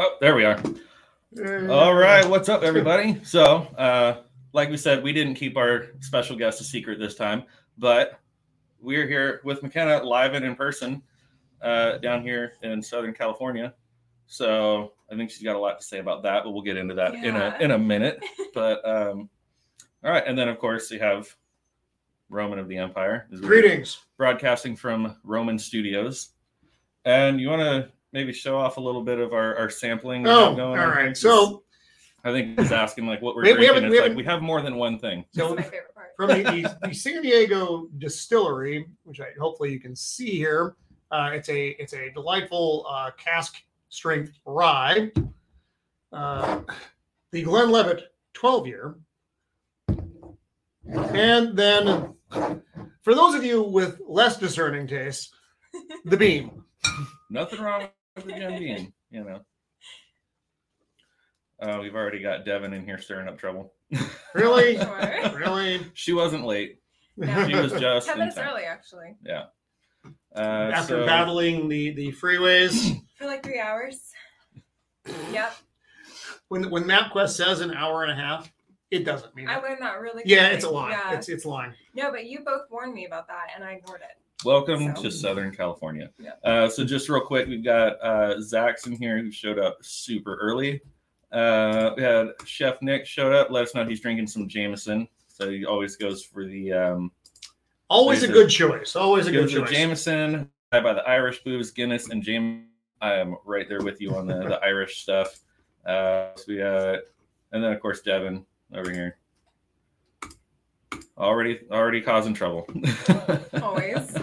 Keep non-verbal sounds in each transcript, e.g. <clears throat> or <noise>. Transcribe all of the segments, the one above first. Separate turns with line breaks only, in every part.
Oh, there we are.
Mm.
All right, what's up, everybody? So, uh, like we said, we didn't keep our special guest a secret this time, but we're here with McKenna live and in person uh, down here in Southern California. So, I think she's got a lot to say about that, but we'll get into that in a
Yeah.
in a minute. But um, all right, and then of course you have Roman of the Empire. is where-
Greetings.
broadcasting from Roman Studios. And you want to maybe show off a little bit of our, our sampling? we
Oh,
have
all
going on?
right. So
I think he's asking like what we're
<laughs> We- we
drinking.
haven't-
it's
we
like
haven't-
we have more than one thing.
That's
so
my favorite part.
from the,
<laughs>
the, the San Diego distillery, which I, hopefully you can see here, uh, it's a it's a delightful uh, cask strength rye, uh, the Glenlivet 12 year, and then for those of you with less discerning tastes, the Beam.
Nothing wrong with the Jim Beam, you
<laughs>
know. Uh, we've already got Devin in here stirring up trouble. <laughs>
Really, <laughs>
Sure.
really.
She wasn't late.
No.
She
<laughs>
was just
Ten
in
minutes
time.
early, actually.
Uh,
After
so-
battling the the freeways.
For like three hours. Yep.
when when MapQuest says an hour and a half, it doesn't mean.
I
It.
learned that really
Yeah,
quick.
it's a lie.
Yeah.
It's it's lying.
No, but you both warned me about that and I ignored it.
Welcome
So-
to Southern California.
Yeah.
Uh, so just real quick, we've got uh, Zach's in here who showed up super early. Uh, we had Chef Nick showed up. Let us know he's drinking some Jameson. So he always goes for the um,
Always a
Please
good choice. Always a good
goes for
choice.
Jameson. I buy the Irish booze, Guinness, and Jameson. I am right there with you on
<laughs>
the, the Irish stuff. Uh, so we uh, and then of course Devin over here. Already, already causing trouble. <laughs>
<laughs>
Always.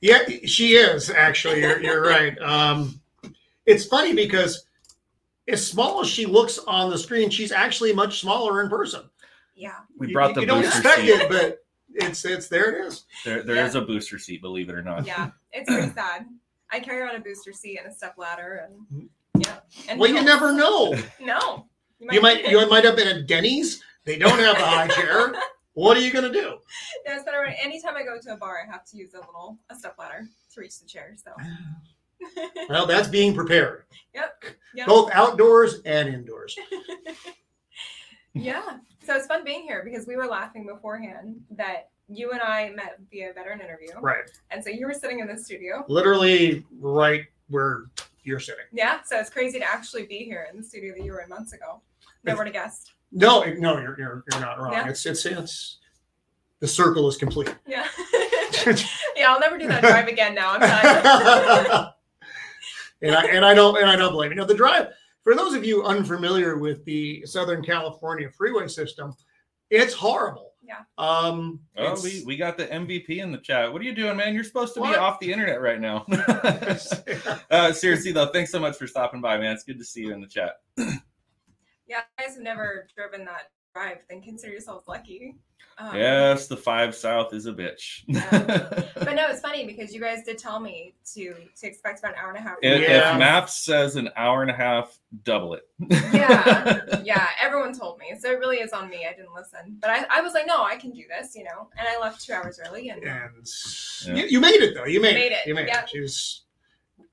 yeah, she is actually. You're
<laughs>
you're right. Um, it's funny because as small as she looks on the screen, she's actually much smaller in person.
Yeah.
we
You-
brought
you,
the
you don't
booster
expect
seat.
it, but it's it's there. It is.
There, there is
Yeah.
a booster seat, believe it or not.
Yeah. It's pretty sad. I carry around a booster seat and a step ladder and yeah. And
Mm-hmm. well, you
heels.
never
<laughs>
know.
No.
You might you might have been at Denny's. They don't have a high
<laughs>
chair. What are you gonna do?
That's what I want. Anytime I go to a bar, I have to use a little a step ladder to reach the chair. So
Well, that's being prepared,
yeah.
both outdoors and
<laughs>
indoors.
Yeah. So it's fun being here because we were laughing beforehand that you and I met via veteran interview.
Right.
And so you were sitting in the studio.
literally right where you're sitting.
Yeah. So it's crazy to actually be here in the studio that you were in months ago. Never to guessed.
No, no, you're you're, you're not wrong.
Yeah.
It's it's it's the circle is
<laughs>
complete. <laughs>
Yeah. yeah. I'll never do that drive again now.
<laughs>
I'm done.
and I and I don't and I don't blame you. Now the drive for those of you unfamiliar with the Southern California freeway system, it's horrible.
Yeah.
Um.
Oh,
it's-
we, we got the MVP in the chat. What are you doing, man? You're supposed to be
What?
off the internet right
<laughs>
now. <laughs> uh, seriously, though, thanks so much for stopping by, man. It's good to see you in the chat.
yeah. if You guys have never driven that drive. Then consider yourselves lucky. Um,
yes, the five South is a bitch. <laughs>
Yeah. But no, it's funny because you guys did tell me to to expect about an hour and a half.
If-
Yeah.
If Maps says an hour and a half, double it. <laughs>
yeah yeah everyone told me so it really is on me i didn't listen but i, I was like no i can do this you know and i left two hours early and yeah,
and
Yeah.
you, you made it though. You made,
Made it,
You made
yeah.
it. She was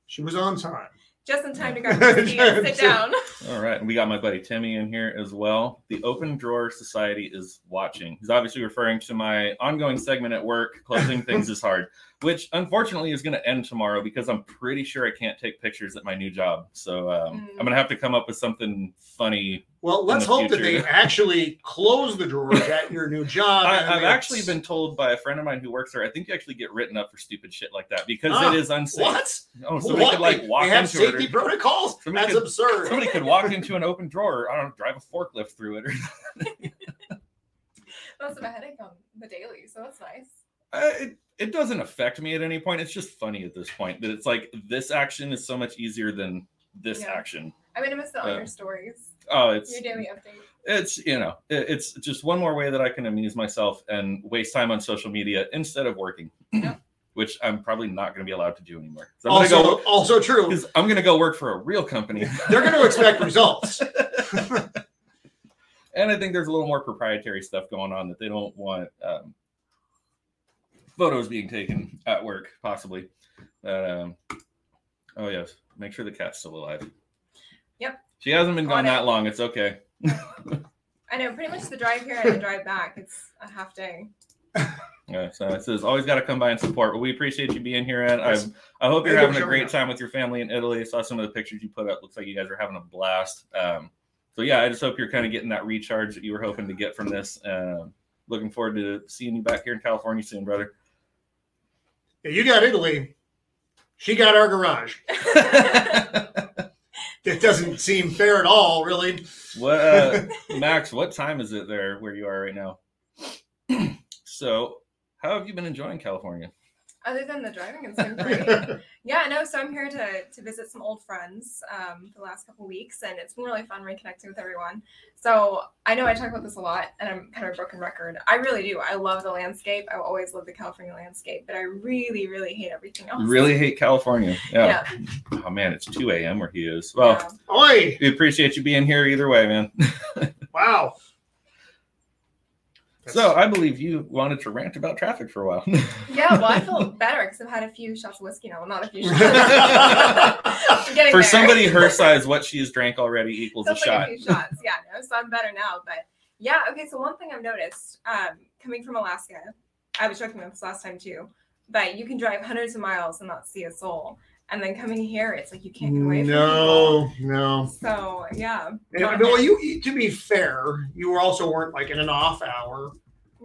she was on time.
just in
<laughs>
time to grab my seat and sit down <laughs>
All right. And we got my buddy Timmy in here as well. The Open Drawer Society is watching. He's obviously referring to my ongoing segment at work, Closing Things is Hard, which unfortunately is going to end tomorrow because I'm pretty sure I can't take pictures at my new job. So um,
Mm.
I'm going to have to come up with something funny.
Well, let's
the
hope that they
future. <laughs> actually
actually close the drawers at your new job.
I,
and
I've
it's-
actually been told by a friend of mine who works there, I think you actually get written up for stupid shit like that because
Ah,
it is unsafe.
what?
Oh, somebody
What?
could like
They-
walk
they have
into
safety
it. Or,
protocols.
Somebody
That's
could-
absurd.
somebody could walk into an open drawer. I don't know, drive a forklift through it or
less of a headache on the daily so that's nice
Uh, it, it doesn't affect me at any point. It's just funny at this point that it's like this action is so much easier than this
Yeah.
action.
i mean i missed all
Yeah.
your stories
Oh, it's
your daily update
it's you know it- it's just one more way that I can amuse myself and waste time on social media instead of working,
Yeah.
<clears throat> which I'm probably not going to be allowed to do anymore. So I'm
also,
gonna go
also true.
<laughs> because I'm going to go work for a real company,
They're going to expect results.
and I think there's a little more proprietary stuff going on that they don't want um, photos being taken at work, possibly. But um, Oh yes. Make sure the cat's still alive.
Yep.
She hasn't been
On
gone
it.
that long. It's okay.
I know pretty much the drive here
<laughs>
and the drive back. It's a half day.
Yeah, so it says always got to come by and support. But we appreciate you being here, and
Yes.
I hope you're
Thank
having
you for
a
showing
great
up.
time with your family in Italy. I saw some of the pictures you put up. Looks like you guys are having a blast. Um, so yeah, I just hope you're kind of getting that recharge that you were hoping to get from this. Um, looking forward to seeing you back here in California soon, brother.
Yeah, you got Italy. She got our
<laughs>
garage. It doesn't seem fair at all, really.
what,
<laughs>
uh, Max? What time is it there where you are right now? <clears throat> so, how have you been enjoying California?
Other than the driving, it's been great.
<laughs>
yeah, no. So I'm here to to visit some old friends um, for the last couple weeks, and it's been really fun reconnecting with everyone. So I know I talk about this a lot, and I'm kind of a broken record. I really do. I love the landscape. I always love the California landscape, but I really, really hate everything else.
Really hate California. Yeah.
Yeah.
Oh man, it's two a.m. where he is. Well.
Yeah.
Oi!
We appreciate you being here either way, man.
Wow. <laughs>
So I believe you wanted to rant about traffic for a while.
Yeah, well, I feel better because I've had a few shots of whiskey now. Well, not a few
<laughs>
shots. I'm <laughs>
<laughs>
getting
for
there.
somebody her size, what she has drank already equals a
Sounds
shot.
like a few shots. Yeah, no, so I'm better now. But yeah, okay. So one thing I've noticed, um, coming from Alaska, I was joking about this last time too, but you can drive hundreds of miles and not see a soul. And then coming here, it's like you can't get away from
no, no.
people. So yeah,
And, well, you- you to be fair, you were also weren't like in an off hour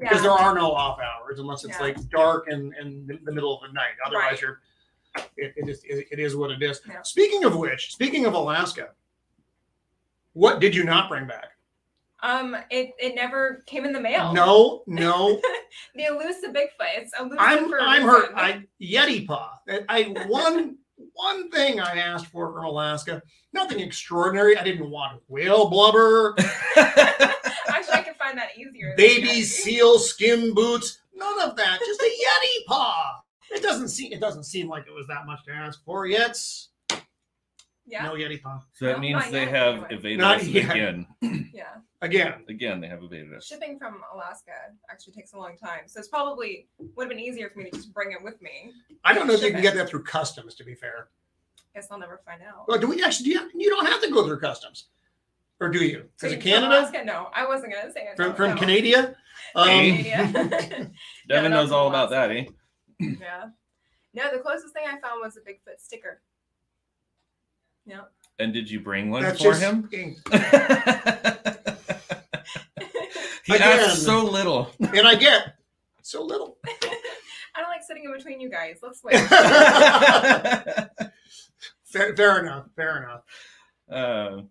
because
yeah,
there are no off hours unless it's
Yeah.
like dark and in the middle of the night. Otherwise,
Right.
you're it, it is it, it is what it is.
Yeah.
Speaking of which, speaking of Alaska, what did you not bring back?
um, it it never came in the mail.
No,
<laughs>
no.
the elusive Bigfoot. It's elusive
I'm
for a
I'm hurt.
reason.
I Yeti paw. I- I one <laughs> one thing I asked for from Alaska. Nothing extraordinary. I didn't want whale blubber.
<laughs>
<laughs>
Actually, I could find that easier. than
baby
Yeti.
seal skin boots none of that just a yeti paw it doesn't seem it doesn't seem like it was that much to ask for yet
Yeah,
no yeti paw
so that
No,
means
not
they
yet,
have
anyway.
evaded
Not
us
yet.
again.
yeah.
again
Again, they have evaded us.
shipping from Alaska actually takes a long time, so it's probably would have been easier for me to just bring it with me.
i don't know if you can get that through customs to be fair
Guess I'll never find out.
well do we actually do you, you don't have to go through customs or do you because
Wait,
of
from
canada
Alaska? No, I wasn't gonna say it.
from,
no,
from
no.
canada
<laughs>
um,
Canada.
Devin
no,
knows all about
Alaska.
that, eh?
yeah. No, the closest thing I found was a Bigfoot sticker.
eh? And did you bring one
that's
for
just
him?
and
<laughs> he
Again.
asked so
<laughs>
little. <laughs>
i get so little
<laughs> I don't like sitting in between you guys.
<laughs>
Let's wait.
fair, fair enough fair enough
Um,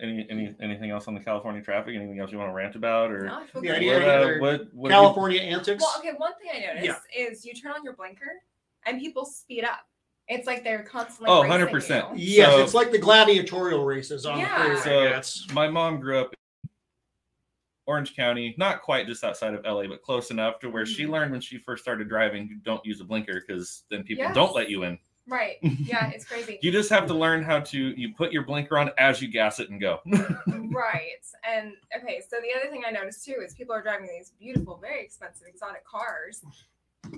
any, any anything else on the California traffic? Anything else you want to rant about or
No, I feel
Yeah,
good.
yeah.
what, uh,
either
what, what
california antics
Well, okay. One thing I noticed is you turn on your blinker and people speed up. It's like they're constantly.
Oh,
racing
100%.
you.
Yes,
So-
it's like the gladiatorial races on
Yeah.
the freeway.
So-
yes.
my mom grew up in Orange County, not quite just outside of LA, but close enough to where she
Mhm.
learned when she first started driving, you don't use a blinker because then people
Yes.
don't let you in.
Right.
<laughs>
Yeah, it's crazy.
You just have
Mm.
to learn how to you put your blinker on as you gas it and go. <laughs>
right. And okay, so the other thing I noticed too is people are driving these beautiful, very expensive, exotic cars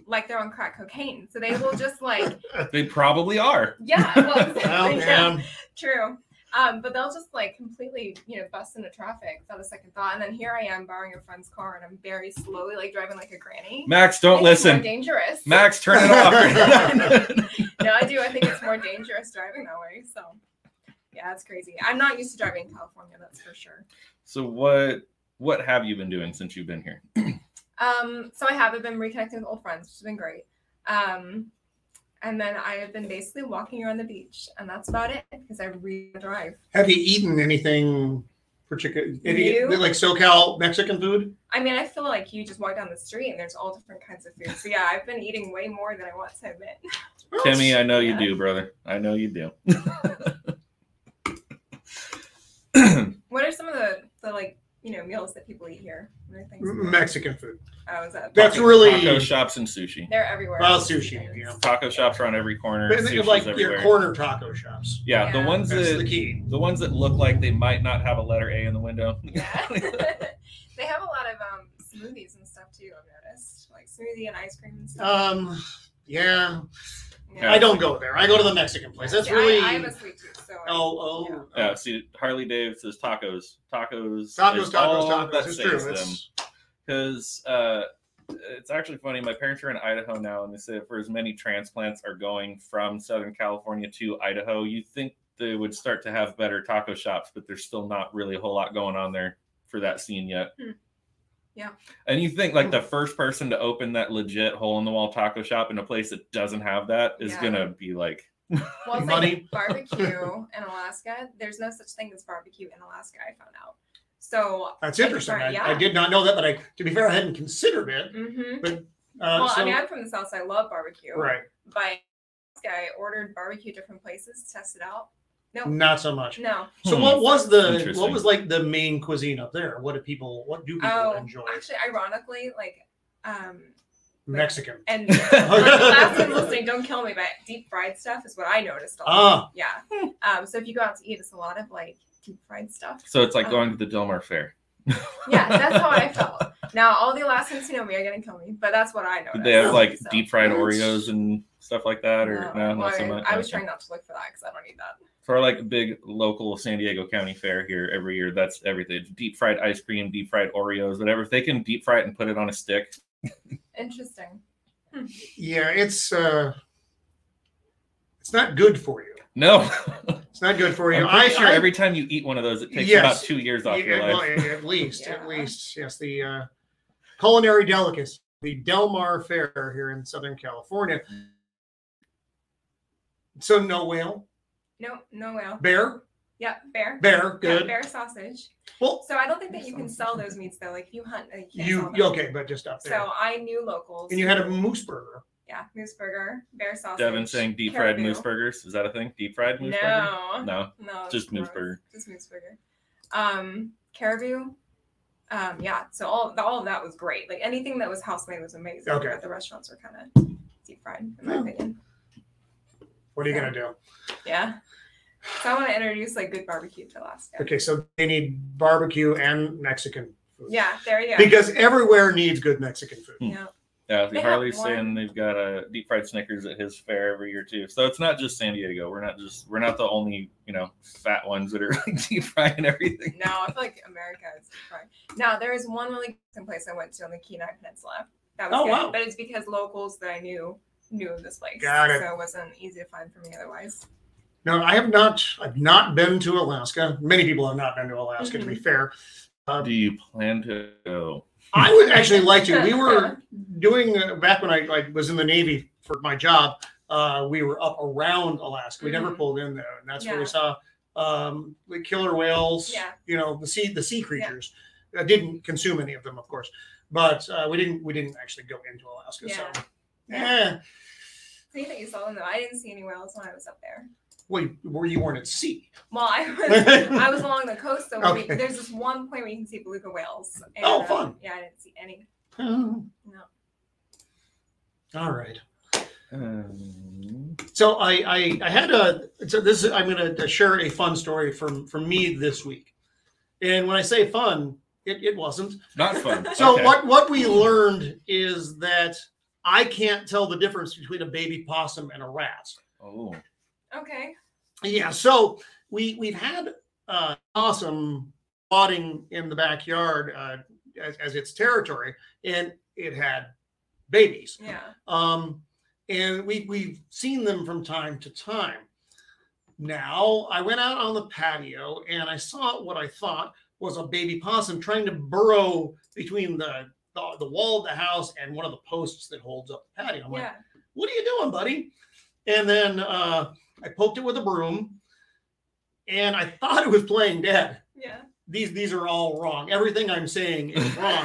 like they're on crack cocaine. So they will just like,
they probably are.
yeah, well,
Well,
exactly, <laughs> yeah,
man,
true. Um, but they'll just like completely, you know, bust into traffic without a second thought. And then here I am borrowing a friend's car and I'm very slowly like driving like a granny.
Max, don't
It's More
listen.
dangerous.
Max, turn it
<laughs>
off.
no, I do. I think it's more dangerous driving that way. So, yeah, it's crazy. I'm not used to driving in California, that's for sure.
so what what have you been doing since you've been here?
Um, so I have I've been reconnecting with old friends, which has been great. Um, and then I have been basically walking around the beach, and that's about it because I really drive.
have you eaten anything particular? Have you,
You?
like SoCal Mexican food?
I mean, I feel like you just walk down the street and there's all different kinds of food. So yeah, I've been eating way more than I want to admit.
Timmy, I know
Yeah.
you do, brother. I know you do.
What are some of the, the like you know meals that people eat here? What are things-
Mexican food.
Oh, is that
That's really
taco shops and sushi.
they're everywhere.
Well, sushi, yeah.
Taco shops are on every corner.
But think of
sushi's
like
everywhere.
your corner taco shops.
Yeah, the
Yeah.
ones
That's
that
the key.
the ones that look like they might not have a letter A in the window.
Yeah. <laughs> they have a lot of um, smoothies and stuff too. I've noticed, like smoothie and ice cream and stuff.
Um, yeah,
Yeah.
Yeah.
Uh, I don't go there. I go to the Mexican place. That's
Yeah,
really.
I, I'm a sweet tooth, so. I-
oh,
Yeah.
oh.
Yeah, see, Harley Dave says tacos, tacos,
Tacos, tacos, tacos. It's true. It's,
Because uh, it's actually funny. My parents are in Idaho now, and they say for as many transplants are going from Southern California to Idaho, you think they would start to have better taco shops, but there's still not really a whole lot going on there for that scene yet.
Hmm. Yeah. Hmm.
And you think like the first person to open that legit hole in the wall taco shop in a place that doesn't have that is
Yeah.
gonna be like
Well, it's
Money.
like
<laughs>
barbecue in Alaska. There's no such thing as barbecue in Alaska. I found out. So
that's
like,
interesting.
sorry,
I,
yeah.
I did not know that, but I, to be fair, I hadn't considered it.
hmm
Uh,
well,
so,
I mean, I'm from the south, so I love barbecue.
right.
But in Alaska, I ordered barbecue different places, tested out. No,
Not so much.
no.
So,
Hmm.
what was the
Interesting.
what was like the main cuisine up there? What do people what do people
Oh,
enjoy?
actually, ironically, like, um,
Mexican.
and
<laughs>
Alaskans listening, don't kill me, but deep fried stuff is what I noticed. A lot.
Ah,
Yeah. Um, so if you go out to eat, it's a lot of like deep fried stuff.
<laughs> so it's like going to the Delmar Fair.
Yeah, that's how I felt. Now all the Alaskans who know me are gonna kill me, but that's what I noticed.
Did they have like
so.
deep fried
Nice.
Oreos and stuff like that, or no,
well,
not so
I-
much.
I was
Okay.
trying not to look for that because I don't need that.
for like a big local San Diego County fair here every year. That's everything: It's deep fried ice cream, deep fried Oreos, whatever. If they can deep fry it and put it on a stick,
Interesting.
yeah, it's uh, it's not good for you.
no.
It's not good for you.
I'm pretty
I-
sure
I-
every time you eat one of those, it takes
Yes.
about two years off
Yeah,
your
well,
life.
at least,
Yeah.
at least, yes. The uh, culinary delicacy, the Del Mar Fair here in Southern California. So no whale,
No, no whale.
bear,
Yeah, bear.
bear,
Yeah,
good.
bear sausage.
Well,
So I don't think that you can sell those meats though. Like if you hunt, like, you can't
you
sell
you-
them.
okay? But just up there,
So I knew locals.
and you had a moose burger.
yeah, moose burger, bear sausage.
Devin saying deep fried
caribou.
moose burgers. Is that a thing? Deep fried moose burger?
No,
No.
no,
just
it's
moose
gross.
burger.
Just moose burger. Um, caribou. Um, yeah. So all all of that was great. Like anything that was house made was amazing.
Okay.
But the restaurants were kind of deep fried, in my
Hmm.
opinion.
What are you gonna do?
Yeah. So I want to introduce like good barbecue to Alaska.
Okay, so they need barbecue and Mexican food.
Yeah, there you go.
because everywhere needs good Mexican food.
yeah.
Yeah,
They have
Harley's
one-
saying they've got a deep fried Snickers at his fair every year too. So it's not just San Diego. We're not just we're not the only you know fat ones that are <laughs> like deep frying everything.
No, I feel like America is deep fried. Now there is one really good place I went to on the Kenai Peninsula. That was
Oh,
good,
wow.
but it's because locals that I knew knew of this place,
Got it.
so it wasn't easy to find for me otherwise.
No, I have not. I've not been to Alaska. Many people have not been to Alaska. To be fair,
Do you plan to go?
I would actually like to. We were doing uh, back when I, I was in the Navy for my job. Uh, we were up around Alaska. We never
Mhm.
pulled in there, and that's where we
Yeah.
saw um, the killer whales.
Yeah.
You know the sea the sea creatures. I didn't consume any of them, of course, but uh, we didn't we didn't actually go into Alaska. So eh, yeah,
See that you saw them though. I didn't see any whales when I was up there.
well, you, were you weren't at sea?
Well,
<laughs>
I was I was along the coast, so we-
Okay.
there's this one point where you can see beluga whales. And,
Oh,
uh,
fun.
yeah, I didn't see any.
Oh.
No.
All right.
Um,
So I, I, I had a so this is, I'm going to share a fun story from from me this week, and when I say fun, it, it wasn't.
not fun.
<laughs> So
Okay.
what what we learned is that I can't tell the difference between a baby possum and a rat.
Oh,
Okay.
Yeah. So we we've had uh, possum spotting in the backyard uh, as, as its territory, and it had babies.
Yeah.
Um, and we, we've seen them from time to time. Now, I went out on the patio and I saw what I thought was a baby possum trying to burrow between the, the, the wall of the house and one of the posts that holds up the patio. I'm like,
Yeah.
what are you doing, buddy? And then uh, I poked it with a broom and I <laughs> thought it was playing dead.
Yeah.
These, these are all wrong. Everything I'm saying is wrong.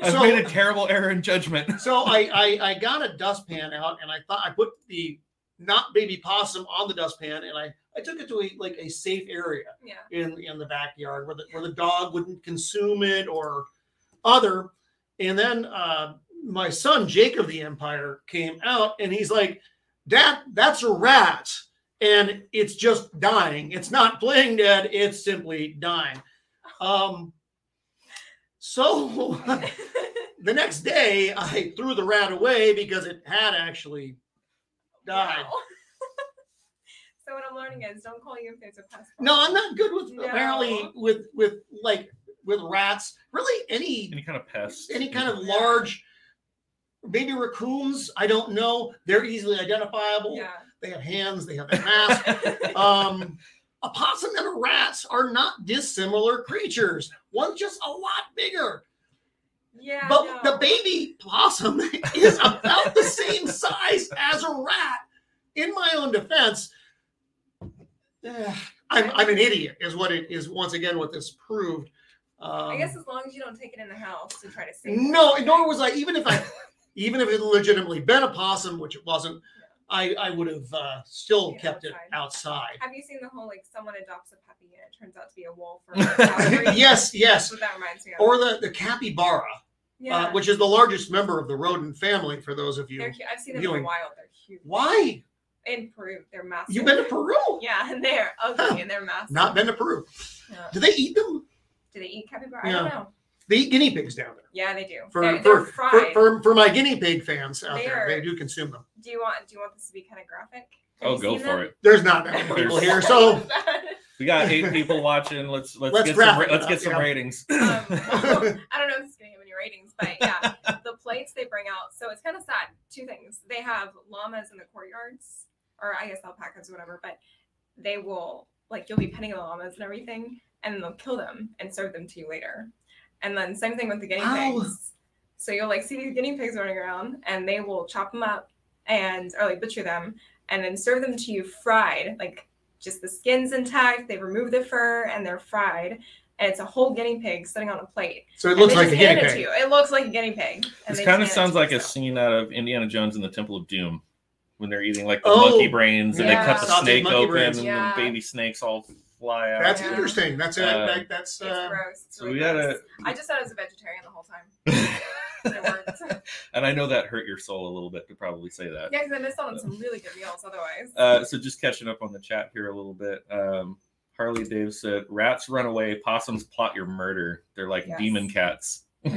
I've
So-
made a terrible error in judgment.
so I, I I got a dustpan out and I thought I put the not baby possum on the dustpan and I I took it to a like a safe area
<laughs> yeah.
in in the backyard where the where the dog wouldn't consume it or other. And then uh, my son Jake of the Empire came out and he's like, "Dad, that's a rat." And it's just dying. It's not playing dead. It's simply dying. Um, so <laughs> the next day I threw the rat away because it had actually die.
No. <laughs> so what I'm learning is don't call UFOs a pest.
No, I'm not good with
No.
apparently with with like with rats. Really, any
Any kind of pest.
any
<laughs>
kind of
Yeah.
large, maybe raccoons. I don't know. They're easily identifiable.
Yeah.
They have hands. They have a
<laughs>
mask. um, opossum and rats are not dissimilar creatures. One's just a lot bigger,
Yeah.
but
no.
the baby possum <laughs> is about the same size as a rat. In my own defense, <sighs> eh, I'm, I'm an idiot, is what it is. Once again, what this proved. Um,
I guess as long as you don't take it in the house to try to save.
no,
it.
nor was I. Even if I, even if it legitimately been a possum, which it wasn't, I I would have uh, still
Yeah,
kept it outside.
Have you seen the whole like someone adopts a puppy and it turns out to be a wolf
<laughs>
or a Calvary?
yes, yes.
That's what that reminds me of.
Or the the capybara.
yeah,
uh, which is the largest member of the rodent family. For those of
they're
you,
cute. I've seen them in
viewing.
the wild. They're huge.
why
In Peru, they're massive.
you been to Peru?
Yeah,
<gasps>
and they're ugly and they're massive.
Not been to Peru.
Yeah.
Do they eat them?
Do they eat capybara? I don't
Yeah.
know.
They eat guinea pigs down there.
Yeah, they do.
For
they're,
for,
they're
for,
fried.
for for my guinea pig fans out
They
there,
are-
they do consume them.
do you want? Do you want this to be kind of graphic? Have
oh,
you
go
seen
for
them?
it.
There's not that many people here, so
<laughs>
<laughs>
We got eight people watching. Let's let's,
Let's
get
wrap
some
it
ra- let's
up,
get some
yeah.
ratings.
um, well, <laughs> I don't know if this is going to have any ratings, but yeah, the plates they bring out. So it's kind of sad. Two things: they have llamas in the courtyards, or I guess alpacas, or whatever. But they will like you'll be petting the llamas and everything, and they'll kill them and serve them to you later. And then same thing with the guinea
Ow.
pigs. So you'll like see these guinea pigs running around, and they will chop them up and or like butcher them, and then serve them to you fried, like just the skins intact. They remove the fur and they're fried, and it's a whole guinea pig sitting on a plate.
so it
And
looks
they
like
just
a guinea
hand it to
pig.
you. It looks like a guinea pig. and
This
they
kind of
just hand
sounds
it to
like
you,
a
so.
scene out of Indiana Jones and the Temple of Doom when they're eating like the
Oh,
monkey brains and
yeah.
they cut the
Sauteed
snake
monkey
open
brains.
and
Yeah.
the baby snakes all fly out.
That's
Yeah.
interesting. That's a,
Uh,
that, that's
It's
uh,
gross. It's
so
really
we gotta-
gross. I just thought I was a vegetarian the whole time. It worked.
<laughs> and I know that hurt your soul a little bit to probably say that.
yeah, because I missed out on some really good meals otherwise.
Uh, so just catching up on the chat here a little bit. Um, Harley Dave said, "Rats run away, possums plot your murder. They're like
Yes.
demon cats." <laughs> I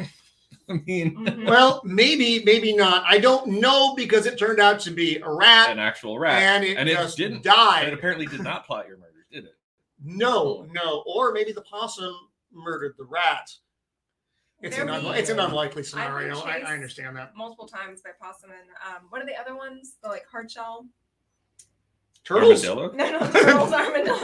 mean,
Mhm.
well, maybe maybe not. I don't know because it turned out to be a rat,
an actual rat,
and it
and it
just
didn't.
died.
and it apparently did not plot your murder, did it?
No, no. Or maybe the possum murdered the rat. It's
There
an
we
unli- it's an
go.
unlikely scenario. I,
chased-
I understand that.
<laughs> Multiple times by possum and um, what are the other ones? The like hard shell?
Turtles.
Armadillo?
<laughs> No, no, turtles, <laughs> armadillo.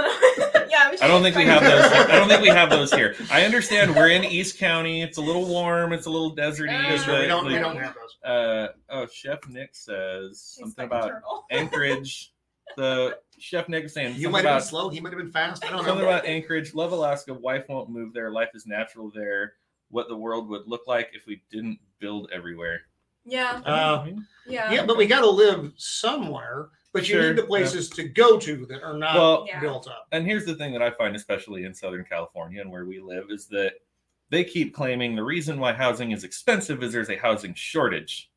yeah,
I don't think we have
those.
those. I don't think we have those here. I understand we're in East County. It's a little warm. It's a little deserty.
Yeah,
but,
Sure, we don't we
like,
don't have those.
uh, oh, Chef Nick says something about Anchorage. The Chef Nick is saying
You
something
might have
about
been slow. He might have been fast. I don't
Something
know.
about Anchorage. Love Alaska. Wife won't move there. Life is natural there. What the world would look like if we didn't build everywhere.
Yeah,
Uh,
yeah.
yeah, but we got to live somewhere. But you
Sure,
need the
yeah.
places to go to that are not
well,
Yeah.
built up.
and here's the thing that I find, especially in Southern California and where we live, is that they keep claiming the reason why housing is expensive is there's a housing shortage.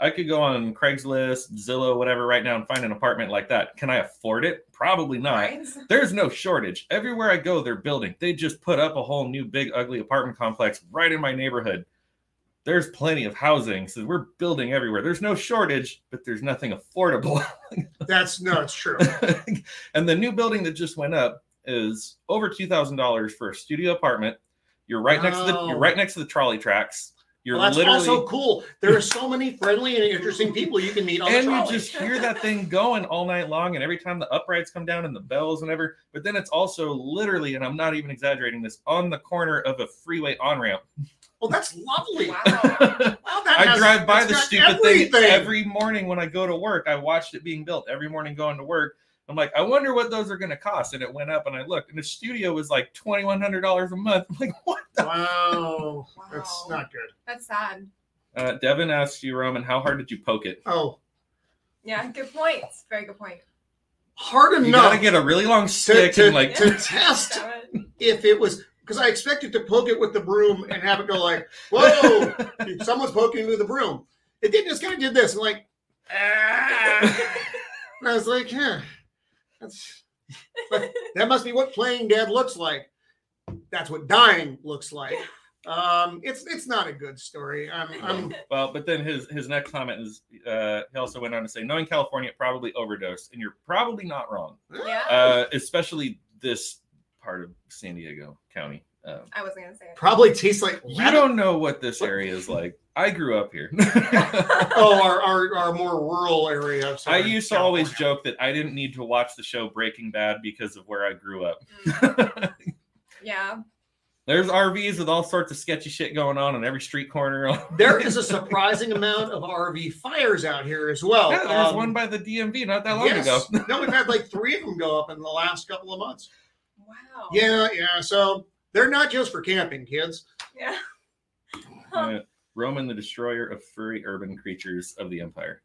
I could go on Craigslist, Zillow, whatever, right now and find an apartment like that. Can I afford it? Probably not.
Right?
There's no shortage. Everywhere I go, they're building. They just put up a whole new big ugly apartment complex right in my neighborhood. There's plenty of housing, so we're building everywhere. There's no shortage, but there's nothing affordable. <laughs>
That's no, it's true.
and the new building that just went up is over two thousand dollars for a studio apartment. You're right next to the
Wow.
you're right next to the trolley tracks. <laughs> You're
Oh. Well, that's
literally
also cool. There are so many friendly and interesting people you can meet on the
and
trolley.
you just hear that thing going all night long and every time the uprights come down and the bells and ever but then it's also literally and i'm not even exaggerating this on the corner of a freeway on
<laughs>
ramp
oh, that's lovely. Wow,
Wow.
that
i
has-
drive by
that's
the
got
stupid thing
everything.
every morning when i go to work i watched it being built every morning going to work i'm like i wonder what those are going to cost and it went up and i looked and the studio was like $2100 a month i'm like what
Wow, that's
Wow.
not good.
That's sad.
uh, devin asks you roman how hard did you poke it
Oh,
Yeah, good point. Very good <laughs> point.
hard
you
enough.
gotta get a really long
to,
stick
to,
and like
to test
<laughs>
if it was because I expected to poke it with the broom and have it go like, whoa, someone's poking me with the broom. It did just kind of did this and like, ah. and I was like, huh, that's that must be what playing dead looks like. That's what dying looks like. Um, it's it's not a good story. I'm, I'm
Um, Well, but then his his next comment is uh, he also went on to say, knowing California, it probably overdosed, and you're probably not wrong,
Yeah.
uh, especially this part of San Diego County. Um,
I wasn't gonna say
<laughs>
it.
probably tastes like
you
lavender.
don't know what this area is like. I grew up here.
oh, our, our, our more rural area. Of
I
Southern
used to always
California.
joke that I didn't need to watch the show Breaking Bad because of where I grew up.
Mm, yeah.
There's RVs with all sorts of sketchy shit going on on every street corner. <laughs>
There is a surprising amount of RV fires out here as well.
yeah, there was
Um,
one by the DMV not that long ago.
yes. <laughs> no, we've had like three of them go up in the last couple of months.
Oh.
Wow.
Yeah, yeah. So they're not just for camping, kids.
Yeah.
Uh, Roman the Destroyer of Furry Urban Creatures of the Empire.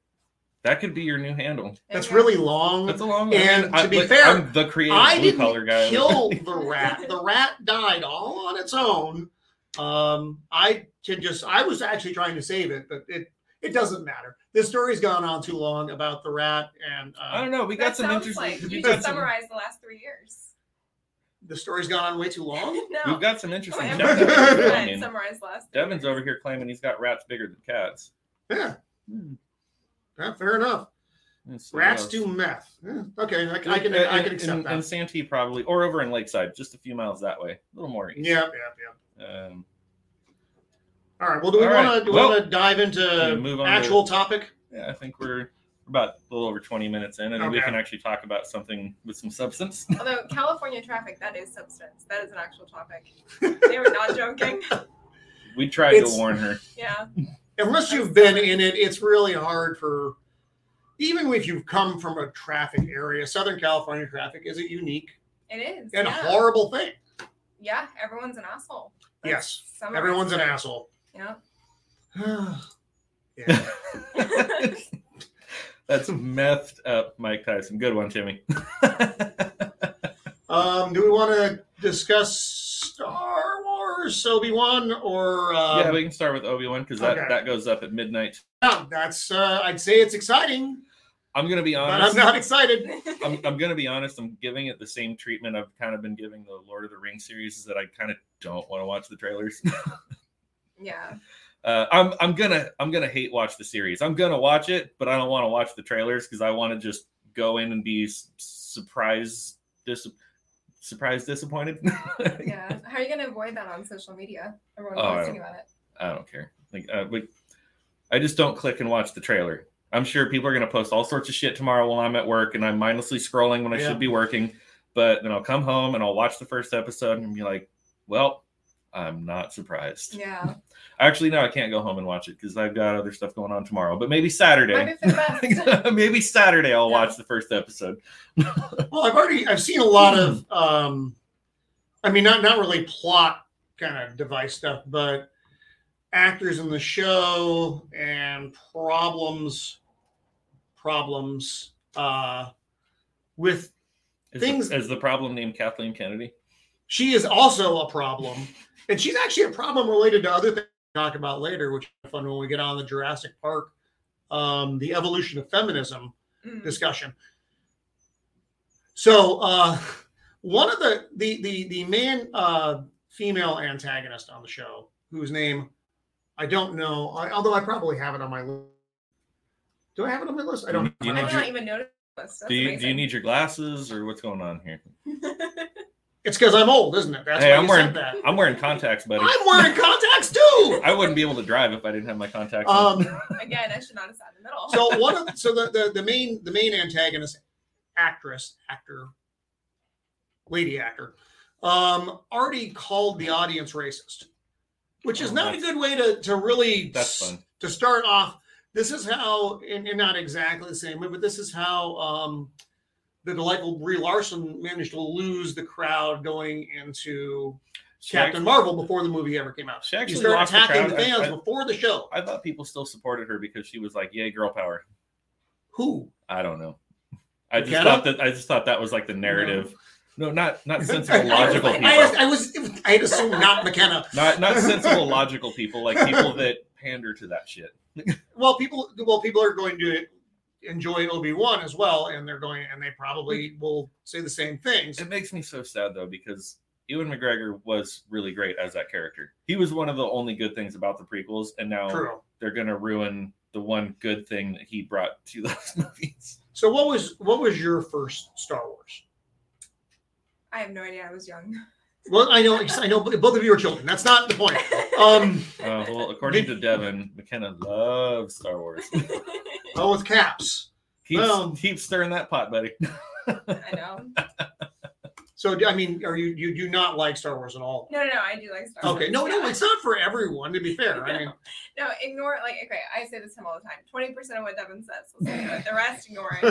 That could be your new handle.
There
That's
you go.
really long.
That's a long
And to be fair,
I'm the creative
I
blue
didn't
collar guy. <laughs>
kill the rat. The rat died all on its own. Um, I can just I was actually trying to save it, but it it doesn't matter. This story's gone on too long about the rat and
I
uh,
don't know. We
That
got some
sounds
interesting.
like you
we've,
just
got some,
summarized the last three years.
the story's gone on way too long.
no.
we've got some interesting.
Oh,
shout-outs.
everyone
<laughs> I mean,
summarized last. three
Devin's
years.
over here claiming he's got rats bigger than cats.
Yeah,
Hmm.
yeah fair enough.
Let's see what
Rats
else.
do meth. Yeah, okay, I, I can I can accept
uh, in,
that.
in Santee probably, or over in Lakeside, just a few miles that way, a little more east.
yeah, yeah, yeah.
Um,
All right. Well, do we
All right,
want to do we
well,
want to dive into
we move on to-
actual topic?
yeah, I think we're about a little over 20 minutes in, and we
Okay.
can actually talk about something with some substance.
Although California traffic, that is substance. That is an actual topic. They
<laughs>
were not joking.
We tried
It's-
to warn
<laughs>
her. <laughs>
Yeah.
unless you've been in it, it's really hard for even if you've come from a traffic area. Southern California traffic is a unique
It is.
and
yeah.
horrible thing.
Yeah, everyone's an asshole.
Yes,
summarized
Everyone's an
it.
asshole.
Yeah.
yeah.
That's messed up, Mike Tyson. Good one, Timmy.
Um, do we want to discuss Star Wars Obi Wan or? Uh,
yeah, we can start with Obi Wan because that,
okay.
that goes up at midnight.
no, that's uh, I'd say it's exciting,
I'm gonna be
but
honest.
I'm not excited.
<laughs> I'm, I'm gonna be honest. I'm giving it the same treatment I've kind of been giving the Lord of the Rings series. Is that I kind of don't want to watch the
<laughs>
trailers.
<laughs> yeah.
Uh, I'm I'm gonna I'm gonna hate watch the series. I'm gonna watch it, but I don't want to watch the trailers because I want to just go in and be s- surprised dis- surprised disappointed.
Yeah. How are you going to avoid that on social media? Everyone's
Oh, I
posting about it.
I don't care. Like, uh, but I just don't click and watch the trailer. I'm sure people are gonna post all sorts of shit tomorrow while I'm at work, and I'm mindlessly scrolling when I
Yeah.
should be working. But then I'll come home and I'll watch the first episode and be like, "Well, I'm not surprised."
Yeah.
Actually, no, I can't go home and watch it because I've got other stuff going on tomorrow. But maybe Saturday.
Might be for the
<laughs>
best.
Maybe Saturday I'll
Yeah.
watch the first episode.
Well, I've already I've seen a lot of um I mean not not really plot kind of device stuff, but actors in the show and problems problems uh with
Is
Things-
the, is the problem named Kathleen Kennedy?
she is also a problem. And she's actually a problem related to other things we'll talk about later, which is fun when we get on the Jurassic Park um the evolution of feminism
Mm.
Mm-hmm. discussion. So uh, one of the the the the man uh, female antagonist on the show, whose name I don't know, I, although I probably have it on my list. Do I have it on my list? I don't.
Do you
I
need
did
your,
not even notice this. That's
do you, do you
amazing.
need your glasses or what's going on here?
It's because I'm old, isn't it? That's
Hey,
why
I'm
you
wearing- <laughs>
said that.
I'm wearing contacts, buddy.
I'm wearing
<laughs>
contacts too.
I wouldn't be able to drive if I didn't have my contacts. on.
Um,
Again, I should not have sat in the middle.
so one of so the, the the main the main antagonist actress actor lady actor um already called the audience racist which is
Oh,
not a
that's-
good way to to really
That's
s-
fun.
to start off this is how and, and not exactly the same way but this is how um the delightful Brie Larson managed to lose the crowd going into
She
Captain
act-
Marvel before the movie ever came out.
She
She
actually
started
lost the
attacking
crowd.
the
I-
fans
I-
before the show.
I thought people still supported her because she was like, "Yay, girl power."
Who?
I don't know. I just
Get
thought that I just thought that was like the narrative. No, not
<laughs>
not sensible, logical
I,
people.
I, I was, I had assumed not McKenna.
not
<laughs>
not sensible, logical people like people that pander to that shit.
Well, people, well, people are going to enjoy Obi Wan as well, and they're going, and they probably will say the same things.
It makes me so sad though because Ewan McGregor was really great as that character. He was one of the only good things about the prequels, and now
True.
they're gonna ruin the one good thing that he brought to <laughs> those movies.
So what was what was your first Star Wars?
I have no idea. I was young.
Well, I know I know both of you are children. That's not the point. Um,
Uh, well, according to Devin, McKenna loves Star Wars.
oh, with caps.
Keep,
Well-
keep stirring that pot, buddy.
I know.
So I mean, are you you do not like Star Wars at all?
No, no, no. I do like Star Wars.
Okay, no, no,
Yeah.
it's not for everyone. To be fair, I mean,
No, ignore like okay. I say this to him all the time. Twenty percent of what Devin says, so
<laughs>
the rest ignore it.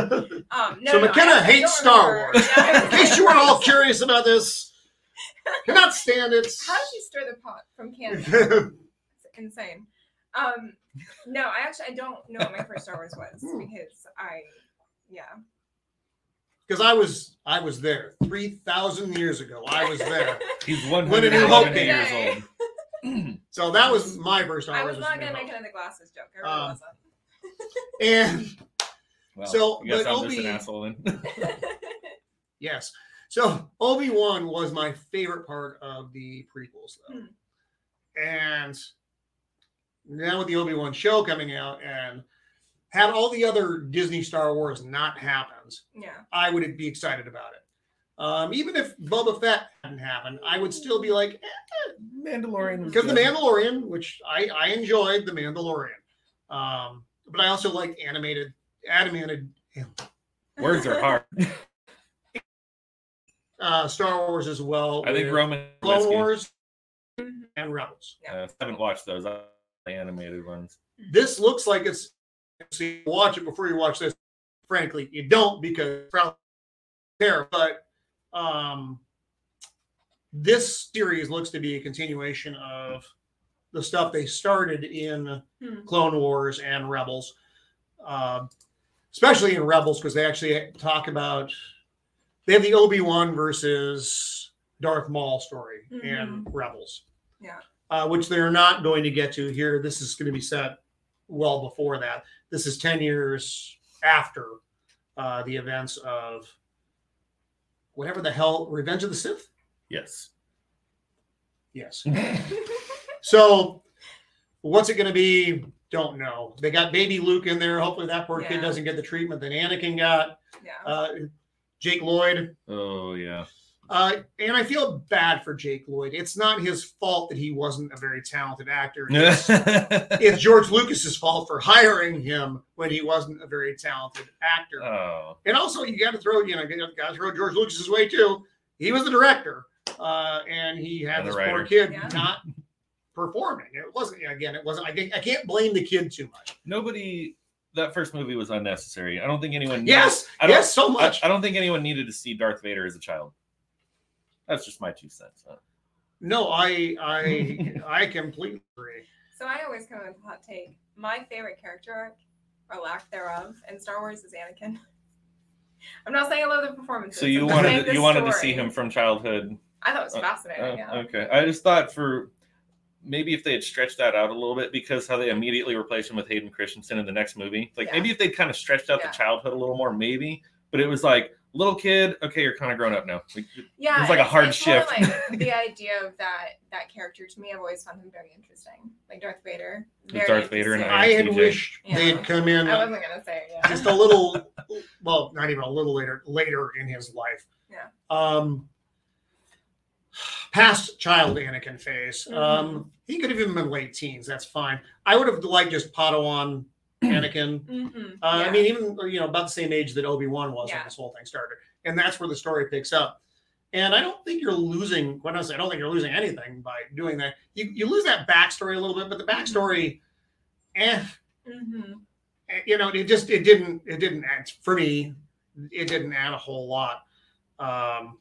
Um, no,
So
no, no,
McKenna
I don't- I
hates
don't
Star
remember.
Wars.
Yeah, I
in case you
was-
were all curious about this, cannot stand it.
<laughs> How did you stir the pot from
<laughs>
Canada?
you?
It's insane. Um, no, I actually I don't know what my first Star Wars was
Hmm.
because I, yeah,
Because I was I was there three thousand years ago. I was there,
He's
When did he hope
111 years old.
so that was my first Star
I
Wars.
was not
New
gonna make
Hope.
another glasses joke. I really
Um,
wasn't.
And
Well,
So,
I guess
but
I'm just an
Obi-
asshole then.
Yes. So Obi Wan was my favorite part of the prequels, though.
Hmm.
And now with the Obi Wan show coming out, and had all the other Disney Star Wars not happened,
Yeah, <laughs>
I would be excited about it. Um, even if Boba Fett hadn't happened, I would still be like,
Mandalorian.
because The Mandalorian, which I, I enjoyed, The Mandalorian. Um, but I also like animated, animated
Words are hard.
uh, Star Wars as well.
I think
with
Roman.
Clone
Whiskey.
Wars
Mhm.
and Rebels.
Uh, I haven't watched those. I like the animated ones.
this looks like it's so you watch it before you watch this frankly you don't because it's probably there but um this series looks to be a continuation of the stuff they started in
Hmm.
clone wars and rebels um especially in rebels because they actually talk about they have the obi-wan versus darth maul story in rebels
Mm-hmm. Yeah.
uh, which they're not going to get to here this is going to be set well before that this is 10 years after uh, the events of whatever the hell revenge of the sith <laughs>
Yes.
yes so what's it going to be don't know they got baby luke in there hopefully that poor
Yeah. Oh.
kid doesn't get the treatment that anakin got
yeah.
uh, jake lloyd
oh
<laughs>
yeah. <laughs>
Uh, and I feel bad for Jake Lloyd. It's not his fault that he wasn't a very talented
<laughs>
actor. It's, it's George Lucas's fault for hiring him when he wasn't a very talented actor.
oh.
and also, you got to throw, you know, you got to throw George Lucas's way too. He was the director, uh, and he had
And the
this
writer.
poor kid
Yeah.
not performing. It wasn't you know, again. It wasn't. I, think- I can't blame the kid too much.
Nobody. That first movie was unnecessary. I don't think anyone.
Yes,
I don't-
yes, so
I,
much.
I don't think anyone needed to see Darth Vader as a child. That's just my two cents. huh?
no, I,
<laughs>
I, I completely agree.
So I always come with a hot take. My favorite character arc, or lack thereof, in Star Wars is Anakin. <laughs> I'm not saying I love the performances.
So you
I'm saying
wanted
the
you wanted to see
story.
him from childhood
I thought it was
Uh,
fascinating.
Oh,
yeah.
Okay. I just thought for maybe if they had stretched that out a little bit because how they immediately replaced him with Hayden Christensen in the next movie. Like
Yeah.
maybe if they'd kind of stretched out
Yeah.
the childhood a little more, maybe. But it was like little kid, okay, you're kind of grown up now. Like,
yeah,
It was like a
it's-
hard
it's more
shift. <laughs>
like the idea of that that character to me, I've always found him very interesting, like Darth Vader. Very
Darth Vader and
interesting.
I had
TJ.
wished
Yeah.
they'd come in.
I wasn't gonna say it, yeah.
just a little well not even a little later later in his life
Yeah.
um past child anakin phase
Mm-hmm.
um he could have even been late teens that's fine i would have liked just
<clears throat>
padawan anakin
Mhm,
uh,
yeah.
i mean even you know about the same age that obi-wan was
Yeah.
when this whole thing started and that's where the story picks up and i don't think you're losing when i say i don't think you're losing anything by doing that you, you lose that backstory a little bit but the backstory eh,
Mhm.
uh, you know it just it didn't it didn't add for me it didn't add a whole lot um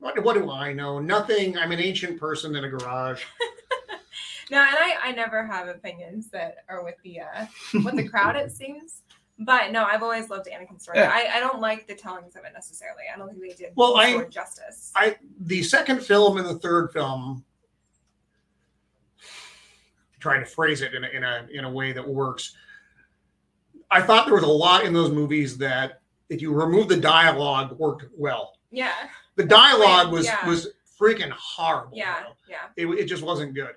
what, what do i know nothing i'm an ancient person in a garage
No, and I, I never have opinions that are with the uh with the crowd it seems. But no, I've always loved Anakin's story.
Yeah.
I, I don't like the tellings of it necessarily. I don't think they did
Well,
the
I-
story justice.
i the second film and the third film trying to phrase it in a, in a in a way that works i thought there was a lot in those movies that if you remove the dialogue worked well
yeah.
the dialogue
Right,
was
yeah.
was freaking horrible.
Yeah,
though.
yeah.
It, it just wasn't good.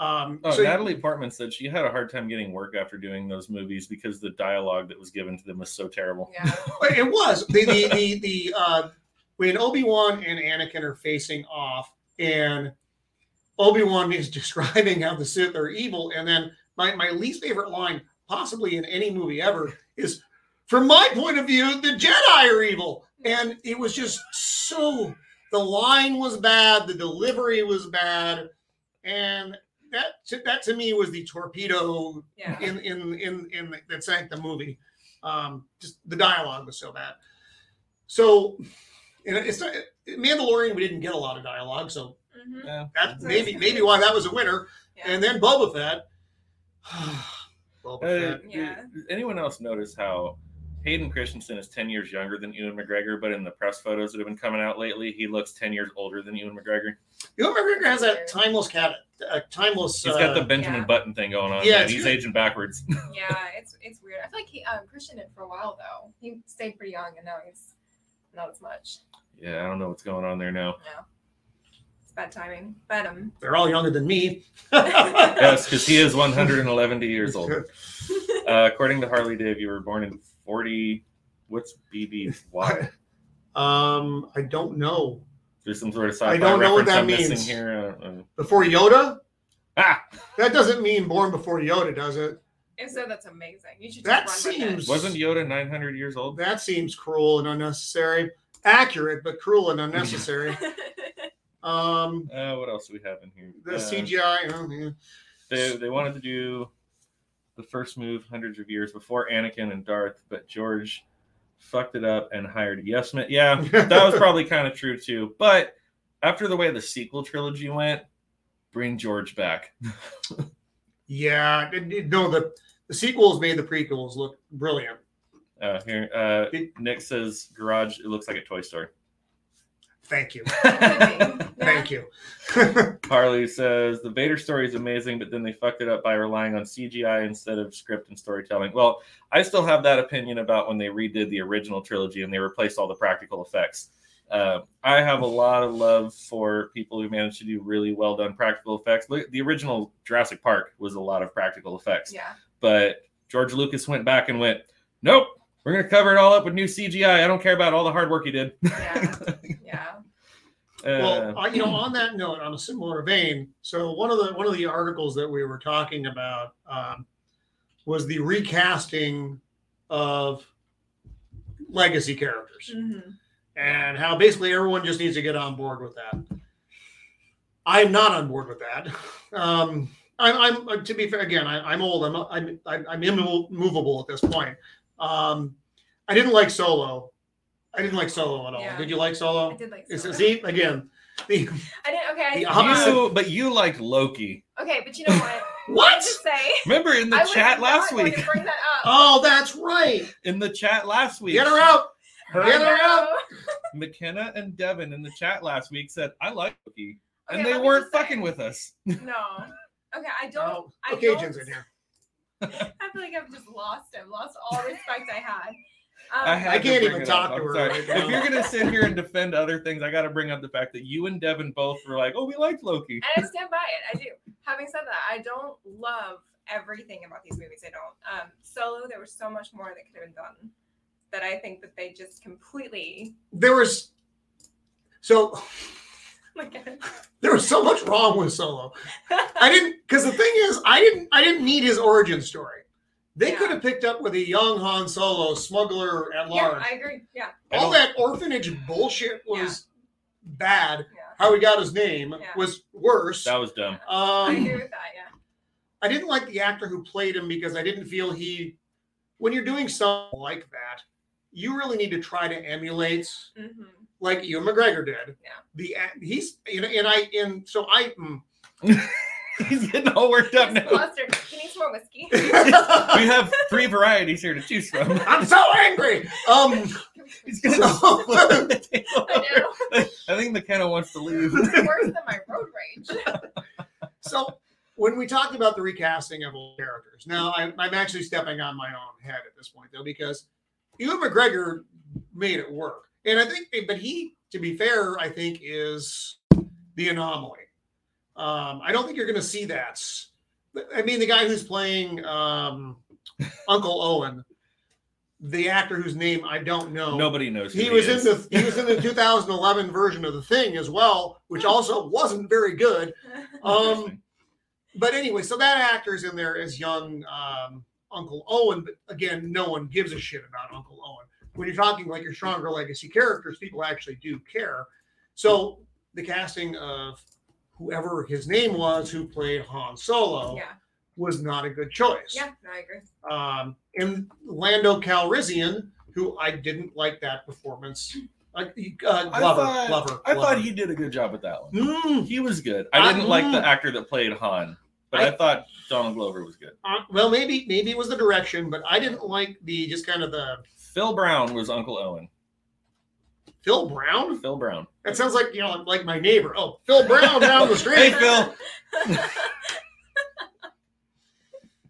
Um,
Oh,
so-
Natalie Portman said she had a hard time getting work after doing those movies because the dialogue that was given to them was so terrible.
Yeah.
But it was the the the, the uh, when Obi Wan and Anakin are facing off, and Obi Wan is <laughs> describing how the Sith are evil, and then my my least favorite line, possibly in any movie ever, is from my point of view, the Jedi are evil, and it was just so the line was bad, the delivery was bad, and. That, to- that to me was the torpedo <laughs>
Yeah.
in in in in that sank the movie. Um, just the dialogue was so bad. So, and it's not Mandalorian. We didn't get a lot of dialogue, so
hmm
that's maybe maybe why that was a winner.
Yeah.
And then Boba Fett. <sighs> Boba
Uh,
Fett.
Yeah.
did Anyone else notice how Hayden Christensen is 10 years younger than Ewan McGregor, but in the press photos that have been coming out lately, he looks 10 years older than Ewan McGregor?
Ewan McGregor has that timeless cat, a timeless.
He's got the
uh,
Benjamin
yeah.
Button thing going on.
Yeah,
Yeah,
it's
he's
good.
aging backwards. <laughs>
yeah, it's it's weird. I feel like he um, Christian did for a while though. He stayed pretty young, and now he's not as much.
yeah, I don't know what's going on there
<laughs>
now.
It's bad timing. But um,
they're all younger than me.
<laughs> Yes, because he is 111 years old. Uh, according to Harley Dave, you were born in 40. What's
<laughs>
BBY?
um, I don't know.
There's some sort of sci-fi
I don't know what
reference
that
I'm
means.
missing here. I don't know.
Before Yoda,
Ah,
that doesn't mean born before Yoda, does it?
if so, that's amazing. You should.
That
just run with it.
seems
wasn't Yoda 900 years old?
That seems cruel and unnecessary. Accurate, but cruel and
<laughs>
unnecessary. um,
Uh, what else do we have in here?
the
Uh,
CGI. oh, yeah.
They, they wanted to do the first move hundreds of years before Anakin and Darth, but George fucked it up and hired Yes Man. Yeah, that was probably kind of true too. But after the way the sequel trilogy went, bring George back.
<laughs> yeah. it- it- No, the the sequels made the prequels look brilliant.
Uh, here, uh,
It-
Nick says garage. It looks like a toy store.
Thank you,
<laughs> yeah.
<laughs> thank you.
Harley says the Vader story is amazing, but then they fucked it up by relying on CGI instead of script and storytelling. Well, I still have that opinion about when they redid the original trilogy and they replaced all the practical effects. Uh, I have a lot of love for people who managed to do really well done practical effects. Look, the original Jurassic Park was a lot of practical effects,
Yeah.
but George Lucas went back and went, "Nope, we're going to cover it all up with new CGI. I don't care about all the hard work he did."
Yeah.
<laughs>
Yeah.
Uh,
well, uh, you know, on that note, on a similar vein, so one of the one of the articles that we were talking about um, was the recasting of legacy characters.
Mhm.
and how basically everyone just needs to get on board with that. I'm not on board with that. Um, I'm, I'm to be fair again. I, I'm old. I'm I'm I'm, I'm immovable at this point. Um, I didn't like Solo. I didn't like Solo at all.
Yeah.
Did you like
I
Solo?
did like.
It's,
Solo.
see again. The
I didn't. Okay. I
The
didn't-
opposite-
you, but you liked Loki.
Okay, but you know
<laughs>
what? I
what?
have to say.
Remember in the
I was
chat
not
last
going
week?
to Bring that
<laughs>
up.
Oh, that's right.
in the chat last week.
Get her out.
Her-
Get her out.
McKenna and Devin in the chat last week said, I like Loki.
Okay,
and they
let me
weren't
just say-
fucking with us.
No. Okay, I don't. I
Okay,
don't-
Jen's in here.
I feel like I've just lost him, lost all respect I had. Um,
I, had
I
to
can't
bring
even
it up.
talk to
I'm
her
sorry.
right now.
if you're going to sit here and defend other things, I got to bring up the fact that you and Devin both were like, oh, we liked Loki.
and I stand by it. I do. Having said that, I don't love everything about these movies. I don't. Um, Solo, there was so much more that could have been done that I think that they just completely. <laughs>
There was so
Like, <laughs> yeah,
there was so much wrong with Solo. I didn't because the thing is, I didn't I didn't need his origin story. They
Yeah.
could have picked up with a young Han Solo smuggler at large.
I agree. Yeah,
I
All
don't-
that orphanage bullshit was bad.
yeah.
How he got his name
Yeah.
was worse.
That was dumb. <laughs>
I
Um,
agree with that. Yeah.
I didn't like the actor who played him because I didn't feel he. When you're doing something like that, you really need to try to emulate
hmm
like Ewan McGregor did.
Yeah.
The act- he's you know, and I and so I. mm. <laughs>
He's getting all worked up
He's
now.
flustered. He needs more whiskey.
We have three varieties here to choose from. <laughs>
I'm so angry. Um.
He's <laughs> gonna
<laughs> So-
flip the table
<laughs> I know.
over. I think McKenna wants to leave.
It's worse than my road rage.
so when we talked about the recasting of old characters, now I, I'm actually stepping on my own head at this point though because Ewan McGregor made it work, and I think, but he, to be fair, I think is the anomaly. Um, I don't think you're going to see that. I mean, the guy who's playing um, Uncle Owen, the actor whose name I don't know.
Nobody knows.
He was
is. <laughs>
in the he was in the 2011 version of the thing as well, which also wasn't very good. Um,
Interesting.
but anyway, so that actor's in there as young um, Uncle Owen. But again, no one gives a shit about Uncle Owen. When you're talking like your stronger legacy characters, people actually do care. So the casting of whoever his name was who played Han Solo
yeah,
was not a good choice.
yeah, no, I agree.
Um, and Lando Calrissian, who I didn't like that performance. Uh, uh,
I
Glover,
thought-
Glover,
I
Glover.
thought he did a good job with that one.
Mm,
He was good. I didn't
Uh,
like
mm.
the actor that played Han, but I,
I-
thought Donald Glover was good.
uh, well, maybe maybe it was the direction, but I didn't like the just kind of the
Phil Brown was Uncle Owen.
Phil Brown?
Phil Brown.
That sounds like you know, like my neighbor. Oh, Phil Brown down the
Hey,
street.
Phil.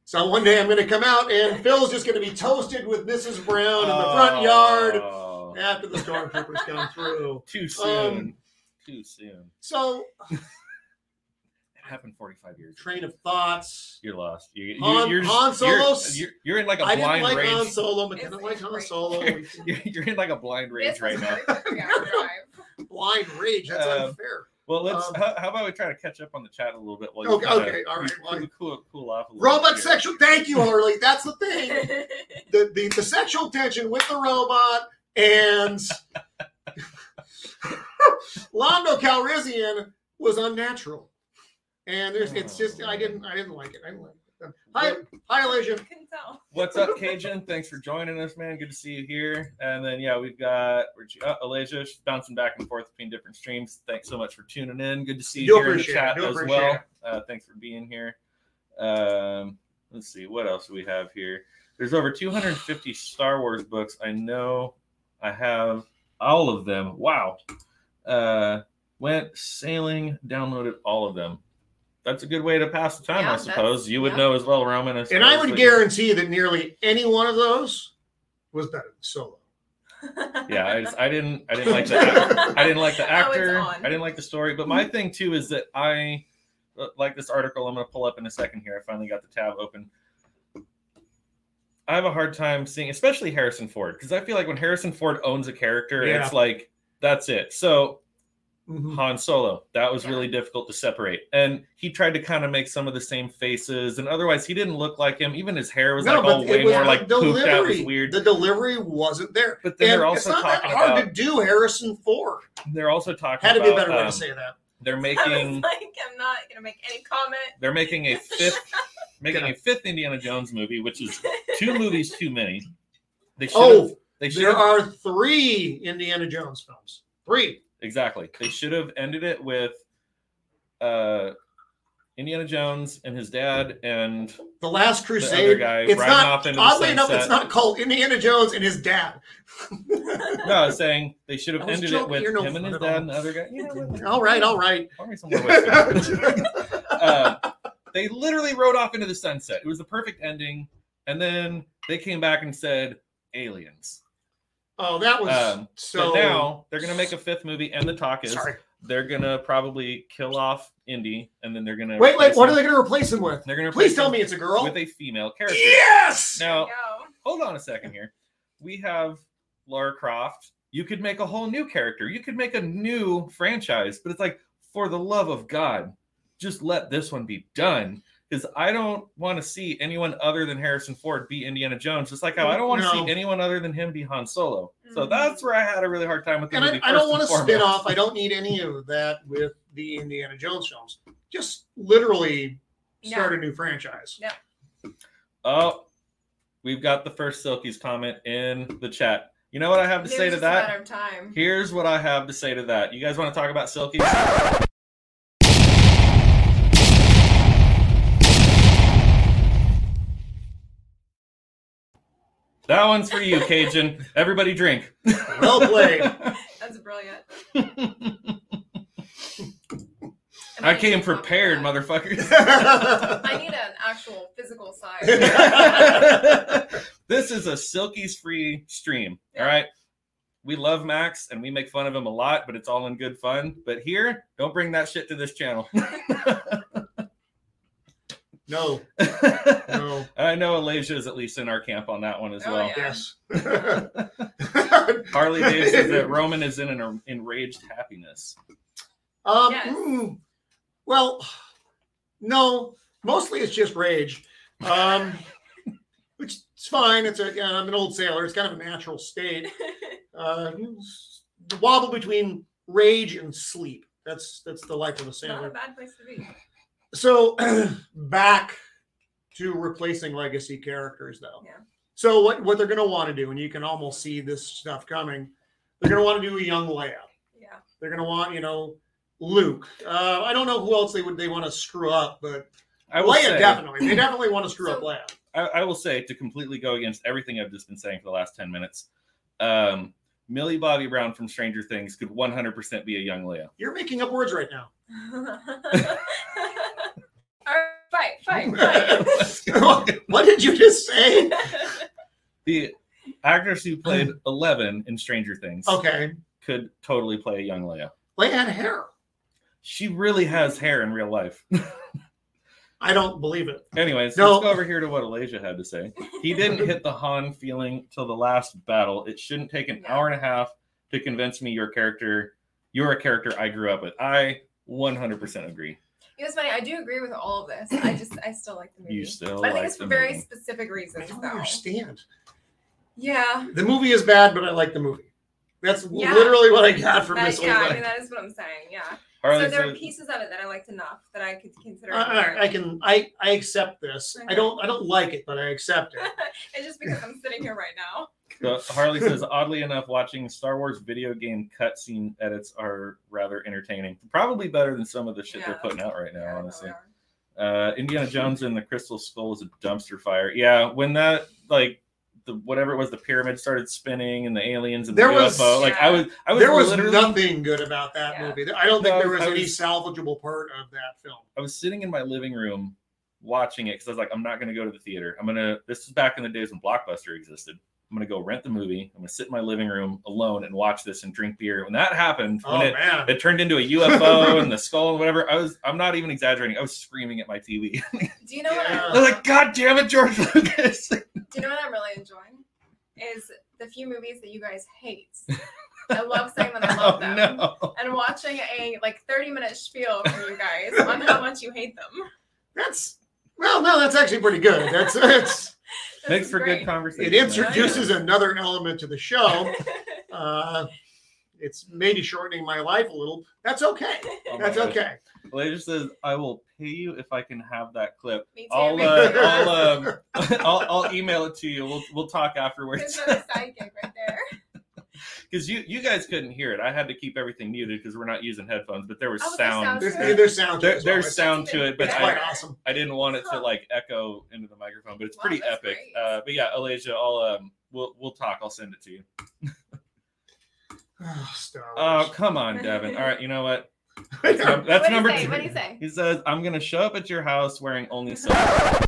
So one day I'm going to come out, and Phil's just going to be toasted with Mrs. Brown in the front yard Um,
Oh,
after the stormtroopers come through.
Too soon. Too soon.
So
It happened 45 years. ago.
train of thoughts.
You're lost. You, you,
Han-
you're, just-
Han Solo's-
You're, you're, you're in like a
I didn't
blind
like Han
rage.
Solo, but then I
It's-
like
it's
Han
great.
Solo.
<laughs> You're, you're in like a blind rage
This
right
was
now.
my three-hour drive.
Blind rage. That's
Um,
unfair.
Well, let's.
Um,
how, how about we try to catch up on the chat a little bit? While
Okay,
kinda
okay, all right,
Cool,
well,
cool, cool off. A little
Robot
bit here.
sexual. Thank you, Harley. That's the thing.
<laughs>
The, the the sexual tension with the robot and <laughs> Lando Calrissian was unnatural. And there's it's just I didn't I didn't like it. I didn't like it. Hi, hi, Elysian.
Can tell.
What's up, Cajun? Thanks for joining us, man. Good to see you here. And then, yeah, we've got Reg- uh, Alasia she's bouncing back and forth between different streams. Thanks so much for tuning in. Good to see you
Do
here in the
appreciate it.
chat
Do
as
appreciate
well.
it.
Uh, thanks for being here. Um, let's see what else do we have here. There's over 250 Star Wars books. I know I have all of them. Wow. Uh, went sailing, downloaded all of them. That's a good way to pass the time,
Yeah,
I
that's-
suppose. You would
yeah.
know as well, Roman.
And I
suppose,
would
that-
guarantee that nearly any one of those was better than solo.
yeah I, just, I didn't i
<laughs>
didn't like the act- i didn't like the
Oh, it's
actor i
on.
didn't like the story but my thing too is that i uh, like this article i'm going to pull up in a second here i finally got the tab open i have a hard time seeing especially harrison ford because i feel like when harrison ford owns a character
Yeah.
it's like that's it so
Mhm.
Han Solo. That was
Yeah.
really difficult to separate. And he tried to kind of make some of the same faces, and otherwise he didn't look like him. Even his hair was like all way more like poofed out. It was weird.
The delivery wasn't there.
But then
and
they're
it's
also
not that
talking
hard
about
to do. Harrison Ford
they're also talking
had to
about
be a better way
um,
to say that.
they're
I was
making
like, I'm not gonna make any comment.
they're making a fifth making
Get
a fifth Indiana Jones movie, which is two movies too many. They should
Oh,
they should
there are three Indiana Jones films. Three.
exactly. They should have ended it with uh Indiana Jones and his dad and
The Last
the
Crusade.
other guy
it's
riding
not.
off into the
Oddly
sunset.
enough, it's not called Indiana Jones and his dad.
No, I was saying they should
I
have
was
ended
joking.
it with
You're no
him and his
fun at all.
dad and the other guy. You know what?
all right, all right.
Pour me some more
<laughs>
whiskey. Uh, they literally rode off into the sunset. It was the perfect ending. And then they came back and said, aliens.
oh, that was
Um,
so.
but now they're going to make a fifth movie, and the talk is
sorry.
they're going to probably kill off Indy, and then they're going to.
Wait, wait. What are they going to replace him with?
They're going to
Please tell me it's a girl.
With a female character.
Yes.
Now,
Yo.
hold on a second here. We have Lara Croft. You could make a whole new character. You could make a new franchise, but it's like, for the love of God, just let this one be done. Because I don't want to see anyone other than Harrison Ford be Indiana Jones. Just like how I don't want to
No.
see anyone other than him be Han Solo. So
Mhm.
that's where I had a really hard time with the
and
movie.
I, I
first
don't want to
and
spin
foremost.
off. I don't need any of that with the Indiana Jones films. Just literally start a new franchise.
Oh, we've got the first Silky's comment in the chat. You know what I have to
It
say
was
to
just a
that?
matter of time.
Here's what I have to say to that. You guys want to talk about Silkies? That one's for you, Cajun. Everybody drink.
<laughs> Well
<laughs>
played.
That's brilliant. And
I
need
came
to copy
prepared,
that.
motherfuckers. <laughs>
I need an actual physical size.
this is a Silkies free stream. All right. we love Max and we make fun of him a lot, but it's all in good fun. But here, don't bring that shit to this channel.
No, no.
I know Alasia is at least in our camp on that one as
Oh,
well.
yeah.
Yes. <laughs>
<laughs>
Harley Dave says that Roman is in an enraged happiness.
Um,
Yes.
mm, well, no, mostly it's just rage,
<laughs>
um, which is fine. It's a, yeah, I'm an old sailor. It's kind of a natural state.
<laughs>
Uh, the wobble between rage and sleep. That's that's the life of a
Not a
sailor.
bad place to be.
So <clears throat> back to replacing legacy characters, though.
Yeah.
So what what they're going to want to do, and you can almost see this stuff coming. They're going to want to do a young Leia.
Yeah.
They're gonna want, you know, Luke. Uh, I don't know who else they would they want to screw up, but
I will
Leia
say,
definitely.
<laughs>
They definitely want to screw up
So-
Leia.
I, I will say to completely go against everything I've just been saying for the last ten minutes. Um, Millie Bobby Brown from Stranger Things could 100% be a young Leia.
You're making up words right now.
<laughs> All right,
<laughs>
<laughs>
fight, fight, <laughs> fight.
what did you just say?
The actress who
<sighs>
played Eleven in Stranger Things
Oh.
Okay,
could totally play a young Leia.
Leia had hair.
She really has hair in real life.
I don't believe it.
Anyways,
No.
let's go over here to what Alasia had to say. He didn't hit the Han feeling till the last battle. It shouldn't take an
No.
hour and a half to convince me your character, you're a character I grew up with. I 100% agree.
It was funny. I do agree with all of this. I just, I still like the movie.
You still
but I think
like
it's for
the
very
movie.
specific
I
reasons,
don't
though.
understand.
Yeah.
The movie is bad, but I like the movie. That's
Yeah.
literally what I got from
That,
this
yeah, I
whole
mean,
thing.
that is what I'm saying. Yeah.
Harley
so there are
says-
pieces of it that I liked enough that I could consider.
All right, I can I I accept this. I
Okay.
don't I don't like it, but I accept it.
it's just because I'm sitting here right
<laughs>
now.
So uh, Harley says, oddly enough, watching Star Wars video game cutscene edits are rather entertaining. Probably better than some of the shit
Yeah,
they're putting out right now,
Yeah,
honestly.
there
Uh, Indiana Jones and the Crystal Skull was a dumpster fire. Yeah, when that like the whatever it was, the pyramid started spinning and the aliens and
There
the
was-
UFO. Like I was, I was
there was
literally,
nothing good about that
Yeah.
movie. I don't think
No,
there was
I
any
was-
salvageable part of that film.
I was sitting in my living room watching it because I was like, I'm not gonna go to the theater. I'm gonna. This is back in the days when Blockbuster existed. I'm gonna go rent the movie. I'm gonna sit in my living room alone and watch this and drink beer. When that happened,
Oh
when it
man.
it turned into a UFO <laughs> and the skull and whatever. I was I'm not even exaggerating. I was screaming at my TV.
are. Do you know what?
<laughs>
Yeah.
I
I'm,
was like, God damn it, George
<laughs>
Lucas. <laughs>
Do you know what I'm really enjoying? Is the few movies that you guys hate. I love saying that
<laughs>
I
Oh,
love them.
no.
And watching a like 30 minute spiel from you guys on how much you hate them.
That's well, no, that's actually pretty good. That's it's
This
Makes
is
for
great.
good conversation.
it
man.
introduces another element to the show. Uh, it's maybe shortening my life a little. That's okay.
Oh my
That's
gosh.
okay.
Later says, I will pay you if I can have that clip.
Me too.
I'll
<laughs> me
uh,
too.
I'll, um,
<laughs>
<laughs> I'll I'll email it to you. We'll we'll talk <laughs>
There's
afterwards.
another sidekick right there.
Because you you guys couldn't hear it. I had to keep everything muted because we're not using headphones, but there was
Oh, there's
sound.
sound.
There's,
There-
there's sound. to it
there-
as well.
there's
It's-
sound to it, but
It's
Yeah.
I,
quite awesome.
I didn't want it to like echo into the microphone, but it's
Wow,
pretty
that's
epic.
great.
Uh, but yeah, Alasia, I'll um, we'll we'll talk. I'll send it to you.
Oh, Star Wars.
<laughs> Oh, come on,
<laughs>
Devin. All right, you know what? That's,
I
num- that's
What'd he
number
say?
two.
What'd he say?
He says, "I'm gonna show up at your house wearing
<laughs>
only silver."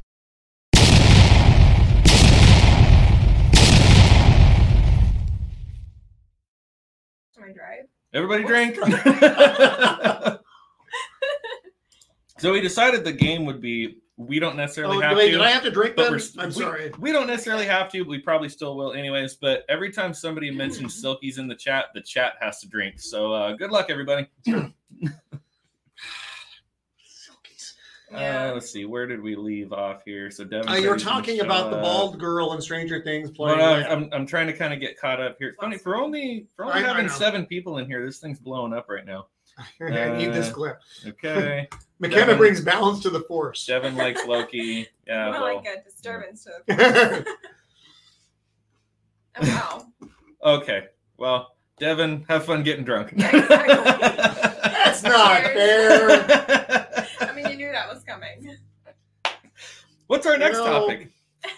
Am I drive?
Everybody drink. <laughs> so we decided the game would be we don't necessarily
<laughs> oh,
have
wait,
to.
did I have to drink
but
them?
we're st-
I'm
we-
sorry.
We don't necessarily have to, but we probably still will, anyways. But every time somebody
<laughs>
mentions Silkies in the chat, the chat has to drink. So uh, good luck, everybody. Uh, Oh,
Yeah.
let's see, where did we leave off here? So Devin,
Uh,
said
you're
he's gonna
talking
show
about the
up.
bald girl in Stranger Things
Well,
playing.
no,
Leia.
I'm, I'm trying to kind of get caught up here. It's funny for only for only
I- I
having
know.
seven people in here. This thing's blowing up right
<laughs>
now.
I need this
uh,
clip.
Okay,
McKenna
Devin-
brings balance to the force.
Devin likes Loki. Yeah,
More
well,
like a disturbance to the
<laughs> That's
Oh, wow.
okay. Well, Devin, have fun getting
<laughs>
drunk. <laughs>
Yeah, exactly.
not fair.
I mean, you knew that was coming.
What's our next
No.
topic?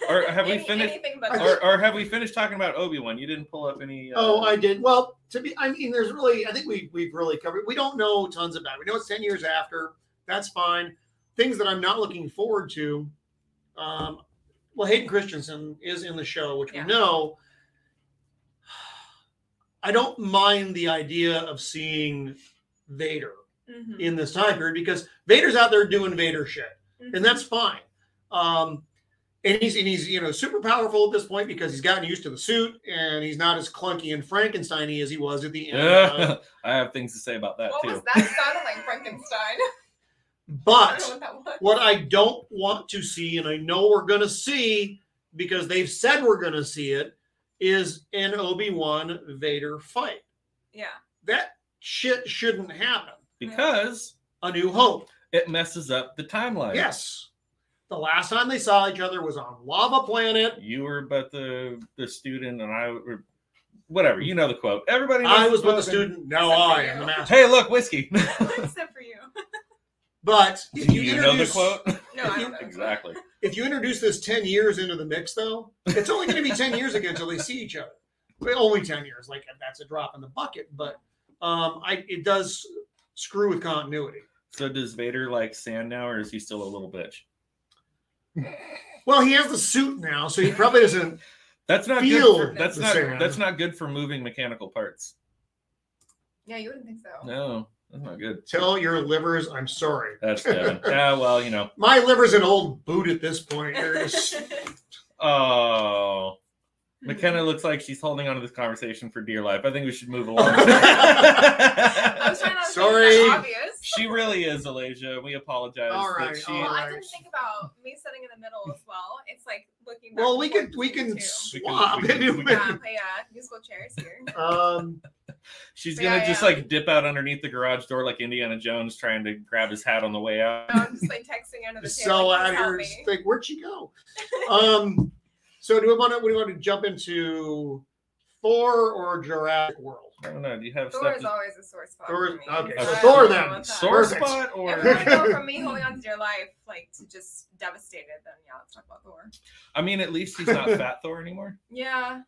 Or <laughs> have we finished-
Anything but
Or, or have we finished talking about Obi Wan? You didn't pull up any. Uh, <laughs>
Oh, I did. Well, to be, I mean, there's really, I think we we've really covered. We don't know tons about it. We know it's ten years after. That's fine. Things that I'm not looking forward to. Um, well, Hayden Christensen is in the show, which
Yeah.
we know. I don't mind the idea of seeing Vader
Mhm.
in this time period because Vader's out there doing Vader shit,
Mhm.
and that's fine. Um, and he's and he's you know super powerful at this point because he's gotten used to the suit and he's not as clunky and Frankensteiny as he was at the end.
I have things to say about that
what
too.
was that sounded like Frankenstein? I
<laughs> But
don't know what that was.
what I don't want to see, and I know we're going to see because they've said we're going to see it, is an Obi Wan Vader fight.
Yeah. <laughs>
That shit shouldn't happen.
Because
A New Hope.
it messes up the timeline.
Yes. The last time they saw each other was on Lava Planet.
You were but the the student and I were whatever. You know the quote. Everybody knows
I was with the
quote.
student. Now I am the master.
Hey, look, whiskey.
Except for you.
But
<laughs>
if
you,
you,
know the
introduce-
quote?
No, I don't know.
exactly.
if you introduce this 10 years into the mix though it's only going to be 10 years again until they see each other Well, only 10 years like that's a drop in the bucket but um i it does screw with continuity
So does Vader like sand now, or is he still a little bitch?
well he has the suit now so he probably doesn't
That's not
Feel
good. For, that's
the
not
sand.
that's not good for moving mechanical parts.
Yeah, you wouldn't think
Oh.
so.
No, that's not good.
tell your livers i'm sorry
That's
<laughs>
Devin. yeah, well, you know.
my liver's an old boot at this point They're
<laughs>
just-
Oh, McKenna
Hmm.
looks like she's holding on to this conversation for dear life. I think we should move
<laughs>
along.
I was trying not to
Sorry.
Sorry. obvious.
she really is, Alasia. We apologize.
All
that
right,
she-
all
Well,
right.
I didn't think about me sitting in the middle as well. It's like looking. Back
well we
and forth
can we can
between the
swap
We can- we
two.
can-
Yeah, yeah. Musical chairs
<laughs>
here.
um
She's
Yeah,
gonna just
yeah.
like dip out underneath the garage door like Indiana Jones trying to grab his hat on the way out.
I'm just like texting under the
just
table.
sell
like,
out
"Please help
here
me."
like where'd she
<laughs>
go um so do we want to we want to jump into thor or jurassic world
I don't know. Do you have
Thor
stuff?
is
to-
always a sore spot.
Thor-
for me.
okay,
so
I
Thor
don't know
then.
about that.
Sore
Perfect.
spot or?
<laughs>
If you want to go from me holding on to dear life, like to just devastated, then yeah, let's talk about Thor.
I mean, at least he's not Fat Thor anymore.
Yeah,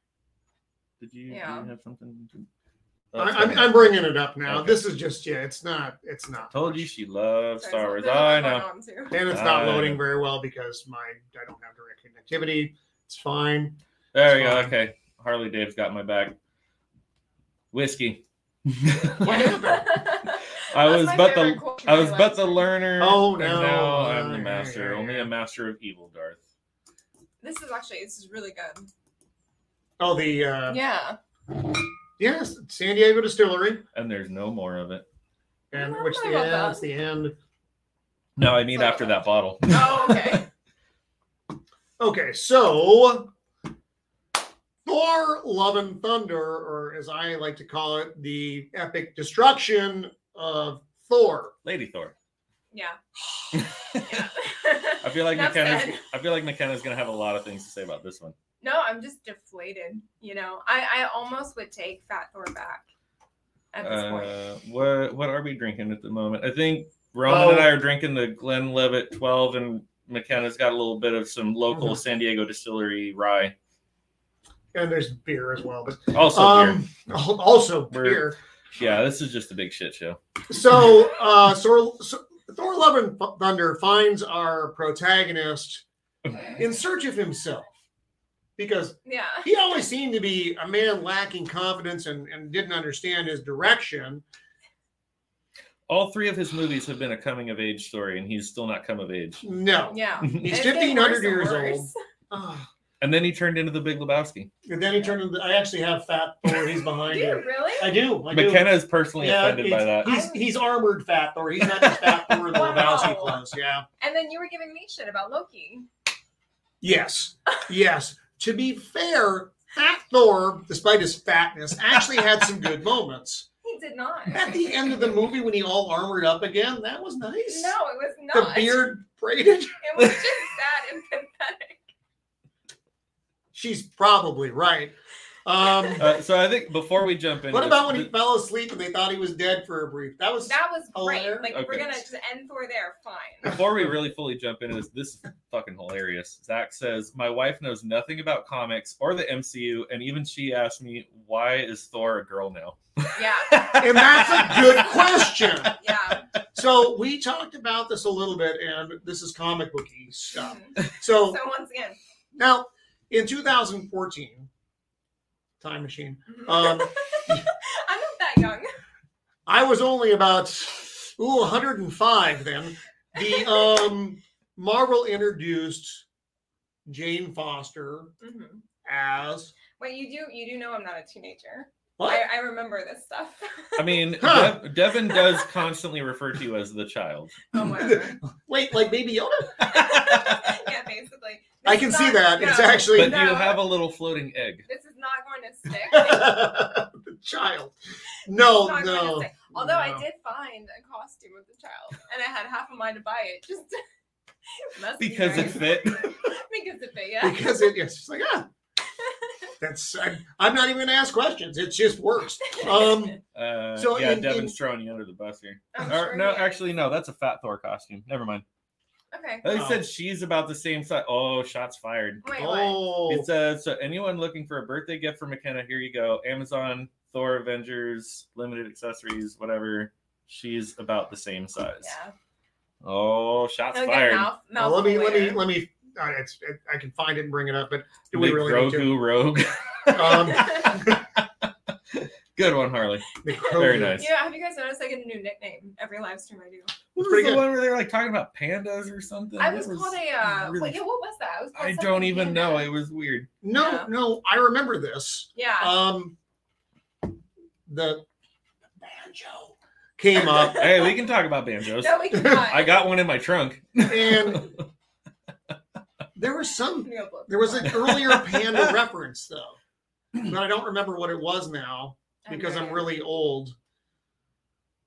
Did you,
Yeah.
do you have something? To... uh,
I, I'm, I'm bringing it up now.
Okay.
This is just yeah, it's not it's not.
Told you she loves
sorry,
Star Wars. I
so there's a lot
know.
on to.
<laughs>
and it's not
I
loading
know.
very well because my I don't have direct connectivity. It's fine.
There we go.
It's fine.
Okay. Harley Dave's got my back.
<laughs>
Whiskey.
What happened?
I
That's
was
my
but the
favorite quote from
I was
my
but the
life.
learner.
Oh,
and
no.
now I'm
Yeah,
the
yeah,
master.
yeah,
Only
yeah.
a master of evil, Darth.
This is actually this is really good.
Oh, the uh,
yeah,
yes, San Diego Distillery,
And there's no more of it.
and
I
which
don't
the
know
end,
about that.
it's the end.
No, I mean
Sorry.
after that bottle.
Oh, <laughs>
<laughs>
okay.
Okay, so Thor: Love and Thunder, or as I like to call it, the epic destruction of Thor.
Lady Thor.
Yeah. <laughs>
<laughs>
yeah.
I feel like
Enough
McKenna.
said.
I feel like McKenna's gonna have a lot of things to say about this one.
No, I'm just deflated. You know, I I almost would take Fat Thor back at this point.
Uh, what what are we drinking at the moment? I think Roman and
Oh.
I are drinking the Glenn Levitt 12, and McKenna's got a little bit of some
Uh-huh.
local
Mhm.
San Diego distillery rye.
And there's beer as well, but
Also beer.
um, al- also
We're-
beer.
Yeah, this is just a big shit show. <laughs>
So, uh, so, so Thor: Love and Th- Thunder finds our protagonist in search of himself because
Yeah.
he always seemed to be a man lacking confidence and, and didn't understand his direction.
All three of his movies have been a coming of age story, and he's still not come of age.
No,
Yeah.
he's
It's getting
fifteen
worse
hundred years
and
old.
worse.
Ah.
<laughs> And then he turned into the Big Lebowski.
and then he turned. Into, I actually have Fat Thor.
<laughs>
He's
Do
behind
you
you. I
really?
do. I do.
McKenna is personally
Yeah,
offended by
it's-
that.
He's he's armored Fat Thor. He's not just Fat Thor in the Lebowski
<laughs> Wow.
clothes. Yeah.
And then you were giving me shit about Loki.
Yes. Yes. to be fair, Fat Thor, despite his fatness, actually had some good moments.
He did
<laughs>
not.
At the end of the movie, when he all armored up again, that was nice.
No, it was
the
not.
beard braided. <laughs>
It was just sad and pathetic.
She's probably right.
<laughs>
Um,
Uh, so I think before we jump in,
what about when he fell asleep and they thought he was dead for a brief? That was
That was great.
Hilarious.
Like we're
Okay.
gonna just end Thor there.
<laughs>
Fine.
Before we really fully jump into this, this is fucking hilarious. Zach says, My wife knows nothing about comics or the MCU, and even she asked me, Why is Thor a girl now?
Yeah.
<laughs> and that's a good question.
Yeah.
So we talked about this a little bit, and this is comic booky
<laughs>
stuff.
Mhm.
So
So once again.
now, in 2014, time machine.
mhm.
Um,
I'm not that young.
I was only about ooh, 105 then. The um, Marvel introduced Jane Foster
Mhm.
as
Wait, you do you do know I'm not a teenager.
what?
I, I remember this stuff. <laughs>
I mean,
Huh.
Dev- Devin does constantly refer to you as the child.
oh,
<laughs>
whatever.
Wait, like Baby Yoda?
<laughs> yeah, basically.
I
This
can
is
see
not-
that.
no,
It's actually
But
No.
you have a little floating egg.
This is not going to
<laughs>
stick.
the child.
It's
No,
not going to
Oh, no.
stick. Although
No.
I did find a costume of the child, and I had half a mind to <laughs> buy it just must be
Because it
nice.
fit.
<laughs> because it fit, yeah.
Because it, it's just like,
<laughs>
ah. That's I'm, I'm not even gonna ask questions. It just works.
<laughs>
Um,
Uh,
So
yeah,
in-
Devin's
in-
throwing you under the bus here.
I'm
Or,
sure
no,
he is.
actually, no. That's a Fat Thor costume. Never mind.
Okay.
They
Oh.
said she's about the same size. Oh, shots fired.
Wait, what?
oh,
It says so. Anyone looking for a birthday gift for McKenna? Here you go. Amazon Thor Avengers limited accessories, whatever. She's about the same size.
Yeah.
Oh, shots
He'll get
fired.
mouth,
Well,
mouth
Uh, let me let me
later.
let me. Uh, it's, it, I can find it and bring it up, but do we
Make
really
Grogu
need
rogue. <laughs>
to? Um,
<laughs>
Good one, Harley.
the
Very
Kroger.
nice.
You know, have you guys noticed I get a new nickname every live stream I do?
What was
pretty
the
good.
one where they were like talking about pandas or something?
I
That
was, called a. Uh,
really-
wait, yeah, what was that? I was. called
I don't
something
even
panda.
know. It was weird.
No,
Yeah. Ah.
no, I remember this.
Yeah.
Um, the banjo came
<laughs>
up,
Hey, we can talk about banjos.
no, we cannot.
<laughs> I got one in my trunk.
and there was some. There was an earlier
<laughs>
panda reference though, but I don't remember what it was now because I'm really old.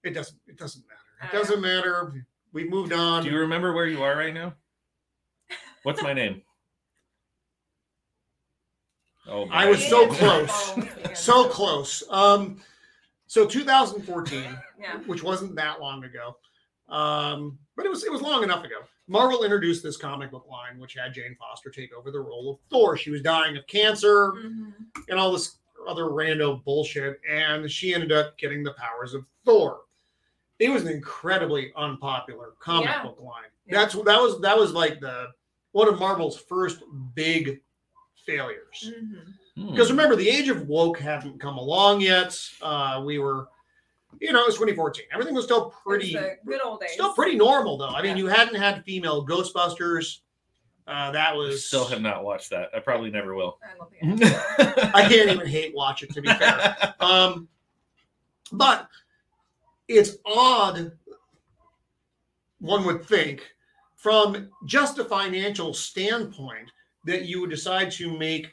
It doesn't. It doesn't matter. It
Uh.
doesn't matter. We moved on.
Do you remember where you are right now? What's my
<laughs>
name? Oh,
I
my
was so
God.
close. so close. Um, so 2014,
Yeah.
which wasn't that long ago, um, but it was it was long enough ago. Marvel introduced this comic book line, which had Jane Foster take over the role of Thor. She was dying of cancer
Mhm.
and all this other rando bullshit, and she ended up getting the powers of Thor. It was an incredibly unpopular comic
Yeah.
book line.
Yeah.
That's that was that was like the one of Marvel's first big failures.
Mhm.
Hmm.
Because remember, the age of woke hadn't come along yet. Uh, we were, you know, it was 2014. Everything was still pretty,
It was the good old days.
still pretty normal though. I mean,
Yeah.
you hadn't had female Ghostbusters. Uh, that
I
was
still have not watched that. I probably never
<laughs>
will.
I love
<laughs>
it.
I
I can't even hate watch it to be fair.
<laughs>
Um, but it's odd. One would think, from just a financial standpoint, that you would decide to make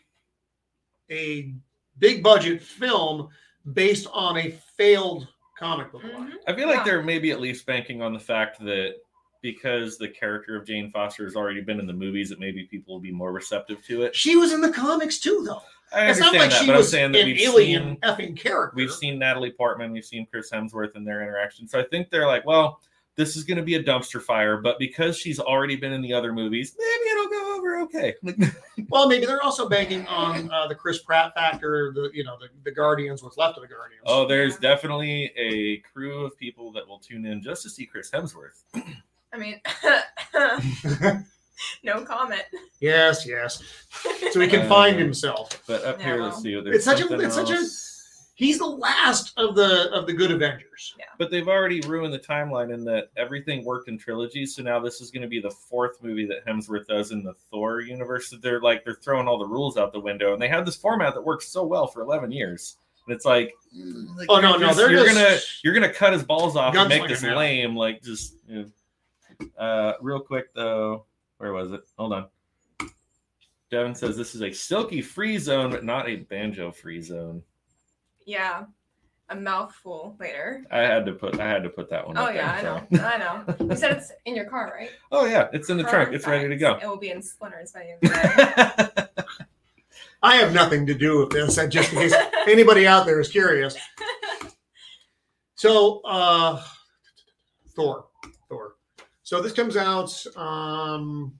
a big budget film based on a failed comic book line.
Mhm.
feel like
Yeah.
they're maybe at least banking on the fact that because the character of Jane Foster has already been in the movies, that maybe people will be more receptive to it.
She was in the comics too, though.
I
It's
understand
not like
that,
she
but I'm
was
saying
an
that we've
alien
seen
effing character.
we've seen Natalie Portman, we've seen Chris Hemsworth in their interaction. So I think they're like, well, this is going to be a dumpster fire, but because she's already been in the other movies, maybe it'll go over okay. Like,
Well, maybe they're also banking on uh, the Chris Pratt factor. The you know the, the Guardians, what's left of the Guardians.
oh, there's definitely a crew of people that will tune in just to see Chris Hemsworth.
I mean,
Mm-hmm. <laughs>
<laughs> no comment.
Yes, yes. So he can
Uh,
find himself.
But up here,
Yeah,
let's
well.
see. what There's
It's such a
something
it's such a
else.
he's the last of the of the good Avengers.
But they've already ruined the timeline in that everything worked in trilogies. So now this is going to be the fourth movie that Hemsworth does in the Thor universe. So they're like they're throwing all the rules out the window, and they have this format that works so well for eleven years. And it's like, like,
Oh no,
you're
no,
just-
they're
you're gonna
just,
you're gonna cut his balls off and make
Gunslinger
this
now.
lame. Like just you know. uh, real quick though, where was it? Hold on. Devin says this is a silky free zone, but not a banjo free zone.
Yeah, a mouthful later.
I had to put I had to put that one.
Oh
up
yeah, I
there, so.
know. I know. You said it's in your car, right?
Oh yeah, it's in the trunk. It's ready to go.
Perfect. It will be in splinters by the end of the day.
<laughs>
<laughs> I have nothing to do with this. I just in case anybody out there is curious. So uh Thor. Thor. So this comes out um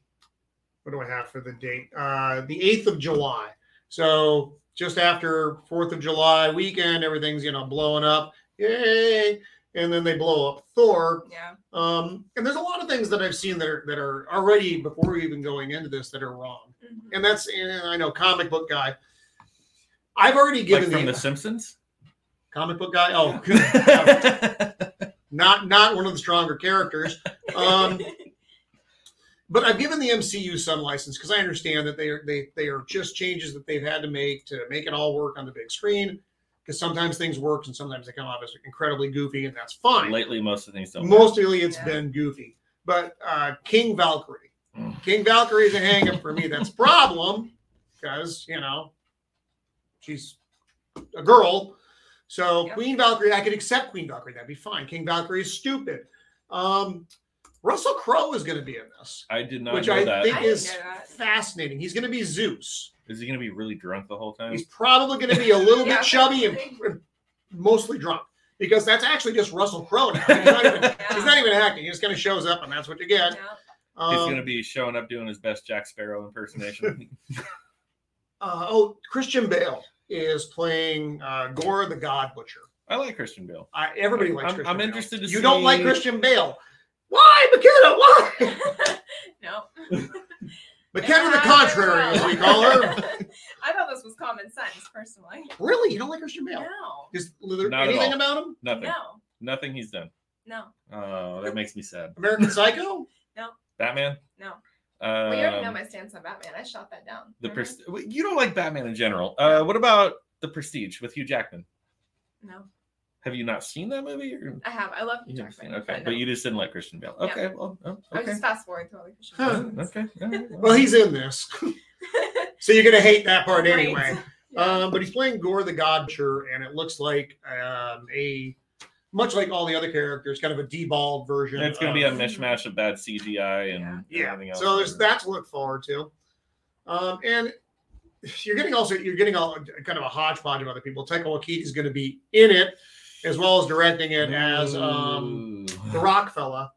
what do I have for the date? Uh the 8th of July. So just after 4th of July weekend, everything's you know blowing up. Yay! And then they blow up Thor.
yeah.
Um, and there's a lot of things that I've seen that are that are already before we even going into this that are wrong.
Mhm.
And that's and I know comic book guy. I've already
like
given
from
the, <laughs>
The Simpsons.
comic book
<laughs>
guy. Oh, God. not not one of the stronger characters. Um, but I've given the MCU some license because I understand that they are they they are just changes that they've had to make to make it all work on the big screen. Because sometimes things work and sometimes they come off as incredibly goofy, and that's fine.
Lately, most of the things don't. work.
Mostly it's
Yeah.
been goofy. But uh, King Valkyrie.
Mm.
King Valkyrie is a hang up for me. That's a problem because, you know, she's a girl. So
Yeah.
Queen Valkyrie, I could accept Queen Valkyrie. That'd be fine. King Valkyrie is stupid. Um, Russell Crowe is going to be in this,
I did not
which
know
I
that. Is
think
I didn't
is
know that.
fascinating. He's going to be Zeus.
he going to be really drunk the whole time?
He's probably going to be a little
<laughs> Yeah,
bit chubby and,
probably.
and mostly drunk because that's actually just Russell Crowe
<laughs>
now. He's not even,
<laughs> Yeah.
he's not even acting. He just kind of shows up and that's what you
Yeah.
get.
He's
Um,
going to be showing up doing his best Jack Sparrow
<laughs>
impersonation.
uh, oh, Christian Bale is playing uh, Gore the God Butcher.
I like Christian Bale.
I, everybody likes.
I'm-
Christian
I'm
Bale.
interested to
You don't like
see-
Christian Bale? Why, McKenna? Why?
<laughs> no.
McKenna the
I-
contrary,
I-
as we call her.
<laughs> I thought this was common sense, personally.
Really, you don't like Christian Bale?
No.
Is there
Not at
anything
all.
about him?
Nothing.
No.
Nothing he's done.
No.
Oh, that makes me sad.
American Psycho?
Batman.
No.
Uh,
Well, you already know my stance on Batman. I shot that down.
the
Remember?
pres- Wait, You don't like Batman in general. Uh, what about the Prestige with Hugh Jackman?
No,
Have you not seen that movie? Or-
I have. I love
You
Hugh
haven't
Jackman.
seen- okay,
no.
but you just didn't like Christian Bale.
Yeah.
Okay, well, oh,
I was
okay.
just fast forward through all the Christian
Huh.
Bale movies.
Okay. all right,
Well, he's in this, <laughs> so you're gonna hate that part
Right.
anyway.
Yeah.
Um, but he's playing Gore the God Butcher, and it looks like um, a much like all the other characters, kind of a deballed version.
It's going to
of-
be a mishmash of bad CGI and
Yeah.
yeah.
everything else.
So there's that to look forward to, um, and you're getting also you're getting all kind of a hodgepodge of other people. Taika Waititi is going to be in it as well as directing it as um,
Ooh.
the Rock fella.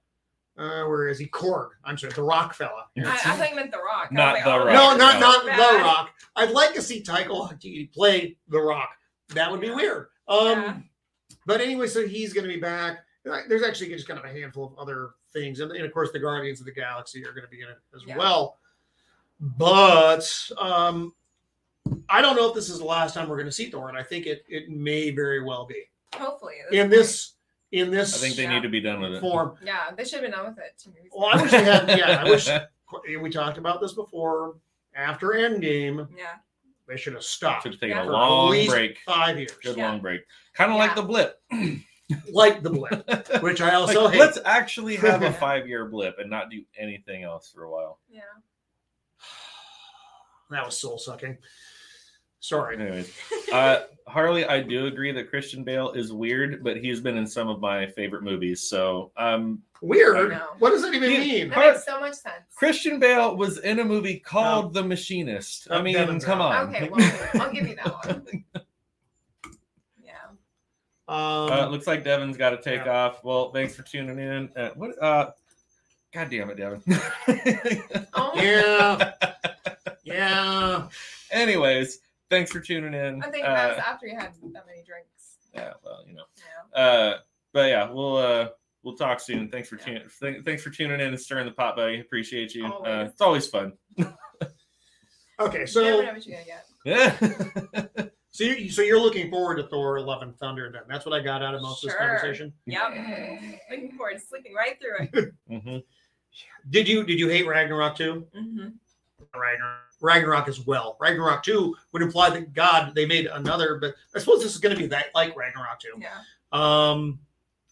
Uh, where is he? Korg. I'm sorry, the Rock fella.
I, I thought you meant The Rock. I was
Not
like,
The
oh,
Rock,
no, not
no.
not the
Bad.
Rock. I'd like to see Taika Waititi play the Rock. That would be
Yeah.
weird. Um,
Yeah.
but anyway, so he's going to be back. Uh, There's actually just kind of a handful of other things, and, and of course, the Guardians of the Galaxy are going to be in it as
Yeah.
well. But um, I don't know if this is the last time we're going to see Thor, and I think it it may very well be
Hopefully. at
in this in
I
this
think they
Yeah.
need to be done with it.
form.
point. Yeah, they should have been done with it two movies.
Well, I wish they had. Yeah,
<laughs>
I wish we talked about this before. After Endgame,
ago. yeah.
they should have stopped.
Should have taken
Yeah.
a
for
long
at least
break.
Five years.
Good
Yeah.
long break. Kind of like
Yeah.
the blip.
<laughs> Like the blip, which I
Like,
also hate.
let's actually have a
<laughs>
Yeah.
five year blip and not do anything else for a while.
Yeah.
That was soul sucking. Sorry.
Anyways,
<laughs>
uh, Harley, I do agree that Christian Bale is weird, but he's been in some of my favorite movies. So um,
Weird.
I know.
What does that even
Yeah.
mean?
That makes so much sense.
Christian Bale was in a movie called The Machinist. I
Oh,
mean,
Devin's
come
out.
on.
Okay, well, I'll give you that one. Yeah.
Um,
Uh, it looks like Devin's got to take
Yeah.
off. Well, thanks for tuning in. Uh, what? Uh, God damn it, Devin. <laughs>
Oh,
<laughs> yeah. yeah.
Anyways, thanks for tuning in.
I think
uh,
that was after you had that many drinks.
yeah, well, you know.
Yeah.
Uh, but yeah, we'll uh, we'll talk soon. Thanks for
Yeah.
tuning. Th- thanks for tuning in and stirring the pot, buddy. Appreciate you. Uh,
Always.
it's always <laughs> fun.
Okay.
So, you never
So,
know what you're gonna get.
Yeah.
so you so you're looking forward to Thor: Love and Thunder. Then that's what I got out of most of this
Sure.
conversation.
Yep. Looking forward to sleeping right through
<laughs>
it.
hmm
Did you did you hate Ragnarok too?
hmm
Ragnarok. Ragnarok as well. Ragnarok 2 would imply that God, they made another, but I suppose this is going to be that like Ragnarok 2.
Yeah.
Um,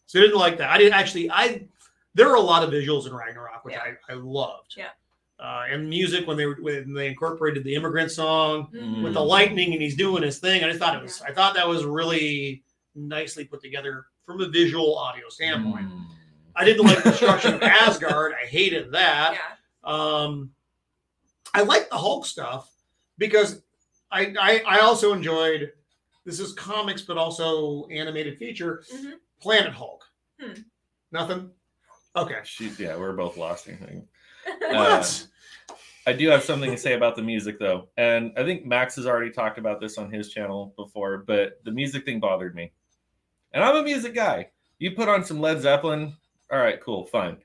so I didn't like that. I didn't actually. I there were a lot of visuals in Ragnarok, which
Yeah.
I, I loved.
Yeah.
Uh, and music when they were when they incorporated the immigrant song
Hmm.
Mhm.
with the lightning and he's doing his thing. I just thought it was. I thought that was really nicely put together from a visual audio standpoint.
Hmm.
I didn't like the destruction of Asgard. I hated that.
Yeah.
Um, I like the Hulk stuff because I, I I also enjoyed this is comics but also animated feature
Mhm.
Planet Hulk.
Hmm.
Nothing. Okay.
She, yeah, we're both lost. I think.
<laughs>
Uh,
What?
I do have something to say about the music though, and I think Max has already talked about this on his channel before, but the music thing bothered me. And I'm a music guy. You put on some Led Zeppelin, all right, cool, fine.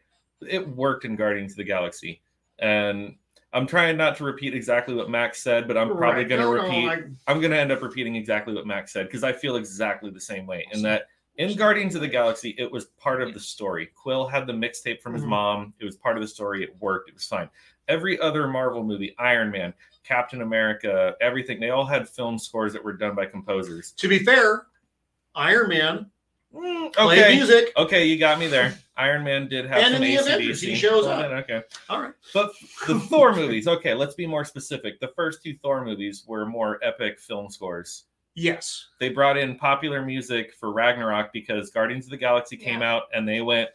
It worked in Guardians of the Galaxy, and I'm trying not to repeat exactly what Max said, but I'm probably
Right.
going to
No, no,
repeat.
I-
I'm going to end up repeating exactly what Max said because I feel exactly the same way. In that, in Guardians of the Galaxy, it was part of the story. Quill had the mixtape from his
Mhm.
mom. It was part of the story. It worked. It was fine. Every other Marvel movie, Iron Man, Captain America, everything, they all had film scores that were done by composers.
to be fair, Iron Man
Mm,
played
okay.
music.
Okay, you got me there. Iron Man did have
And
some
in the Avengers,
AC/DC.
he shows
Well,
up.
then, Okay.
All right.
But the Thor movies, okay, let's be more specific. The first two Thor movies were more epic film scores.
Yes.
They brought in popular music for Ragnarok because Guardians of the Galaxy came out and they went,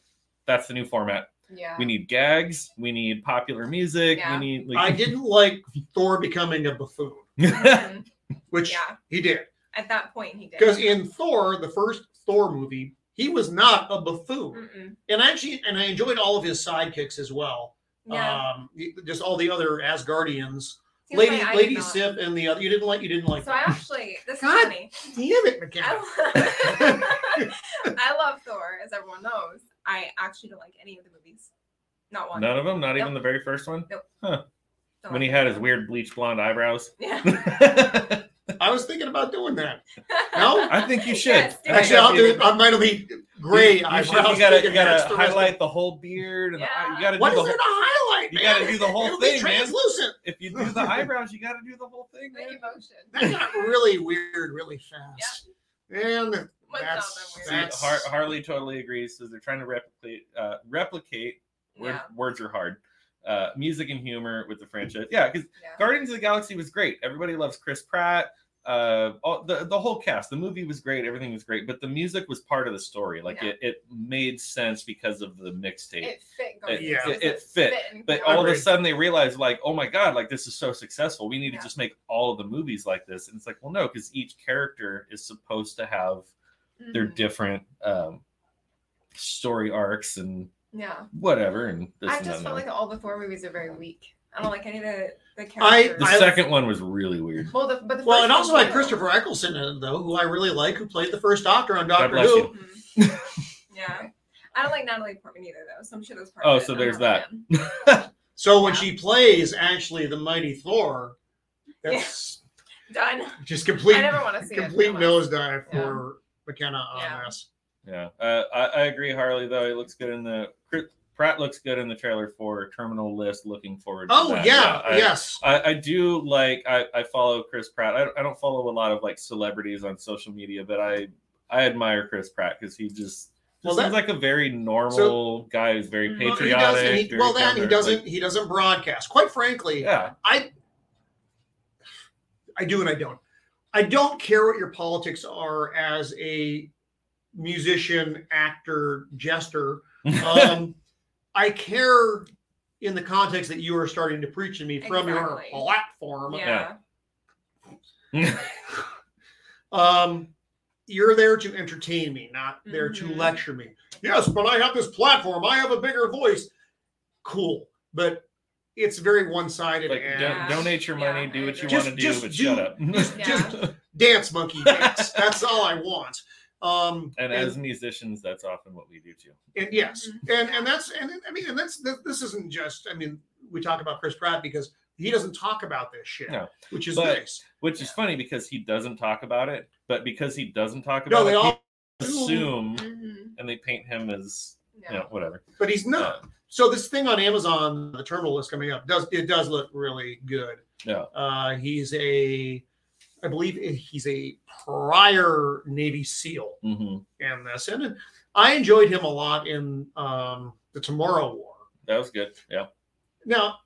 that's the new format.
Yeah.
We
<laughs>
need gags, we need popular music,
Yeah.
we need <laughs>
I
like
didn't like Thor becoming a buffoon,
Mhm.
which
yeah.
he did.
At that point, he did.
Because in Thor, the first Thor movie, he was not a buffoon.
Mm-mm.
And I actually and I enjoyed all of his sidekicks as well.
Yeah.
Um just all the other Asgardians.
Seems
Lady
like I did
Lady
not.
Sif and the other you didn't like you didn't like
So I actually, this
God.
is funny.
Damn it, McKenna.
I, I love <laughs> Thor, as everyone knows. I actually don't like any of the movies. Not one.
none of them, not even
Nope.
the very first one.
Don't
When he
like
had
any
his
of
weird bleach blonde
<laughs>
eyebrows.
them. Yeah.
<laughs> I
I was thinking about
<laughs>
doing that.
<laughs>
No?
think you should.
Yes, do
I think
Actually,
it.
I'll
that'd
do
be-
it. I might be gray
you, you, should,
eyebrows.
you gotta, you
thinking
gotta
that's the rest of-
highlight the whole beard and the eye- you
Yeah.
gotta
What
do
is
the
there
whole,
to highlight?
you
man?
gotta do the whole
It'll be
thing, man.
translucent.
if you do the eyebrows, you got to do the whole thing.
The
Man.
<laughs>
emotion.
That
<laughs>
got really weird really fast. And That's-
What's not that
See,
weird?
that's-
Har- Harley totally agrees. Says they're trying to replicate uh, replicate word,
Yeah.
words are hard. Uh, music and humor with the franchise. Yeah, because
Yeah.
Guardians of the Galaxy was great. Everybody loves Chris Pratt. Uh, all, the the whole cast. The movie was great. Everything was great. But the music was part of the story. Like
Yeah.
it, it made sense because of the mixtape.
It fit.
It-
Guardians.
yeah.
it- it fit.
in
But
Guardians.
all of a
Agreed.
sudden they realized, like, oh my god, like this is so successful. We need
Yeah.
to just make all of the movies like this. And it's like, well, no, because each character is supposed to have their
Mhm.
different um, story arcs and
Yeah.
whatever. And this
I
and
just
that
felt
and
like all the Thor movies are very weak. I don't like any of the the
I-
that.
characters.
the
I-
second one was really weird.
well, the, but the
well,
first
and
one
also had
too.
Christopher Eccleston in it, though, who I really like, who played the first Doctor on Doctor
bless
Who.
you.
Mhm. yeah. I don't like Natalie Portman either, though. So I'm sure there's part.
Oh,
of it.
so
I'm
there's
not a fan.
So when
Yeah.
she plays actually the mighty Thor, that's
Done.
just complete
<laughs> I never want to see
complete
it. that much.
nosedive
Yeah.
for McKenna on
Yeah.
this.
Yeah, uh, I, I agree, Harley. Though he looks good in the Chris Pratt looks good in the trailer for Terminal List. Looking forward. to
Oh
that.
yeah,
I-
yes.
I, I do like I, I follow Chris Pratt. I, I don't follow a lot of like celebrities on social media, but I I admire Chris Pratt because he just, just
Well,
seems
that-
like a very normal guy who's very
Mm. Well,
patriotic.
he doesn't. He,
very
well, then he
kind-hearted,
doesn't.
like-
he doesn't broadcast. Quite frankly,
yeah,
I I do and I don't. I don't care what your politics are as a musician, actor,
<laughs>
jester. Um, I care in the context that you are starting to preach to me from your
Exactly.
platform.
Yeah.
Um, you're there to entertain me, not there to
Mhm.
lecture me. Yes, but I have this platform. I have a bigger voice. Cool, but it's very one-sided.
like
and
Yeah.
don- donate your
Yeah,
money, do
I
what you
agree.
want to do,
Just- just
but
do-
shut up. <laughs>
just-
just-
dance monkey dance. That's all I want. Um,
and as musicians, that's often what we do too.
and yes, and and that's and I mean, and that's that, this isn't just. I mean, we talk about Chris Pratt because he doesn't talk about this shit,
No.
which is
But-
nice.
Which is funny because he doesn't talk about it, but because he doesn't talk
No,
about
they
it,
all,
people assume
Mhm.
and they paint him as
Yeah.
you know whatever.
but he's not.
Uh,
so this thing on Amazon, the terminal list coming up, does it does look really good.
Yeah.
Uh, he's a, I believe he's a prior Navy SEAL
mhm.
in this, and I enjoyed him a lot in um, the Tomorrow War.
That was good. Yeah.
Now,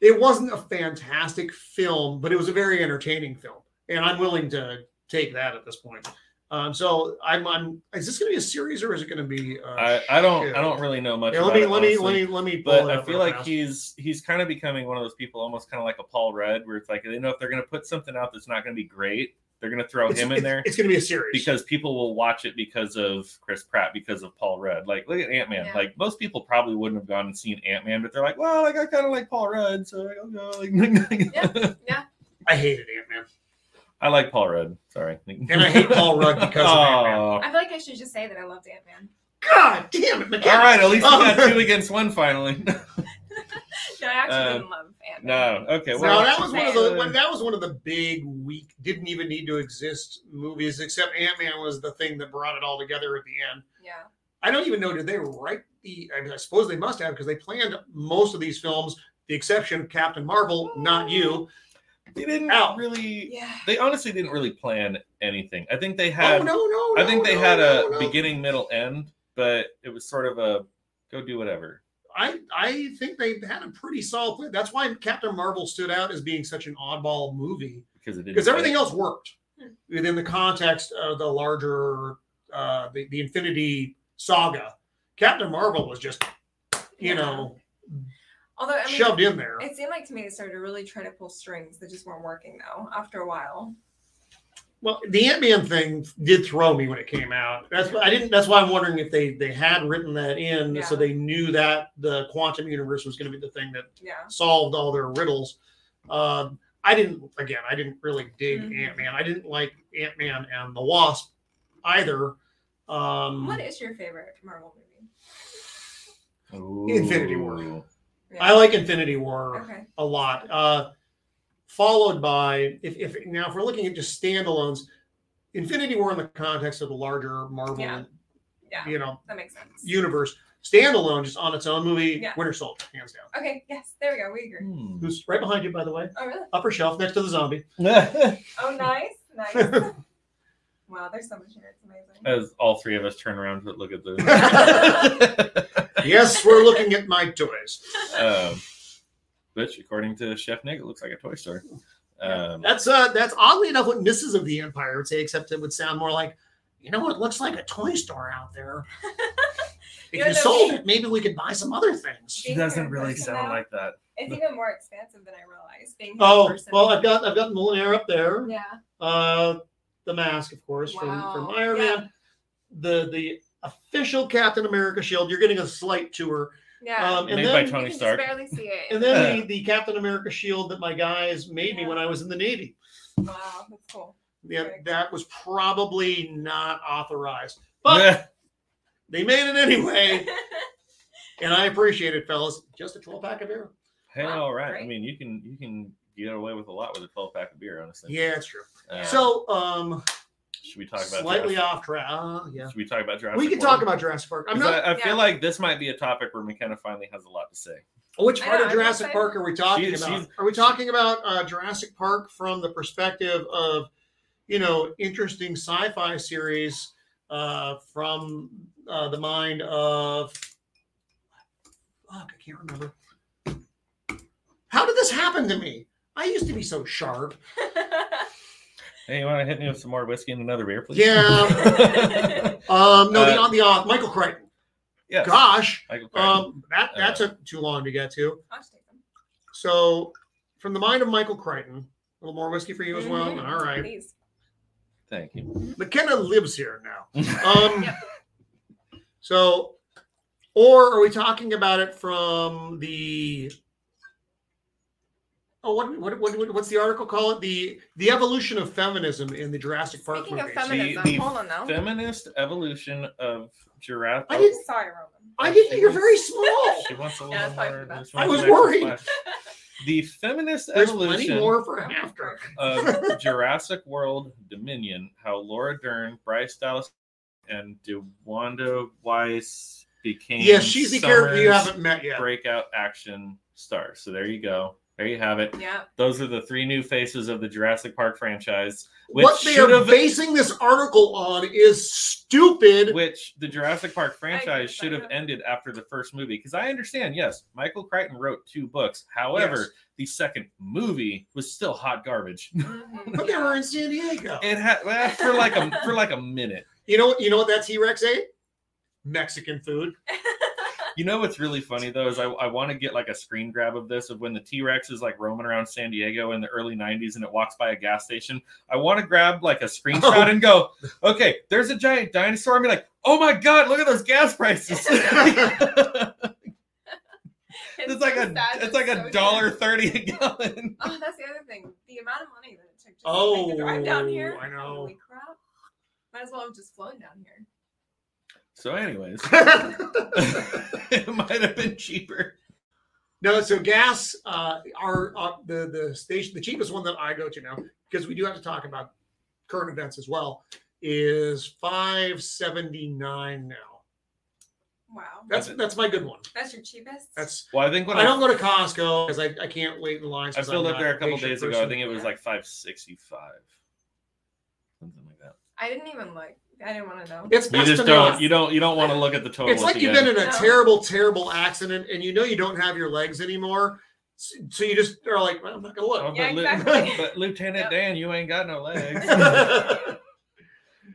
it wasn't a fantastic film, but it was a very entertaining film, and I'm willing to take that at this point. Um, so I'm, I'm. Is this going to be a series or is it going to be? Uh,
I, I don't
shit?
I don't really know much.
Yeah,
about
let me
it,
let me
honestly,
let me let me.
But
pull it
I
up
feel
real
like
fast.
he's he's kind of becoming one of those people, almost kind of like a Paul Rudd, where it's like they know if they're going to put something out that's not going to be great, they're going to throw
it's,
him in
it's-
there
It's going to be a series
because people will watch it because of Chris Pratt, because of Paul Rudd. Like look at Ant Man.
Yeah.
Like most people probably wouldn't have gone and seen Ant Man, but they're like, well, like I kind of like Paul Rudd, so I'll go. Like, <laughs>
I hated Ant Man
I like Paul Rudd. Sorry,
and I hate
<laughs>
Paul Rudd because of Ant-Man.
Aw.
I feel like I should just say that I loved Ant Man.
Oh.
God damn it, McKenna. <laughs>
All right, at least we got two against one finally.
actually
Uh,
didn't love Ant Man.
<laughs> No. Okay.
So
Well,
no, that was one of the
uh,
when, that was one of the big weak didn't even need to exist movies. Except Ant Man was the thing that brought it all together at the end.
Yeah.
I don't even know did they write the. I, mean, I suppose they must have because they planned most of these films. The exception of Captain Marvel, not you.
<laughs> they didn't
Ow.
really.
Yeah.
They honestly didn't really plan anything. I think they had.
oh no, no,
I think
no,
they
no,
had a
no, no.
beginning, middle, end, but it was sort of a go do whatever.
I I think they had a pretty solid plan. That's why Captain Marvel stood out as being such an oddball movie
because it didn't
because everything
fit.
else worked
Hmm.
within the context of the larger uh, the the Infinity Saga. Captain Marvel was just you
Yeah.
know
Although I mean,
shoved in there.
it seemed like to me they started to really try to pull strings that just weren't working though. After a while.
Well, the Ant Man thing did throw me when it came out. That's why I didn't. That's why I'm wondering if they they had written that in so
Yeah.
they knew that the quantum universe was going to be the thing that
Yeah.
solved all their riddles. Um, I didn't. Again, I didn't really dig
Mhm.
Ant Man. I didn't like Ant Man and the Wasp either. Um,
What is your favorite Marvel movie?
Ooh.
Infinity War.
Yeah.
I like Infinity War
Okay.
a lot. Uh, followed by if, if now if we're looking at just standalones, Infinity War in the context of the larger Marvel,
Yeah. Yeah.
you know,
That makes sense.
universe. Standalone, just on its own movie,
Yeah.
Winter Soldier, hands down.
Okay. Yes. There we go. We agree.
Hmm.
Who's right behind you, by the way?
Oh really?
Upper shelf next to the zombie. <laughs>
Oh nice. Nice. wow. There's so much here. It's amazing.
<laughs> As all three of us turn around to look at
<laughs> Uh,
the.
Yes.
yes, we're looking at my toys.
um, which, according to Chef Nick, it looks like a toy store. Um,
That's uh, that's oddly enough what Mrs. of the Empire would say, except it would sound more like, you know, it looks like a toy store out
<laughs>
there. If
You
you
know,
sold it, maybe we could buy some other things.
she doesn't really sound like that.
<laughs> It's even more expansive than I realized. Being
Oh,
person.
well, I've got I've got Molinaire up there.
Yeah.
Uh, the mask, of course,
wow.
from from Iron
yeah.
Man. The the official Captain America shield. You're getting a slight tour,
Yeah.
um, and
Made by
then-
Tony
you can
Stark.
just barely see it.
and then the, the Captain America shield that my guys made me
Yeah.
when I was in the Navy.
<laughs> wow, that's
<laughs>
cool.
Yeah,
Very cool.
that was probably not authorized, but
<laughs>
they made it anyway.
<laughs>
And I appreciate it, fellas. Just a 12 pack of beer.
Hell,
Wow,
all right. I
great.
mean, you can you can get away with a lot with a 12 pack of beer, honestly.
Yeah, it's true.
Uh,
Yeah.
So, um,
should we talk about
slightly
Jurassic-
off track. Uh, yeah,
Should we talk about Jurassic
we can
World?
talk about Jurassic Park. I'm
'Cause
not.
I, I feel
Yeah.
like this might be a topic where McKenna finally has a lot to say.
Which
I
part
know,
of
I'm
Jurassic
excited.
Park are we talking
She's-
about?
she's-
Are we talking about uh, Jurassic Park from the perspective of, you know, interesting sci-fi series uh, from uh, the mind of? Fuck, I can't remember. How did this happen to me? I used to be so sharp.
Hey, you want to hit me with some more whiskey and another beer, please?
Yeah. Um, no, the
Uh,
on the off, Michael Crichton.
<laughs> yes.
Gosh,
Michael Crichton.
um, that that
Uh,
took too long to get to.
I'll just take them.
So, from the mind of Michael Crichton, a little more whiskey for you as well.
Mhm.
All right,
Please.
Thank you.
McKenna lives here
<laughs>
now. Um, so, or are we talking about it from the? Oh, what, what, what, what- what's the article call it? The the evolution of feminism in the Jurassic Park
Speaking of
movies.
feminism,
The- the
hold on now.
Feminist evolution of giraffe.
I didn't-
Sorry, Roman.
I didn't. You're very small.
She wants a little
Yeah, that's probably for
more.
the best.
she wants
I was
an extra
worried.
splash. The feminist
There's plenty
evolution
more for after.
of Jurassic World Dominion: How Laura Dern, Bryce Dallas, and DeWanda Weiss became.
Yes, she's the character you
summer's
haven't met yet.
Breakout action star. So there you go. There you have it.
Yeah.
<laughs>
Those are the three new faces of the Jurassic Park franchise, which
What they
should
are
have
basing this article on is stupid. <laughs>
which the Jurassic Park
I
franchise
guess I
should have
know.
ended after the first movie. Because I understand, yes, Michael Crichton wrote two books. However,
Yes.
the second movie was still hot garbage.
Mhm.
But they were in San Diego.
It had well, for like a for like a minute.
You know what? You know what that T Rex ate? Mexican
<laughs>
food.
You know what's really funny though is I, I want to get like a screen grab of this of when the T Rex is like roaming around San Diego in the early '90s and it walks by a gas station. I want to grab like a screenshot and go, okay, there's a giant dinosaur. and be like, oh my god, look at those gas prices. <laughs> It's, like
so
a
sad,
it's
but
like
so
a
good.
dollar thirty a gallon.
Oh, that's the other thing. The amount of money that
<laughs>
it took just to
Oh,
make the drive down here.
I know.
Holy crap. Might as well have just flown down here.
So, anyways, <laughs>
no,
it might have been cheaper.
No, so gas. Uh, our uh, the the station, the cheapest one that I go to now, because we do have to talk about current events as well, is five seventy nine now.
Wow.
That's
That's it.
that's my good one.
That's your cheapest?
That's
Well, I think when
I don't go to Costco because I, I can't wait in lines.
I
'cause
filled
I'm
up
not
there a couple
patient
days ago. I
person.
think it was
Yeah.
like five sixty five, something like that.
I didn't even look. I didn't want to know.
it's
You
best
just
to not.
don't. You don't. You don't want to look at the total.
It's
at
like
the
you've
end.
been in a
No.
terrible, terrible accident, and you know you don't have your legs anymore, s- so you just are like, well, I'm not gonna
Oh,
look.
but,
Yeah,
Lieu-
exactly.
<laughs> but Lieutenant
Yep.
Dan, you ain't got no legs. <laughs>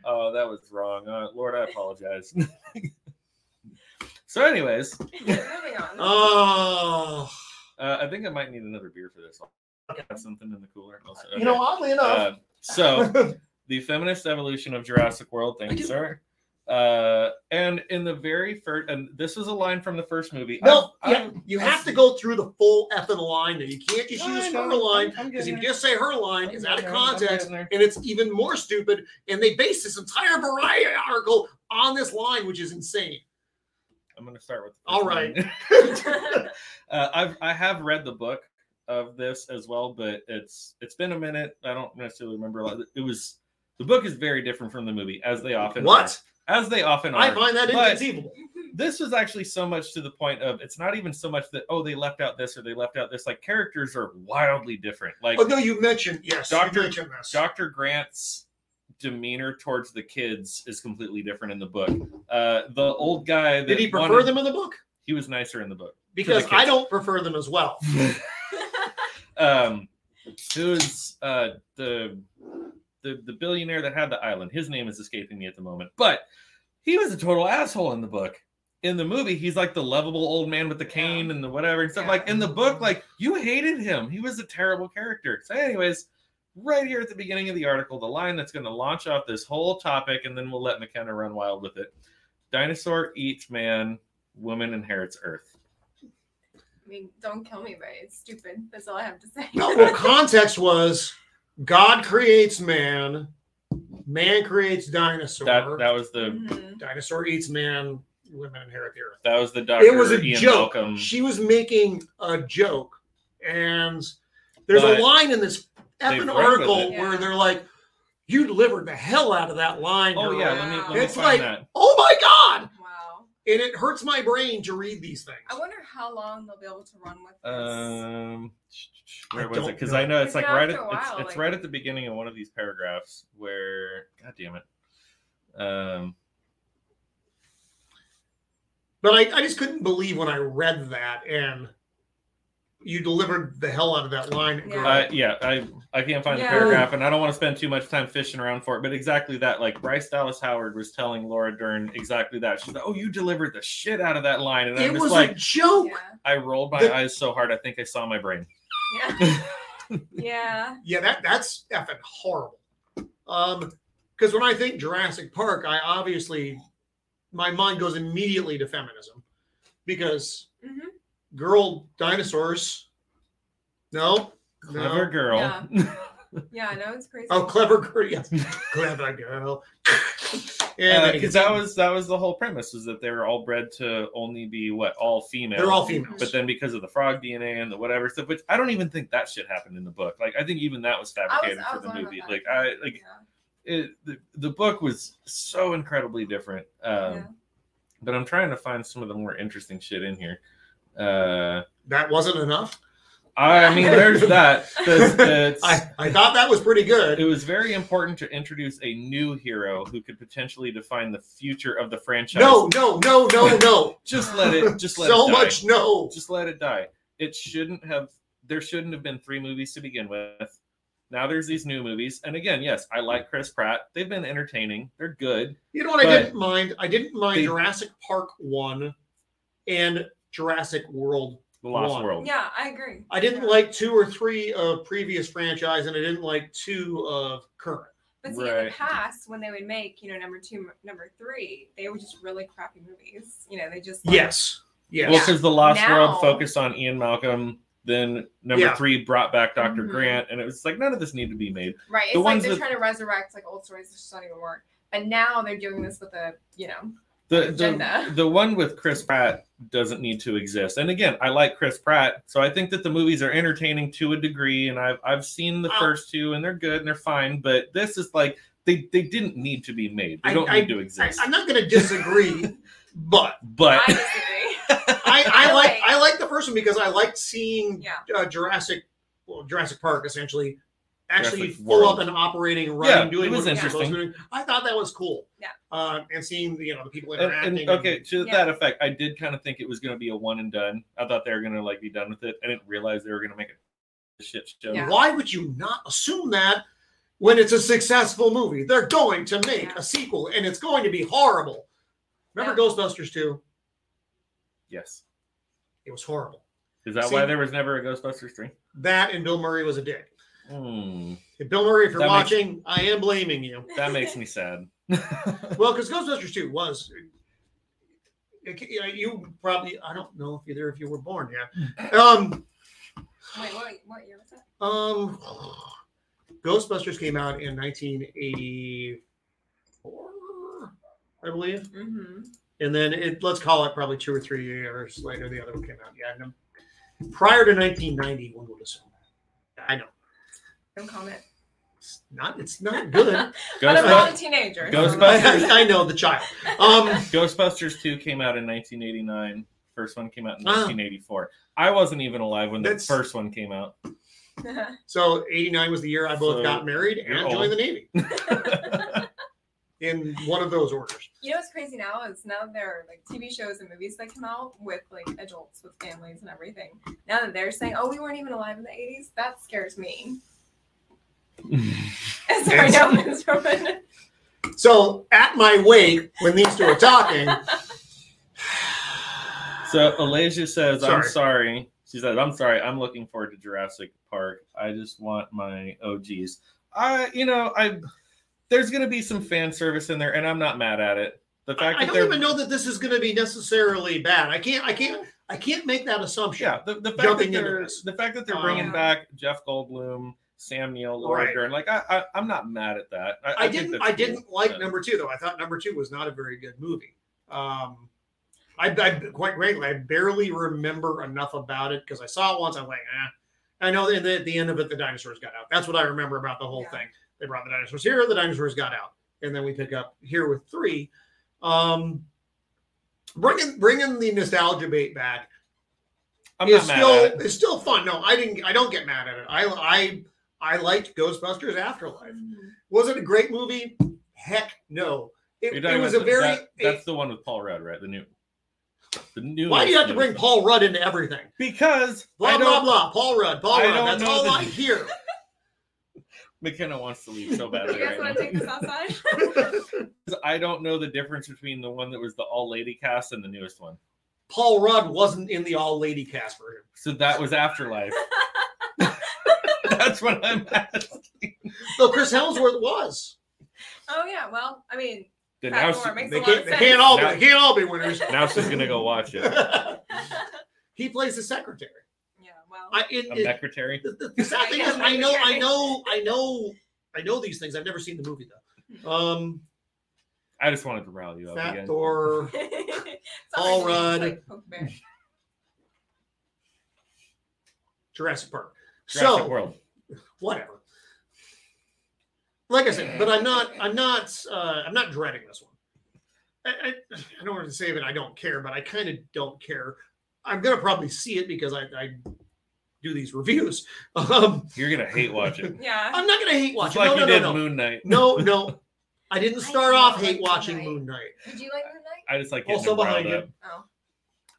oh, that was wrong. Uh, Lord, I apologize. <laughs> so, anyways,
<laughs> Moving on.
<laughs>
<laughs>
oh,
uh, I think I might need another beer for this. I have something in the cooler. Also.
you know, oddly enough,
Uh, so,
<laughs>
the feminist evolution of Jurassic World. Thank you, sir. Uh, and in the very first, and this is a line from the first movie.
no,
I've-
yeah, you have to go through the full effing line. There, you can't just
I
use
know,
her line
I'm- I'm
because if you
getting
just say her line,
I'm
it's out of
getting there, I'm
context,
getting there.
and it's even more stupid. And they base this entire variety article on this line, which is insane.
I'm going to start with.
All right.
uh, I've I have read the book of this as well, but it's it's been a minute. I don't necessarily remember. A lot. It was the book is very different from the movie, as they often
What?
are, as they often
I
are.
find that
But-
inconceivable.
this was actually so much to the point of it's not even so much that oh they left out this or they left out this. Like characters are wildly different. Like
Oh no, you mentioned yes,
Dr.
You mentioned this.
Dr. Grant's demeanor towards the kids is completely different in the book. Uh, the old guy that
Did he prefer
wanted-
them in the book?
He was nicer in the
<laughs>
book.
Because
kids.
I don't prefer them
<laughs>
as well.
um, who is uh, the the the billionaire that had the island? His name is escaping me at the moment, but he was a total asshole in the book. In the movie, he's like the lovable old man with the
Yeah.
cane and the whatever and stuff.
Yeah.
Like in the book, like you hated him. He was a terrible character. So, anyways, right here at the beginning of the article, the line that's going to launch off this whole topic, and then we'll let McKenna run wild with it. Dinosaur eats man, woman inherits Earth.
I mean, don't kill me, but it's stupid. That's all I have to say.
No, well, context was God creates man, man creates dinosaur,
That that was the
Mhm.
dinosaur eats man, women inherit the earth.
That was the doctor.
it was a
Ian
joke.
Malcolm.
She was making a joke, and there's
But
a line in this
they've
effing
run with
article
it.
where
Yeah.
they're like, "You delivered the hell out of that line."
oh
girl."
yeah, let me, let me
It's
find
like-
that.
Oh my god!
Wow.
And it hurts my brain to read these things.
I wonder how long they'll be able to run with this.
Um, where
I
was it?
don't
Because
know.
I know it's
It's
like
been out
right at
for a
it's,
while,
it's
like-
right at the beginning of one of these paragraphs where God damn it. Um,
But I, I just couldn't believe when I read that and you delivered the hell out of that line.
Yeah.
girl.
I, yeah, I I can't find
Yeah.
the paragraph, and I don't want to spend too much time fishing around for it. But exactly that, like Bryce Dallas Howard was telling Laura Dern exactly that. She's like, "Oh, you delivered the shit out of that line," and
it
I'm just
was
like,
a joke.
Yeah.
Yeah.
I rolled my
the-
eyes so hard, I think I saw my brain. <laughs>
Yeah. yeah.
that that's effing horrible. Um, because when I think Jurassic Park, I obviously my mind goes immediately to feminism because
hmm
girl dinosaurs. No, no.
Clever girl. Uh,
Yeah.
<laughs>
Yeah, I know it's crazy.
Oh, clever girl. Yes, clever girl. And then he
because
gets-
Uh, that was that was the whole premise was that they were all bred to only be what all female.
they're all females.
But then because of the frog DNA and the whatever stuff, which I don't even think that shit happened in the book. Like I think even that was
I was,
fabricated
I was
for the
wondering
movie.
about
Like
that.
I like it, the the book was so incredibly different. Um,
Yeah.
But I'm trying to find some of the more interesting shit in here. Uh,
that wasn't enough.
I mean,
<laughs>
there's that. That's- that's-
<laughs> I, I thought that was pretty good.
it was very important to introduce a new hero who could potentially define the future of the franchise.
No, no, no,
<laughs>
no, no.
just let it. Just let
so
it die.
much no.
just let it die. It shouldn't have. There shouldn't have been three movies to begin with. Now there's these new movies, and again, yes, I like Chris Pratt. They've been entertaining. They're good.
You know what I
But-
didn't mind? I didn't mind
They-
Jurassic Park 1 and Jurassic World.
The Lost
One.
World.
Yeah, I agree.
I didn't
Yeah.
like two or three of previous franchise, and I didn't like two of current.
But see, in
Right.
the past, when they would make, you know, number two, number three, they were just really crappy movies. You know, they just like,
Yes. Yes.
Well, because the Lost
Now-
World focused on Ian Malcolm. Then number
Yeah.
three brought back doctor
Mhm.
Grant, and it was like none of this needed to be made.
right. It's
the
like
ones
they're
that-
trying to resurrect like old stories that just don't even work. But now they're doing this with a, you know,
The,
agenda.
<laughs> the the one with Chris Pratt doesn't need to exist. And again, I like Chris Pratt, so I think that the movies are entertaining to a degree. And I've I've seen the
Wow.
first two, and they're good and they're fine. But this is like they they didn't need to be made. They
I-
don't
I-
need to exist.
I, am not going to
<laughs>
disagree, but
but
I disagree. <laughs>
I, I like
I like-
I like the first one because I liked seeing
Yeah.
uh, Jurassic, well, Jurassic Park essentially, actually
Jurassic
full
World.
up and operating,
Yeah,
running,
it
doing
was
what it
interesting.
supposed to do. I thought that was cool.
Yeah.
Uh, and seeing the you know the people
<laughs> and-
interacting.
and, okay, to
Yeah.
that effect, I did kind of think it was going to be a one and done. I thought they were going to like be done with it. I didn't realize they were going to make a shit show.
Yeah.
Why would you not assume that when it's a successful movie? They're going to make
Yeah.
a sequel and it's going to be horrible. Remember Ghostbusters 2?
Yes,
It was horrible.
is that
See-
why there was never a Ghostbusters three?
That and Bill Murray was a dick.
Hmm,
If Bill Murray, if you're
That makes-
watching, I am blaming you.
that makes me
<laughs>
sad.
Well, because Ghostbusters 2 was. it- you know, You probably, I don't know if either of you were born yet. Um,
<laughs> Wait, what, what year was that?
um, Ghostbusters came out in 1984, I believe.
Mm-hmm.
and then it let's call it probably two or three years later the other one came out. Yeah, no, prior to 1990, one would assume. I know
Don't comment.
it's not it's not good.
But I'm
Ghostbusters,
not a teenager. so- <laughs>
Ghostbusters.
I, I know the child. Um,
Ghostbusters two came out in 1989. First one came out in
Ah.
1984. I wasn't even alive when
That's-
the first one came out.
so 89 was the year I both
So,
got married and
you're
joined
old.
the Navy
<laughs>
<laughs> in one of those orders.
you know what's crazy now is now there are like TV shows and movies that come out with like adults with families and everything. Now that they're saying, "Oh, we weren't even alive in the '80s," that scares me.
<laughs>
Sorry,
Yes.
no, <laughs> Miss Roman.
<laughs> So at my wake when these two are talking, <sighs>
so Alasia says, "I'm
Sorry.
sorry." She says, "I'm sorry. I'm looking forward to Jurassic Park. I just want my OGs." I, you know, I there's gonna be some fan service in there, and I'm not mad at it. The fact that
I don't
they're
even know that this is going to be necessarily bad. I can't I can't I can't make that assumption.
Yeah, the, the fact that
Jumping into
they're
this.
the fact that they're
Um,
bringing back Jeff Goldblum, Sam Neill, Laura
Right.
Dern, like I, I, I'm not mad at that. I,
I,
think
didn't.
that's
I
cool.
didn't like
Yeah.
number two though. I thought number two was not a very good movie. Um, I, I quite frankly, I barely remember enough about it because I saw it once. I'm like, eh. I know that at the end of it, the dinosaurs got out. That's what I remember about the whole
Yeah.
thing. They brought the dinosaurs here. The dinosaurs got out, and then we pick up here with three. Um, bringing bringing the nostalgia bait back
I'm not
is
mad
still
at it.
is still fun. No, I didn't. I don't get mad at it. I I I liked Ghostbusters Afterlife. Was it a great movie? Heck no.
You're
It,
talking
it was a
about the-
very.
that- that's the one with Paul Rudd, right? The new, the new.
why do you have to bring Paul Rudd into everything?
Because I
Blah
don't,
blah blah. Paul Rudd. Paul
I
Rudd.
don't
That's
know
all
the-
I hear.
McKenna wants to
<laughs>
leave so
Do
badly.
you guys
right now.
want to take
<laughs>
this outside?
Because I don't know the difference between the one that was the all lady cast and the newest one.
Paul Rudd wasn't in the all lady cast for him.
So that was
<laughs>
Afterlife. that's what I'm at.
Though Chris Hemsworth was.
oh yeah. Well, I mean,
Then now,
Platform,
she-
makes
They
a lot
can't.
of
They
sense.
can't all. Be,
Now-
they can't all be winners. <laughs>
now she's gonna go watch it.
he plays the secretary.
yeah. Well, <laughs>
I, it,
A
<laughs> it-
secretary.
the, the- the sad
I
thing
guess
is, I know, I
secretary.
know, I know, I know these things. I've never seen the movie though. Um,
I just wanted to rile you up
Fat
again.
Thor. Paul
All
Rudd.
right. Like,
Jurassic Park.
Jurassic
so
World.
whatever. Like I said, but I'm not. I'm not. Uh, I'm not dreading this one. I, I, I don't want to say that I don't care, but I kind of don't care. I'm gonna probably see it because I, I do these reviews. <laughs> Um,
You're gonna hate watch it.
yeah.
I'm not gonna hate <laughs> watch
Just
it.
like
no,
you
no, no,
did
no,
Moon Knight.
no, no. I didn't
I
start
do
off
like
hate
Moon
watching
Knight.
Moon Knight.
Did you like Moon Knight?
I just like getting
Also
also
behind you.
up.
Oh.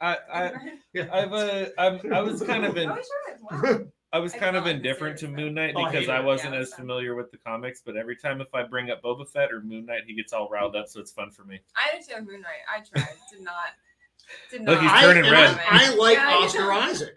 I, I,
Yeah,
I've, uh, I'm, I was kind of in,
oh, sure.
<laughs>
Wow.
I was
I
kind of
love the
indifferent to
series,
Moon Knight
Oh, I
because
hate
I
it.
wasn't
Yeah,
as
so.
familiar with the comics. But every time if I bring up Boba Fett or Moon Knight, he gets all riled up, so it's fun for me.
I did too. Moon Knight. I tried. Did not. Did
Look,
not.
he's
I,
turning
and
red.
I, I like
Yeah, I know.
Oscar Isaac.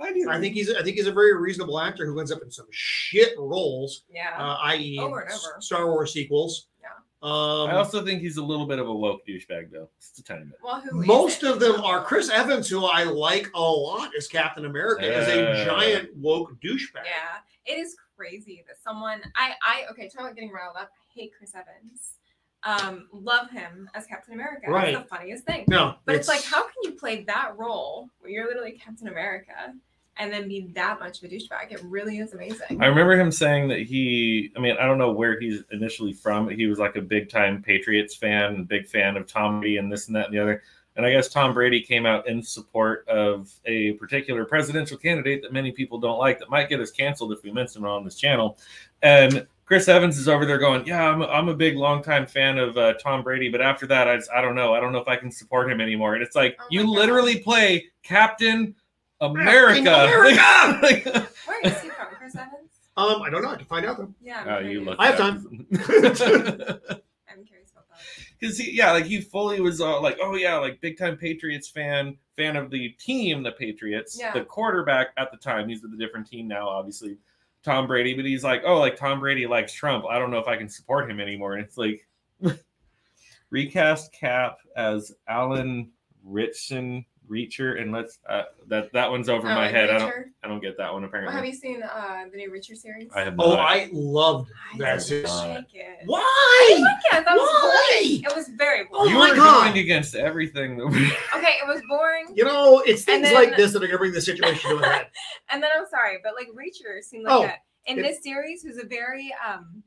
I do.
I think he's I think he's a very reasonable actor who ends up in some shit roles,
Yeah.
uh, i.e.,
Over and
S-
over.
Star Wars sequels.
Yeah.
I
Um,
also think he's a little bit of a woke douchebag, though. Just a tiny bit.
well, who?
most of them are Chris Evans, who I like a lot as Captain America, is a
Yeah.
giant woke douchebag.
Yeah, it is crazy that someone I I okay. Talk about getting riled up. I hate Chris Evans. um, love him as Captain America.
Right.
That's the funniest thing.
No,
But it's, like, how can you play that role where you're literally Captain America and then be that much of a douchebag? It really is amazing.
I remember him saying that he, I mean, I don't know where he's initially from, but he was like a big time Patriots fan, big fan of Tom Brady and this and that and the other. And I guess Tom Brady came out in support of a particular presidential candidate that many people don't like that might get us canceled if we mention it on this channel. And Chris Evans is over there going, Yeah, I'm, I'm a big longtime fan of uh, Tom Brady, but after that, I, just, I don't know. I don't know if I can support him anymore. And it's like,
Oh my
you
God.
literally play Captain America.
America!
Where is he from? Chris Evans?
um, I don't know. I can find out though.
Yeah. I'm
Oh, you
curious.
look
I have
it up. <laughs>
<laughs> I'm curious about that.
because he yeah like he fully was all like oh yeah like big time patriots fan fan of the team the patriots
Yeah.
the quarterback at the time he's with a different team now obviously tom brady but he's like oh like tom brady likes trump i don't know if i can support him anymore and it's like <laughs> recast cap as alan richson reacher and let's uh, that that one's over
Oh,
my
and
head i don't
Reacher?
i don't get that one
Well, have
apparently
you seen uh, the new Richard series?
i have
Oh,
not
I loved
I
That's
didn't
just-
like it.
why.
Yeah, that was
Why?
boring. It was very
Oh
boring.
you
my
were
God.
going against everything that we
Okay, it was boring.
You know, it's things
And then-
like this that are gonna bring the situation to a head. <laughs>
And then I'm sorry, but like Reacher seemed
Oh,
like that in
it-
this series was a very um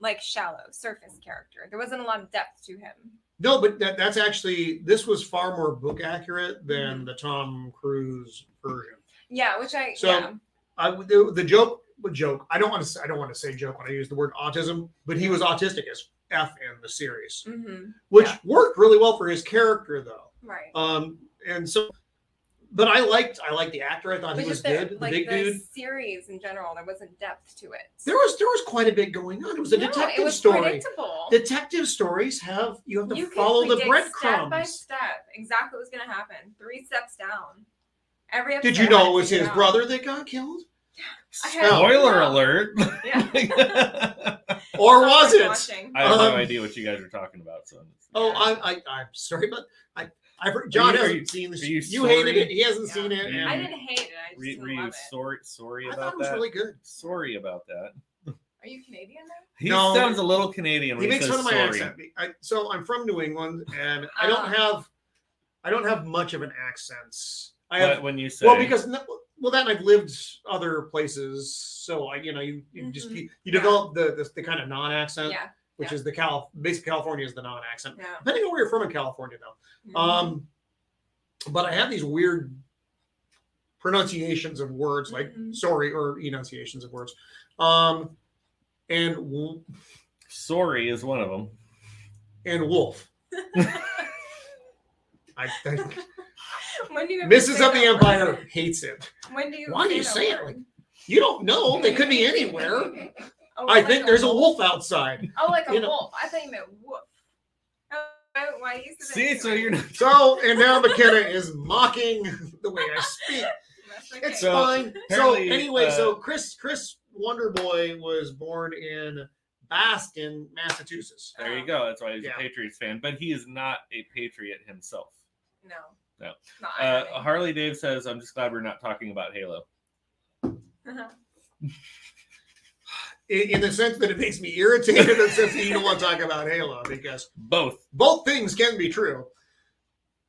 like shallow surface character. There wasn't a lot of depth to him.
No, but that, that's actually this was far more book accurate than
Mm-hmm.
the Tom Cruise version.
Yeah, which I
So-
yeah.
I the, the joke joke. I don't want to. I don't want to say joke when I use the word autism, but he was autistic as f in the series,
hmm
which
Yeah.
worked really well for his character though.
Right.
Um, and so, but I liked I liked the actor. I thought
But
he was
just the,
good. The
like
big
the
dude.
series in general, there wasn't depth to it.
There was there was quite a bit going on. It was a
No,
detective
it was
story.
predictable.
Detective stories have you have to
you could
follow the
predict Step by
breadcrumbs.
step, exactly what's gonna happen. Three steps down. Every episode
Did you
had
know
to
it was
figure
his
out.
brother that got killed,
I
<laughs>
had-
spoiler
Yeah.
alert
<laughs> Yeah.
<laughs>
<laughs>
<laughs>
or
Someone
was it?
watching.
I have
Um,
no idea what you guys are talking about. So
Oh, I, I I'm sorry, but I I've heard John
you- are
hasn't
you-
seen the
are you
hated
sorry?
it. He hasn't
Yeah.
seen it.
Yeah.
and
I didn't hate it. I just
were,
didn't
were you
love it.
sorry, sorry
I
about
thought it was
that?
really good.
Sorry about that.
Are you Canadian now?
He
No.
sounds a little Canadian. When
He
he,
makes
says
fun of my
sorry.
accent. I, so I'm from New England, and I don't
Ah.
have I don't have much of an accent. I
But
have
when you say,
well because no, well then I've lived other places, so I you know you, you just you,
Mhm.
you
Yeah.
develop the, the the kind of non-accent,
Yeah.
which
yeah.
is the Cal basically California is the non-accent.
No.
Depending on where you're from in California, though.
Mhm.
Um, but I have these weird pronunciations of words, like
Mhm.
sorry, or enunciations of words. Um, and w-
sorry is one of them.
and wolf. I,
<laughs>
I,
when do you ever
Mrs.
say
of the
that word?
Empire hates it.
When do you?
Why do you
that
say it
word?
like- You don't know; they could be anywhere.
<laughs> Oh,
I
like
think there's a
wolf.
wolf outside.
Oh, like a
you know.
wolf. I thought you meant wolf. Oh, Why, why you said that
See, so
anyway.
you're not.
So, and now McKenna is mocking the way I speak.
That's okay.
It's uh,
So,
fine. So
apparently,
anyway,
uh,
so Chris Chris Wonderboy was born in Boston, Massachusetts.
There you go. That's why he's
Yeah.
a Patriots fan, but he is not a patriot himself.
no.
No.
Not
Uh,
irony.
Harley Dave says, "I'm just glad we're not talking about Halo."
uh, in, in the sense that it makes me irritated in the sense that you don't want to talk about Halo because <laughs>
Both.
both things can be true.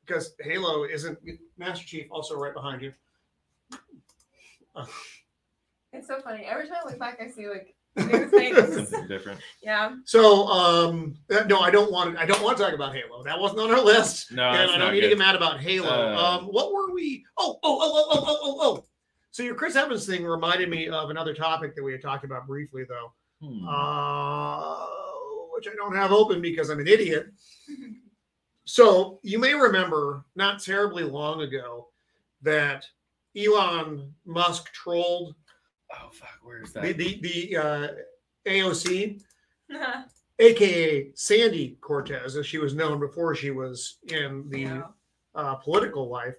Because Halo isn't Master Chief also right behind you.
<laughs> it's so funny. Every time I look back, I see like new
<laughs>
things.
Something different.
yeah.
So um uh, no, I don't want I don't want to talk about Halo. That wasn't on our list.
No,
and
that's
I
not
don't need to
good.
get mad about Halo.
Uh,
um what were we oh oh oh oh oh oh oh oh so your Chris Evans thing reminded me of another topic that we had talked about briefly though.
Hmm.
uh, which I don't have open because I'm an idiot. So you may remember not terribly long ago that Elon Musk trolled
oh fuck, where is that?
the the, the uh, AOC, aka Sandy Cortez, as she was known before she was in the
<laughs> No.
uh, political life.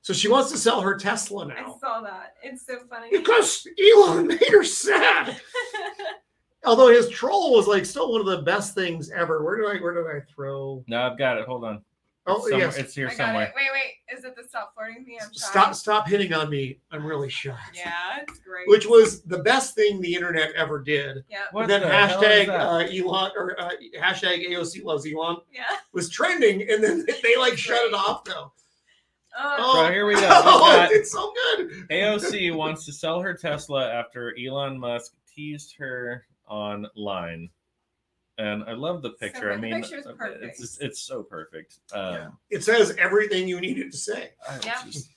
So she wants to sell her Tesla
I
now
saw that. It's so funny.
because Elon <laughs> made her sad.
<laughs>
Although his troll was like still one of the best things ever. Where did I where did I throw?
no, I've got it. Hold on.
Oh,
it's, somewhere-
yes.
it's here
I got it.
somewhere.
Wait, wait. Is it the stop flirting with me? I'm
Stop,
shocked.
stop hitting on me. I'm really shocked.
Yeah, it's great.
Which was the best thing the internet ever did.
Yep.
What
then
the hell is
hashtag
that?
uh, Elon or uh, hashtag AOC loves Elon
Yeah. <laughs>
was trending, and then <laughs> they, like shut it off though.
Oh,
Oh,
Right, here we go. We've
<laughs> Oh,
got-
it's so good.
AOC wants to sell her Tesla after Elon Musk teased her online. And I love the picture. I
the
mean, uh,
picture's
it's just, it's so perfect. Um,
Yeah. It says everything you needed to say.
I was
Yeah.
just-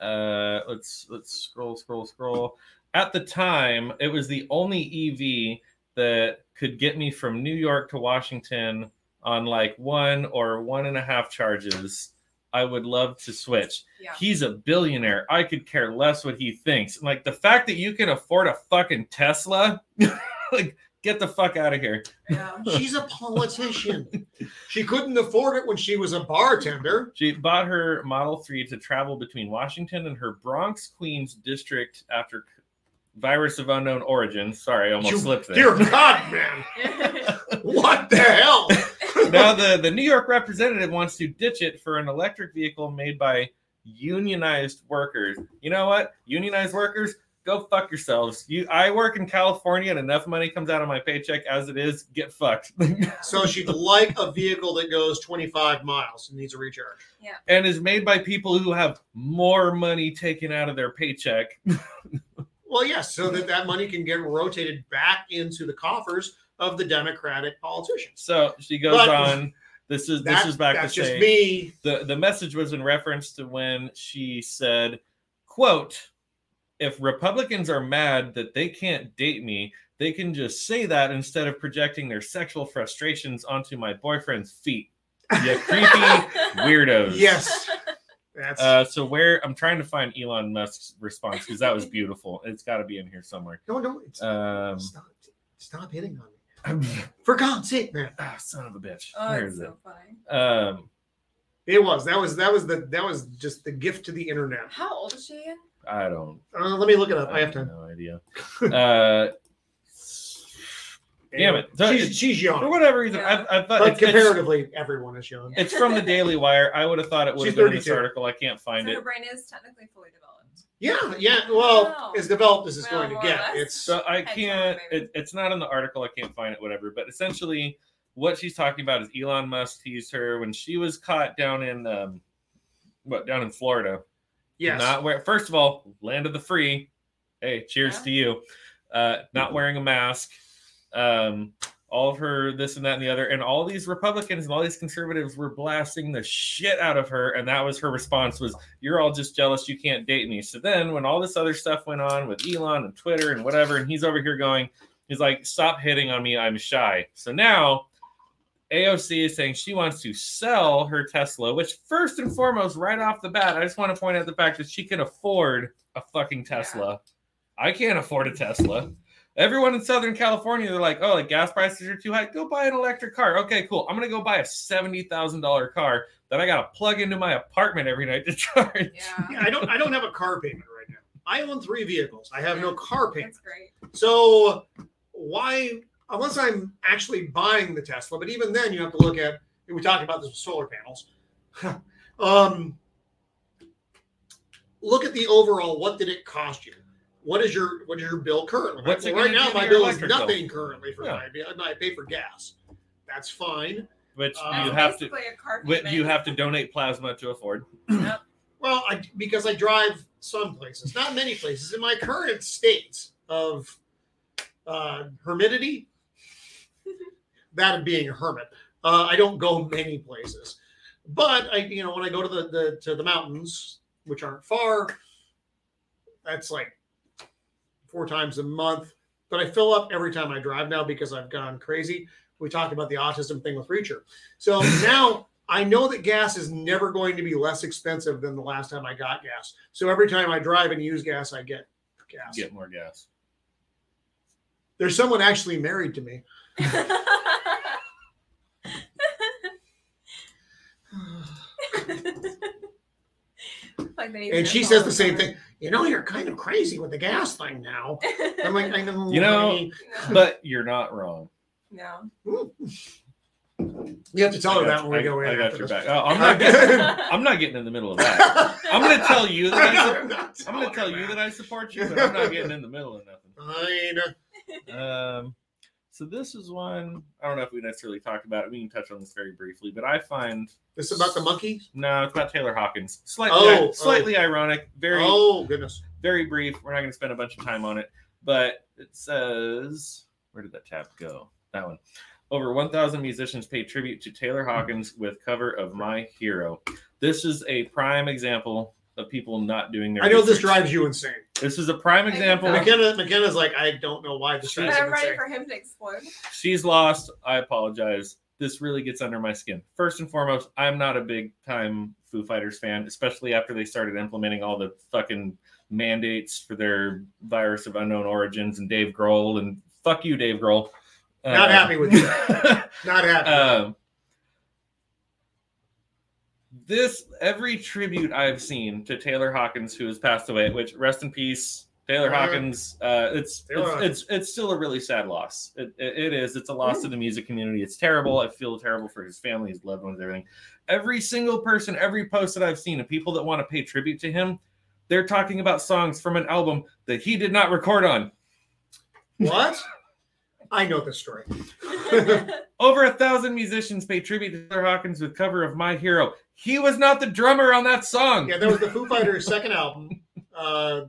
uh, let's let's scroll, scroll, scroll. At the time, it was the only EV that could get me from New York to Washington on like one or one and a half charges. I would love to switch.
yeah.
He's a billionaire. I could care less what he thinks. Like the fact that you can afford a fucking Tesla, <laughs> like get the fuck out of here.
yeah.
<laughs>
She's a politician. she couldn't afford it when she was a bartender.
She bought her Model 3 to travel between Washington and her Bronx, Queens district after c- virus of unknown origin. Sorry, I almost
You-
slipped there.
Dear God, man,
<laughs>
what the hell?
now, the, the New York representative wants to ditch it for an electric vehicle made by unionized workers. You know what? Unionized workers, go fuck yourselves. You, I work in California and enough money comes out of my paycheck as it is. Get fucked. <laughs>
So she'd like a vehicle that goes 25 miles and needs a recharge.
and is made by people who have more money taken out of their paycheck
Well, yes, so that that money can get rotated back into the coffers of the Democratic politicians.
So she goes
But-
on. This is
That-
this is back to
that's just
say
me.
the the message was in reference to when she said, "quote If Republicans are mad that they can't date me, they can just say that instead of projecting their sexual frustrations onto my boyfriend's feet." You
<laughs>
creepy weirdos. <laughs>
Yes, that's
Uh, so where I'm trying to find Elon Musk's response because that was beautiful. It's got to be in here somewhere.
no, no. It's,
Um,
stop, stop hitting on me. For God's sake, man.
ah, son of a bitch.
Oh,
Where
it's
is it?
so funny.
Um,
It was that was that was the that was just the gift to the internet.
How old is she again?
I don't
Uh, let me look it up. I have to.
no idea.
<laughs>
Uh, Damn it. So
she's,
it-
she's
for
young,
whatever reason,
Yeah.
I, I thought
but
it's, it's,
comparatively, everyone is young.
it's from the Daily Wire. I would have thought it would
She's
have been in this
32.
article. I can't
So
find
her
it.
brain is technically fully
<laughs>
developed.
Yeah, yeah. Well,
Wow.
as developed as it's
Well,
going to
more or
get,
less.
it's
So I
Heads
can't.
off, baby.
It, it's not in the article. I can't find it. Whatever. But essentially, what she's talking about is Elon Musk teased her when she was caught down in um, what down in Florida.
yes.
Not where. First of all, land of the free. Hey, cheers
Yeah.
to you. Uh, not wearing a mask. Um, all of her this and that and the other, and all these Republicans and all these conservatives were blasting the shit out of her, and that was her response: was "You're all just jealous. You can't date me." So then, when all this other stuff went on with Elon and Twitter and whatever, and he's over here going, he's like, "Stop hitting on me. I'm shy." So now. AOC is saying she wants to sell her Tesla, which first and foremost, right off the bat, I just want to point out the fact that she can afford a fucking Tesla. I can't afford a Tesla. Everyone in Southern California, they're like, oh, the gas prices are too high. Go buy an electric car. Okay, cool. I'm going to go buy a $70,000 car that I got to plug into my apartment every night to <laughs> charge.
Yeah, I don't. I don't have a car payment right now. I own three vehicles. I have no car payment.
That's great.
So why, unless I'm actually buying the Tesla, but even then you have to look at. and We talked about this with solar panels. <laughs> um, look at the overall. What did it cost you? What is your what is your bill currently?
What's it
Well, right
gonna do
now,
to
my
your
bill is
electric bill?
nothing currently for
Yeah.
my bill. I pay for gas. That's fine.
Which
Uh,
you
That's
have to
basically a car
which
payment.
you have to donate plasma to afford.
Yep.
Well, I because I drive some places, not many places. In my current state of uh, hermitity, that of being a hermit, uh, I don't go many places. But I, you know, when I go to the, the to the mountains, which aren't far, that's like four times a month. But I fill up every time I drive now because I've gone crazy. We talked about the autism thing with Reacher, so now I know that gas is never going to be less expensive than the last time I got gas. So every time I drive and use gas, I get gas.
Get more gas.
There's someone actually married to me.
<laughs>
like they need
And
to
she
know
says
all
the same
about
thing. You know, you're kind of crazy with the gas thing now.
it. <laughs>
I'm like, I know.
You know-
honey.
But you're not wrong.
no,
Ooh. You have to tell
I
her
got-
that when we
I-
go in.
I got
after
your back.
this. <laughs>
Oh, I'm not. Getting, I'm not getting in the middle of that. I'm going to tell you that. I,
I'm
support-
not
I'm going to tell you that I support you, but I'm not getting in the middle of nothing.
Fine.
Um, so this is one I don't know if we necessarily talked about it. We can touch on this very briefly, but I find
This about the monkey?
no, it's about Taylor Hawkins. Slightly,
Oh,
slightly ironic. Very,
Oh goodness.
very brief. We're not going to spend a bunch of time on it, but it says where did that tab go? That one. Over 1,000 musicians pay tribute to Taylor Hawkins with cover of "My Hero." This is a prime example of people not doing their.
I know this
research.
drives you insane.
This is a prime
I think
example.
so.
McKenna McKenna's like, I don't know why this
But
drives
<laughs> I'm
him
ready
insane.
for him to explode.
she's lost. I apologize. This really gets under my skin. First and foremost, I'm not a big time Foo Fighters fan, especially after they started implementing all the fucking mandates for their virus of unknown origins and Dave Grohl and fuck you, Dave Grohl. Uh,
Not happy
<laughs>
with you. Not happy.
um, this every tribute I've seen to Taylor Hawkins, who has passed away, which rest in peace, Taylor
Uh,
Hawkins. Uh, it's
Taylor
it's,
Hawkins.
it's it's still a really sad loss. It, it, it is. It's a loss to the music community. It's terrible. I feel terrible for his family, his loved ones, everything. Every single person, every post that I've seen of people that want to pay tribute to him, they're talking about songs from an album that he did not record on.
what? I know this
<laughs>
story.
Over a thousand musicians pay tribute to Taylor Hawkins with cover of My Hero. He was not the drummer on that song.
Yeah, that was the Foo Fighters' second album. Uh,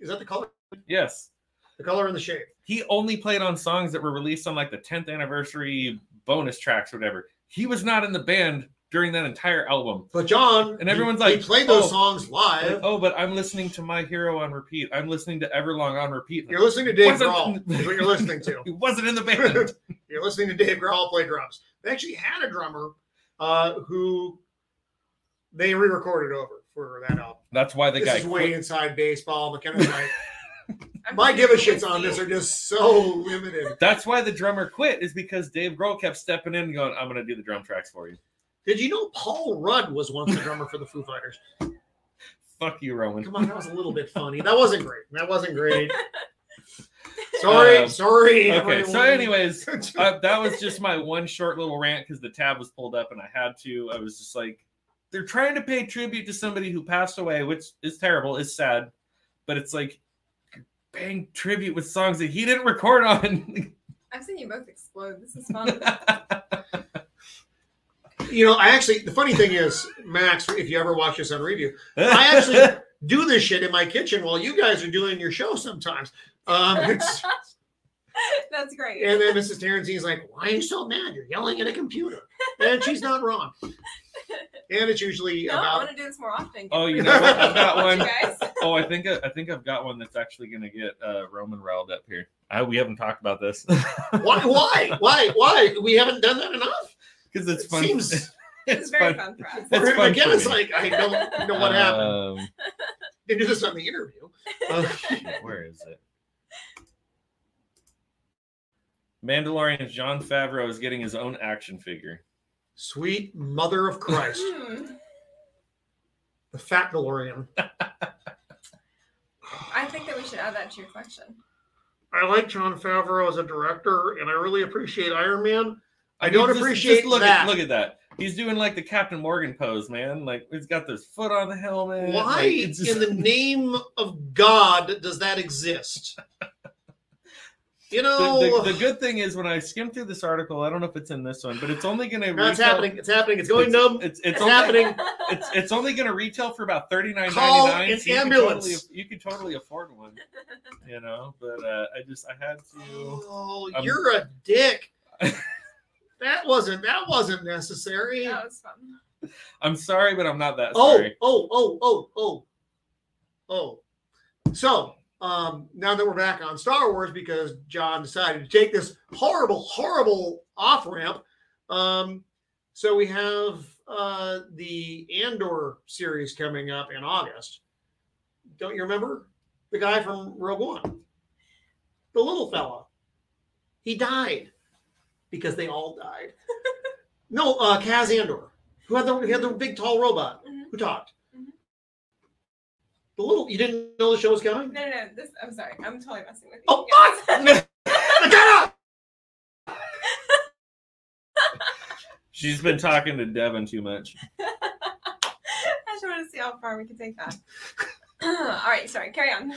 is that the color?
Yes.
The color and the shape.
He only played on songs that were released on like the 10th anniversary bonus tracks or whatever. He was not in the band during that entire album.
But John
And everyone's
he- he
like,
played those
oh,
songs
Like,
live.
oh, but I'm listening to My Hero on repeat. I'm listening to Everlong on repeat.
You're listening to Dave
Wasn't-
Grohl. Is what you're listening to.
<laughs> He wasn't in the band.
<laughs> You're listening to Dave Grohl play drums. They actually had a drummer uh, who they re-recorded over for that album.
That's why the
this
guy
is way
quit.
inside baseball. McKenna's like,
I'm
my
ready
give a
to
shits on this
explode.
are just so limited.
That's why the drummer quit is because Dave Grohl kept stepping in and going, I'm going to do the drum tracks for you.
Did you know Paul Rudd was once the drummer for the Foo Fighters?
Fuck you, Rowan.
Come on, that was a little bit funny. That wasn't great. That wasn't
<laughs>
great. Sorry,
Um,
sorry.
Okay, so
everyone.
anyways,
<laughs>
uh, that was just my one short little rant because the tab was pulled up and I had to. I was just like, they're trying to pay tribute to somebody who passed away, which is terrible, is sad, but it's like paying tribute with songs that he didn't record on.
I've seen you both explode. This is
<laughs>
fun. <laughs>
you know, I actually the funny thing is, Max, if you ever watch this on review,
<laughs>
I actually do this shit in my kitchen while you guys are doing your show sometimes. Um, it's,
That's great.
and then Mrs. Tarantino's like, "Why are you so mad? You're yelling at a computer," and she's not wrong. And it's usually
no, I
about
want to do this more often.
Oh, you know what? I've
<laughs>
got
You
one. <laughs>
guys.
Oh, I think I think I've got one that's actually gonna get uh, Roman riled up here. I, we haven't talked about this <laughs>
why, why, why, why? We haven't done that enough.
because it's
It
fun. <laughs>
seems-
It's very fun for us.
It's fun
again,
for
it's
me.
like I don't know what happened.
Um,
They do this on the interview. Uh,
<laughs> Where is it? Mandalorian's John Favreau is getting his own action figure.
sweet mother of Christ,
Hmm.
the Fat DeLorean.
I think that we should add that to your collection.
I like John Favreau as a director, and I really appreciate Iron Man. I
mean,
don't
just-
appreciate
just look
that.
At, look at that. He's doing like the Captain Morgan pose, man. Like he's got this foot on the helmet.
Why
Like, Uh, it's just- <laughs>
in the name of God does that exist? You know,
the, the- the good thing is when I skim through this article, I don't know if it's in this one, but it's only going
<laughs>
to
no, it's happening. It's happening. It's going numb.
It's it's,
It's
only,
happening.
<laughs>
It's it's only going to retail for about thirty nine
Call
ninety
an
nine.
ambulance.
You could, totally, you could totally afford one, you know. But uh, I just I had to.
Oh,
Um,
you're a dick.
<laughs>
that wasn't that wasn't necessary.
That was fun.
I'm sorry, but I'm not that
oh,
sorry.
oh, oh, oh, oh, oh. So um, now that we're back on Star Wars, because John decided to take this horrible, horrible off ramp. Um, so we have uh, the Andor series coming up in August. Don't you remember the guy from Rogue One? The little fella. He died because they all died. no, uh, Kaz Andor, who had the, who had the big tall robot
Mhm.
who talked.
Mhm.
The little you didn't know the show was coming.
No,
<laughs>
no, no. This, I'm sorry. I'm totally messing with you.
Oh
Yes.
fuck! McKenna!
She's been talking to Devin too much.
<laughs> I just want to see how far we can take that. <clears throat> All right, sorry, carry on.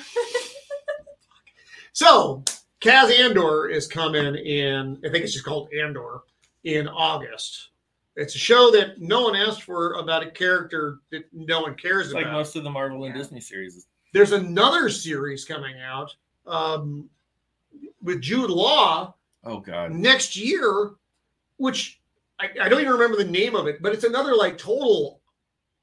So, Kaz Andor is coming in, I think it's just called Andor, in August. It's a show that no one asked for about a character that no one cares
It's
about.
like most of the Marvel and
Yeah.
Disney series.
There's another series coming out um, with Jude Law
Oh God.
next year, which I, I don't even remember the name of it, but it's another like total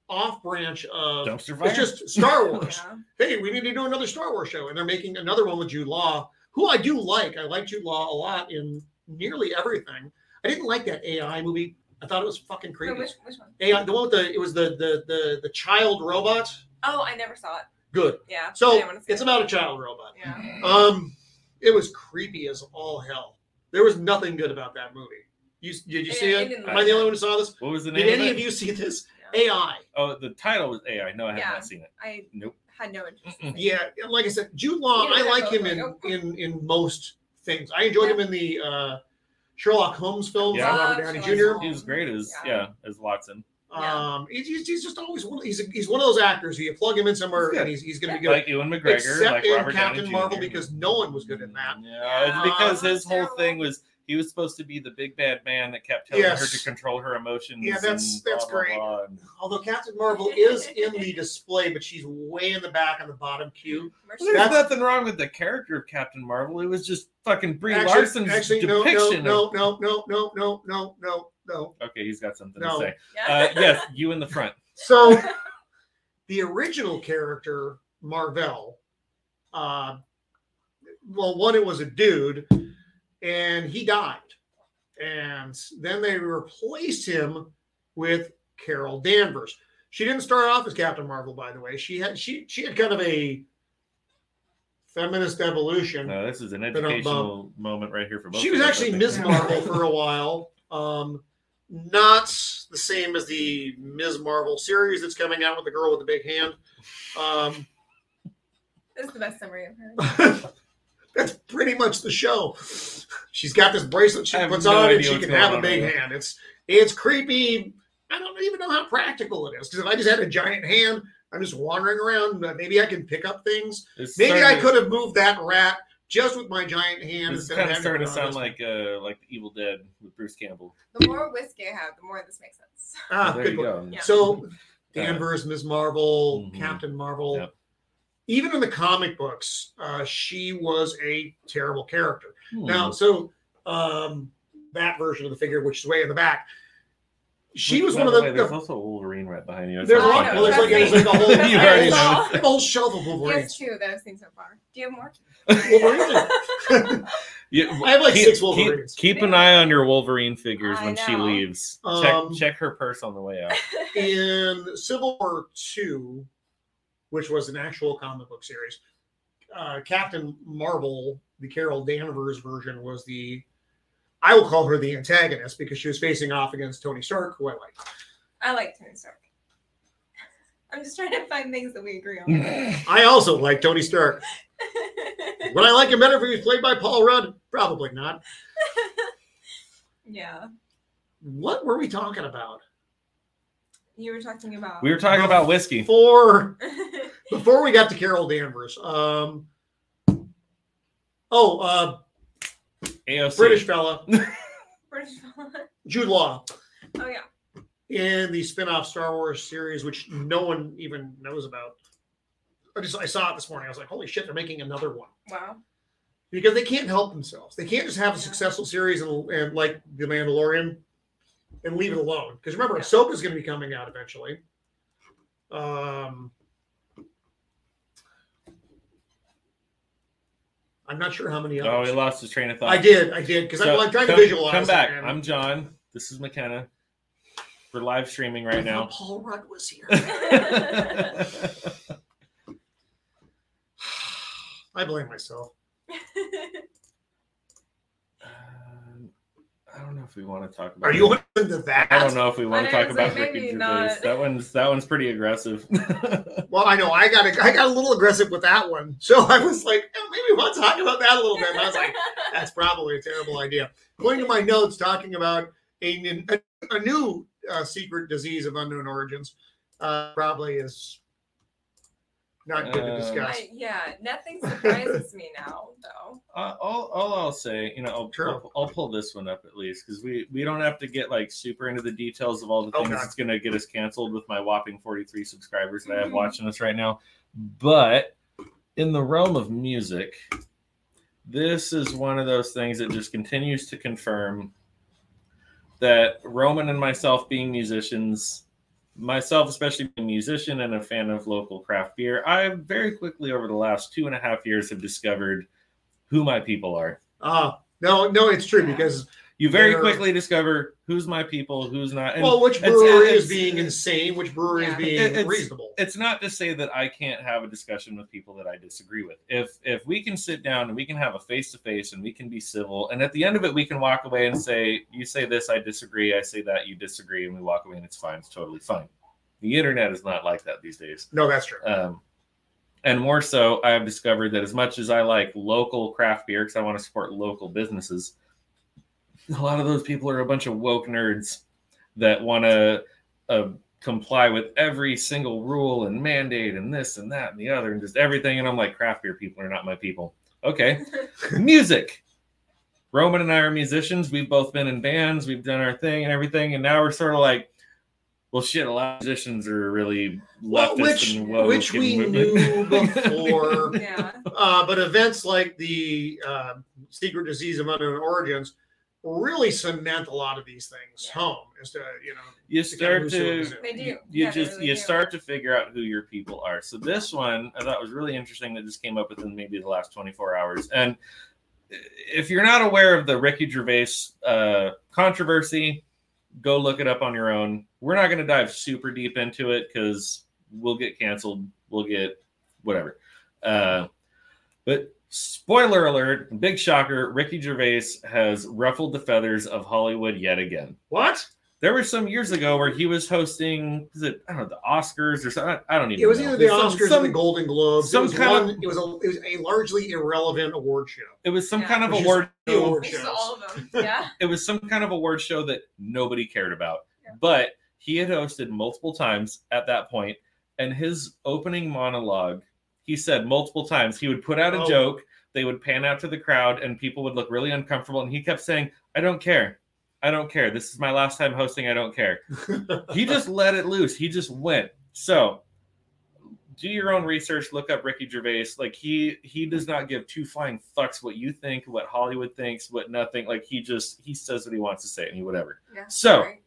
off branch of
Dumpster fire.
it's just Star
<laughs>
Wars.
Yeah.
hey, we need to do another Star Wars show. And they're making another one with Jude Law, who I do like. I like Jude Law a lot in nearly everything. I didn't like that AI movie. I thought it was fucking
Wait,
creepy.
which, which one?
AI, the one with the it was the the the, the child robot.
Oh, I never saw it.
Good.
Yeah. I
So
didn't wanna see
it's
it.
about a child robot.
Yeah.
Um, it was creepy as all hell. There was nothing good about that movie. You did you
I-
see
I
it?
didn't
Am I
like
the
it.
only one who saw this?
what was the
Did
name?
any
of,
of
it?
you see this?
Yeah.
AI.
Oh, the title was AI. No, I have
Yeah.
not seen it.
I
Nope.
had no interest. in it.
Yeah, and like I said, Jude Law.
You know,
I
that
like
goes
him
like,
in
oh.
in in most things. I enjoyed him in the uh, Sherlock Holmes films, with
Yeah.
Robert Downey
Love
Jr.
Uh, Sherlock
He was great as yeah,
Yeah.
as Watson.
Yeah.
Um, he's, he's- he's just always one. He's a, he's one of those actors who you plug him in somewhere
He's good.
and he's, he's going to be good.
Like Ewan McGregor,
Except
like
in
Robert
Captain
Downey
Marvel
Jr.
because no one was good in that.
Yeah, it's
Yeah.
because his
That's
whole
terrible.
thing was he was supposed to be the big bad man that kept telling her
Yes.
to control her emotions.
Yeah, that's-
and blah,
that's
blah,
great.
blah, and-
Although Captain Marvel is in the display, but she's way in the back on the bottom queue.
Mercy.
There's
That's-
nothing wrong with the character of Captain Marvel. It was just fucking Brie Larson's
no, no,
depiction.
no,
of-
no, no, no, no, no, no, no.
Okay, he's got something
No.
to say. Uh,
Yeah.
yes, you in the
<laughs>
front. <laughs>
So the original character, Marvell, uh, well, one, it was a dude, and he died. And then they replaced him with Carol Danvers. She didn't start off as Captain Marvel, by the way. She had she she had kind of a feminist evolution.
No, this is an
But, um,
educational moment right here for both.
She
of
was
us, I
actually
think.
Ms. Marvel for a while. Um, not the same as the Ms. Marvel series that's coming out with the girl with the big hand. Um,
This is the best summary of
<laughs>
her.
that's pretty much the show. She's got this bracelet she
I have
puts
no
on and
idea
she
what's
can
going
have a
on
big
right now.
hand. It's it's creepy. I don't even know how practical it is because if I just had a giant hand, I'm just wandering around. uh, Maybe I can pick up things.
It's
Maybe I
starting to-
could have moved that rat just with my giant hand.
It's
instead of
kind of
having
starting
it
to
on
sound
this-
like uh, like the Evil Dead with Bruce Campbell.
The more whiskey I have, the more this makes sense. <laughs>
ah,
there
good
you
point.
go.
Yeah.
So Danvers, Ms. Marvel,
Mhm.
Captain Marvel.
Yep.
Even in the comic books, uh, she was a terrible character.
Hmm.
Now, so um, that version of the figure, which is way in the back, she was
By
one of the.
way,
the-
there's also a Wolverine right behind you. It's
There's
not
a lot-
like
well, there's like-
that.
there's like a
<laughs>
whole-
You
<laughs>
already
That's
know.
all.
the whole shelf of
He has
Wolverines.
two that I've seen so far. Do you have more?
Wolverines.
Yeah,
I have like
keep,
six
keep-
Wolverines.
Keep, an eye on your Wolverine figures
I
when she
know.
leaves.
Um,
check check her purse on the way
<laughs>
out.
In Civil War Two, which was an actual comic book series, uh, Captain Marvel, the Carol Danvers version, was the. I will call her the antagonist because she was facing off against Tony Stark, who I like.
I like Tony Stark. <laughs> I'm just trying to find things that we agree on.
I also like Tony Stark. Would I like him better if he was played by Paul Rudd? Probably not.
<laughs> yeah.
What were we talking about?
You were talking about.
we
<laughs>
were talking about whiskey.
Before before we got to Carol Danvers. Um Oh, uh
AOC.
British fella,
British Ballad.
Jude Law
<laughs> Oh, yeah.
in the spin-off Star Wars series, which no one even knows about. I just I saw it this morning. I was like, holy shit, they're making another one.
<laughs> Wow.
Because they can't help themselves. They can't just have a
Yeah.
successful series and, and like The Mandalorian and leave it alone. Because remember,
Yeah.
Ahsoka's going to be coming out eventually. Um, I'm not sure how many
Oh,
others.
we lost his train of thought.
I did, I did, because I'm
So,
like trying
come,
to visualize.
Come back.
it, and-
I'm John. This is McKenna. We're live streaming
I
right
thought
<laughs>
now. Uh,
Paul Rudd was here. <sighs> I blame myself.
Um, I don't know if we want to talk about.
Are you into that?
I don't know if we want
I
to
know,
talk
it's
about
like, maybe
Ricky Gervais.
not.
That one's that one's pretty aggressive. <laughs>
Well, I know I got I got a little aggressive with that one, so <laughs> I was like, "Eh, maybe we'll <laughs>
<laughs>
talk about that a little bit. And I was like, That's probably a terrible idea. Going to my notes, talking about a, a, a new uh, secret disease of unknown origins uh, probably is not good to
Uh,
discuss.
I, yeah, nothing surprises me now,
<laughs>
though.
Uh, all, all I'll say, you know, I'll,
Sure.
I'll, I'll pull this one up at least because we we don't have to get like super into the details of all the
Oh,
things
God.
that's going to get us canceled with my whopping 43 subscribers that I have watching us right now. But in the realm of music, this is one of those things that just continues to confirm that Roman and myself being musicians, myself especially being a musician and a fan of local craft beer, I very quickly over the last two and a half years have discovered who my people are.
Uh, no, no, it's true because
You very
They're-
quickly discover who's my people, who's not. And
well, which
it's-
brewery
it's-
is being insane, which brewery
Yeah.
is being
It- it's-
reasonable.
it's not to say that I can't have a discussion with people that I disagree with. If if we can sit down and we can have a face to face and we can be civil, and at the end of it we can walk away and say, "You say this, I disagree. I say that, you disagree," and we walk away and it's fine. It's totally fine. The internet is not like that these days.
no, that's true.
Um, and more so, I have discovered that as much as I like local craft beer, because I want to support local businesses, a lot of those people are a bunch of woke nerds that want to uh, comply with every single rule and mandate and this and that and the other and just everything. And I'm like, craft beer people are not my people. Okay music. Roman and I are musicians. We've both been in bands. We've done our thing and everything. And now we're sort of like, well, shit. A lot of musicians are really
Well,
leftist
which
and woke.
which we
and- <laughs>
knew before,
yeah.
uh, but events like the uh, secret disease of unknown origins really cement a lot of these things
Yeah.
home. Is to you know
you
to
start
kinda lose
to
who it is.
They do.
you, you
Yeah, they
just
really
you
do.
start to figure out who your people are. So this one I thought was really interesting that just came up within maybe the last 24 hours. And if you're not aware of the Ricky Gervais uh, controversy, go look it up on your own. We're not going to dive super deep into it because we'll get canceled. We'll get whatever. Uh, but spoiler alert, big shocker: Ricky Gervais has ruffled the feathers of Hollywood yet again
What?
there were some years ago where he was hosting was it I don't know the Oscars or something. I don't even
It was
know.
either the
Some-
Oscars
some-
or the Golden Globes.
some
it was
kind of-
one, it was a it was a largely irrelevant award show.
it was some
Yeah.
kind of
It was
award
just
show.
award
Just
shows.
all of them. Yeah.
It was some kind of award show that nobody cared about.
Yeah.
But he had hosted multiple times at that point, and his opening monologue, he said multiple times he would put out a
Oh.
joke, they would pan out to the crowd, and people would look really uncomfortable, and he kept saying, "I don't care." I don't care. This is my last time hosting. I don't
<laughs>
care. he just let it loose. He just went. So do your own research. Look up Ricky Gervais. Like he he does not give two flying fucks what you think, what Hollywood thinks, what nothing. Like he just he says what he wants to say and he whatever.
yeah.
So-
sorry.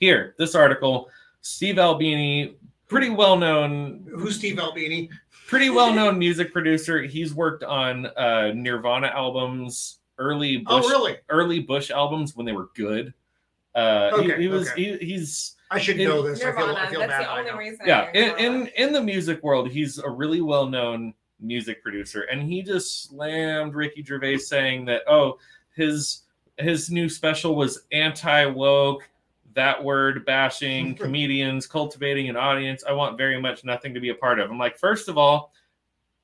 Here, this article, Steve Albini, pretty well known
Who's Steve Albini?
pretty well known music producer. He's worked on uh, Nirvana albums, early Bush,
Oh, really?
early Bush albums when they were good. Uh, he-
Okay,
he, was
okay.
he, he's
I should
In
know this. I feel,
Nirvana.
I feel
that's
bad.
the
that I
only
know.
reason. I
yeah
know
in, in
Nirvana.
in the music world, he's a really well known music producer, and he just slammed Ricky Gervais saying that oh his his new special was anti woke. That word bashing comedians cultivating an audience, I want very much nothing to be a part of. I'm like, first of all,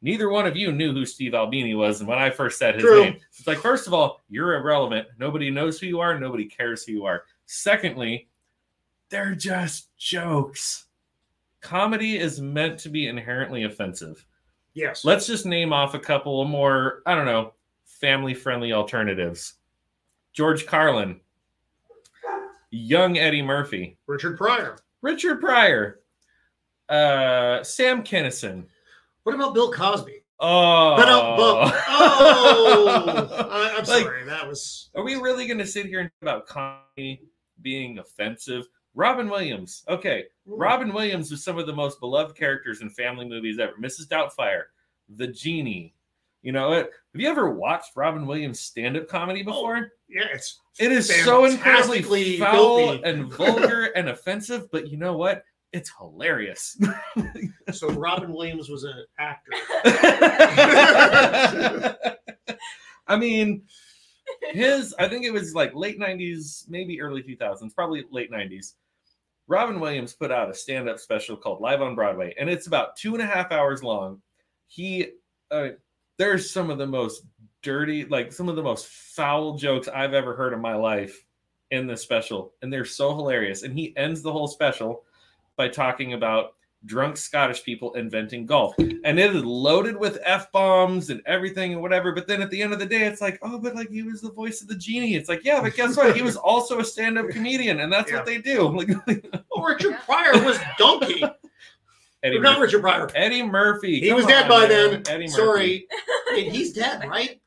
neither one of you knew who Steve Albini was when I first said his
True.
name. It's like, first of all, you're irrelevant. Nobody knows who you are. Nobody cares who you are. Secondly, they're just jokes. Comedy is meant to be inherently offensive.
Yes.
Let's just name off a couple more, I don't know, family friendly alternatives. George Carlin, young Eddie Murphy,
Richard Pryor.
Richard Pryor, uh, Sam Kinison.
What about Bill Cosby?
Oh,
But, uh, but-
<laughs>
oh, I, am
Like-
sorry. That was
Are we really going to sit here and talk about comedy being offensive? Robin Williams. Okay. Robin Williams was some of the most beloved characters in family movies ever. Mrs. Doubtfire, The Genie. You know, it, have you ever watched Robin Williams stand up comedy before?
Yeah, it's
it is so
fantastically
incredibly foul
dopey.
and vulgar and offensive, but you know what? It's hilarious.
so. Robin Williams was an <laughs> actor.
<laughs> I mean, his, I think it was like late 90s, maybe early 2000s, probably late 90s. Robin Williams put out a stand up special called Live on Broadway, and it's about two and a half hours long. He, uh, there's some of the most dirty, like some of the most foul jokes I've ever heard in my life in this special, and they're so hilarious. And he ends the whole special by talking about drunk Scottish people inventing golf, and it is loaded with f bombs and everything and whatever. But then at the end of the day, it's like, oh, but like he was the voice of the genie. It's like, yeah, but guess what? He
<laughs>
was also a stand up comedian, and that's what they do. Like, <laughs>
Well, Richard Pryor was donkey.
Eddie,
not
Murphy.
Richard Pryor.
Eddie Murphy.
He
come
was dead
on,
by
man.
then.
Eddie Murphy.
Sorry. And he's dead, right?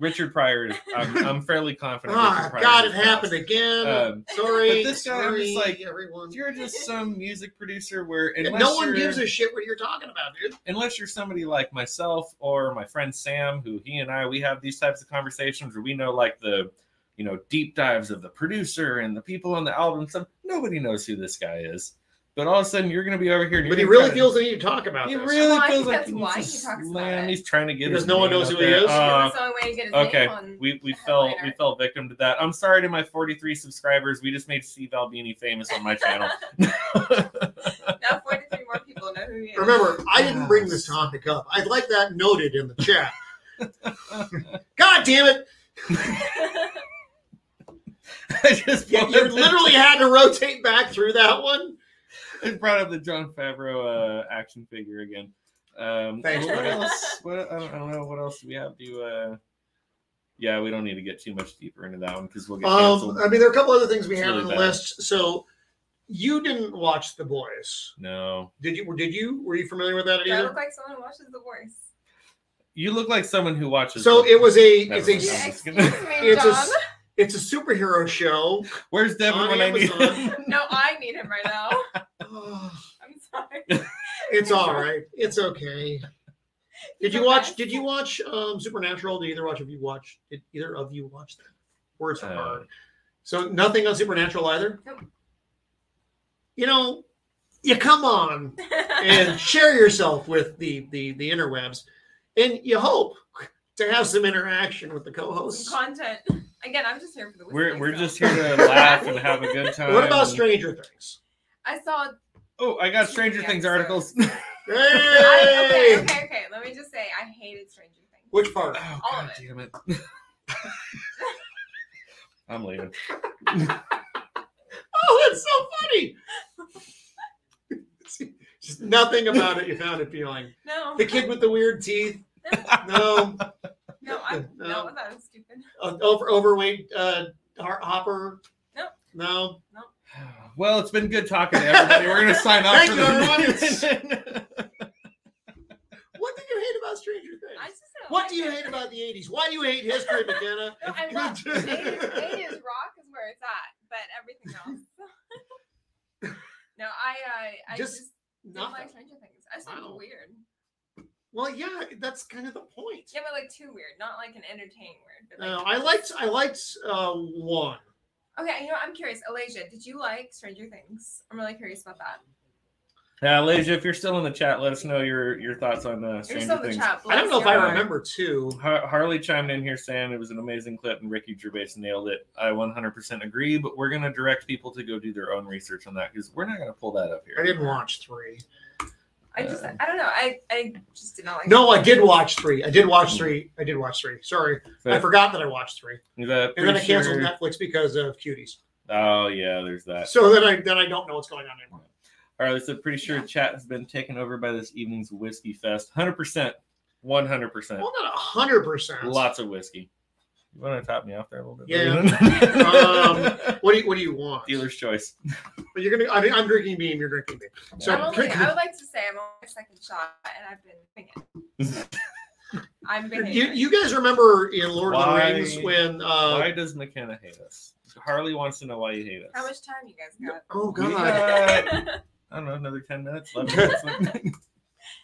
Richard Pryor. Is, I'm,
<laughs>
I'm fairly confident.
Ah,
Richard Pryor
God,
is
it
passed.
happened again.
Um,
sorry.
but this guy, I'm
sorry,
just like-
everyone.
If Um, you're just some music producer where
Yeah,
unless
no one
you're-
gives a shit what you're talking about, dude.
unless you're somebody like myself or my friend Sam, who he and I we have these types of conversations where we know like the you know deep dives of the producer and the people on the album stuff. Nobody knows who this guy is, but all of a sudden you're going to be over here. And
But he
you're
really
gonna
feels the need to talk about
kinda- He
this.
really
Well, I
feels
think
like
that's
he needs
why
to
he talks about
slam-
it.
He's trying to get
Because
his
no one
name
knows
out
who he
there.
is?
Uh,
That's the only way to get his
okay.
name on.
we, we
the
fell we
headliner.
fell victim to that. I'm sorry to my 43 subscribers. We just made Steve Albini famous on my channel. <laughs>
<laughs> now 43 more people know who he is.
Remember, I didn't bring this topic up. I'd like that noted in the chat. God damn it!
I just <laughs>
You, you
wanted to-
literally had to rotate back through that one.
<laughs> I brought up the John Favreau uh, action figure again. Um,
Thanks,
what
Brandon.
else? What, I, don't, I don't know. What else do we have to? Uh... Yeah, we don't need to get too much deeper into that one because we'll get
Um,
canceled.
I mean, there are a couple other things we
It's
have
really
on the
bad.
list. So, you didn't watch The Boys,
no,
did you? Did you? Were you familiar with that
<laughs> Do I
either?
look like someone who watches The Voice?
you look like someone who watches.
So it was a
Never
it's a
mind.
Yeah,
just
excuse
gonna-
me,
<laughs> it's a
John.
s- it's a superhero
<laughs>
show.
Where's Devin
on
when I need
Amazon.
him?
No, I need him right now. <laughs> I'm sorry.
It's all right. It's okay. Did you watch? Did you watch um, Supernatural? Did either watch? Have you watched? Did either of you watch that? Words are
Uh.
hard. So nothing on Supernatural either.
Nope.
You know, you come on
<laughs>
and share yourself with the the the interwebs, and you hope to have some interaction with the co-hosts.
Some content. Again, I'm just here for the
We're <laughs>
whiskey,
we're
so.
just here to laugh and have a good time.
<laughs> What about Stranger Things?
I saw.
Oh, I got Stranger
Yeah,
Things
so-
articles.
Hey!
I, okay, okay, okay. Let me just say, I hated Stranger Things.
Which
<laughs>
part?
Oh,
All of
God damn it. <laughs> I'm leaving. <sighs>
Oh, that's so <laughs> funny. Just nothing about it you found appealing.
No,
The kid with the weird
<laughs>
teeth. No.
no, I'm
<laughs> No.
no, I thought it was stupid.
Uh, Over overweight uh, Har- Hopper.
No.
No.
Well, it's been good talking to everybody. We're going to sign off
Thank
for
you,
the <laughs>
What did you hate about Stranger Things?
I just don't
what
like
do you
it.
hate about the 80s? Why do you hate history,
<laughs>
McKenna?
No, I rock. 80s, 80s rock is where it's at, but everything else. <laughs> no, I, uh, I
Just
just, didn't
Nothing.
like Stranger Things. I just thought it
Wow.
was weird.
Well, yeah, that's kind of the point.
Yeah, but like too weird, not like an entertaining weird. But, like,
No, I liked I liked uh, one.
Okay, you know, what? I'm curious, Alasia, did you like Stranger Things? I'm really curious about that.
Yeah, Alasia, if you're still in the chat, let us know your your thoughts on uh,
You're
Stranger
still in the
Things.
chat.
I don't know if
bless
I
your heart.
remember two.
Har- Harley chimed in here saying it was an amazing clip, and Ricky Gervais nailed it. I 100% agree, but we're going to direct people to go do their own research on that because we're not going to pull that up
I
here.
didn't watch three.
I just, I don't know. I, I just did not like.
No, I did watch three. I did watch three. I did watch three. Sorry, I
But-
forgot that I watched three,
Is that
and then I
pretty
canceled
sure-
Netflix because of cuties.
Oh, yeah, there's that.
So then I then I don't know what's going on anymore.
All right, so pretty sure chat has been taken over by this evening's whiskey fest. 100%. 100%.
Well, not hundred percent.
Lots of whiskey. You want to top me off there a little bit?
Yeah.
<laughs>
Um, What do you What do you want?
Dealer's choice.
But you're gonna. I mean, I'm drinking beam. You're drinking beam. So
I'm only, I would like to say I'm only a second shot, and I've been doing it.
<laughs>
I'm behaving.
you, you guys remember in Lord
Why-
of the Rings when? Uh,
why does McKenna hate us? Harley wants to know why you hate us.
How much time you guys got?
oh
We
God!
got, <laughs> I don't know, another 10 minutes, <laughs> 11 minutes.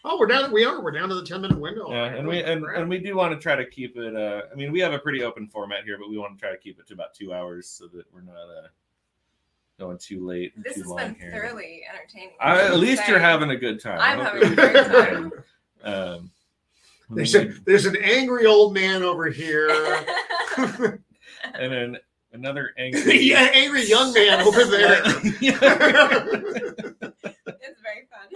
Oh, we're down. We are. We're down to the ten minute window.
yeah, and we and, and
<laughs>
we do want to try to keep it. Uh, I mean, we have a pretty open format here, but we want to try to keep it to about two hours so that we're not uh, going too late, or
This
too
has
long
been
here.
thoroughly entertaining.
I, at
I'm
least you're
saying.
having a good time.
I'm
I hope
having a
<laughs> you're
great
<laughs>
time. <laughs>
Um,
There's, a, there's an angry old man over
<laughs>
here. <laughs>
and then
<laughs>
another angry. <laughs>
yeah, angry young man over there. <laughs>
it's very fun.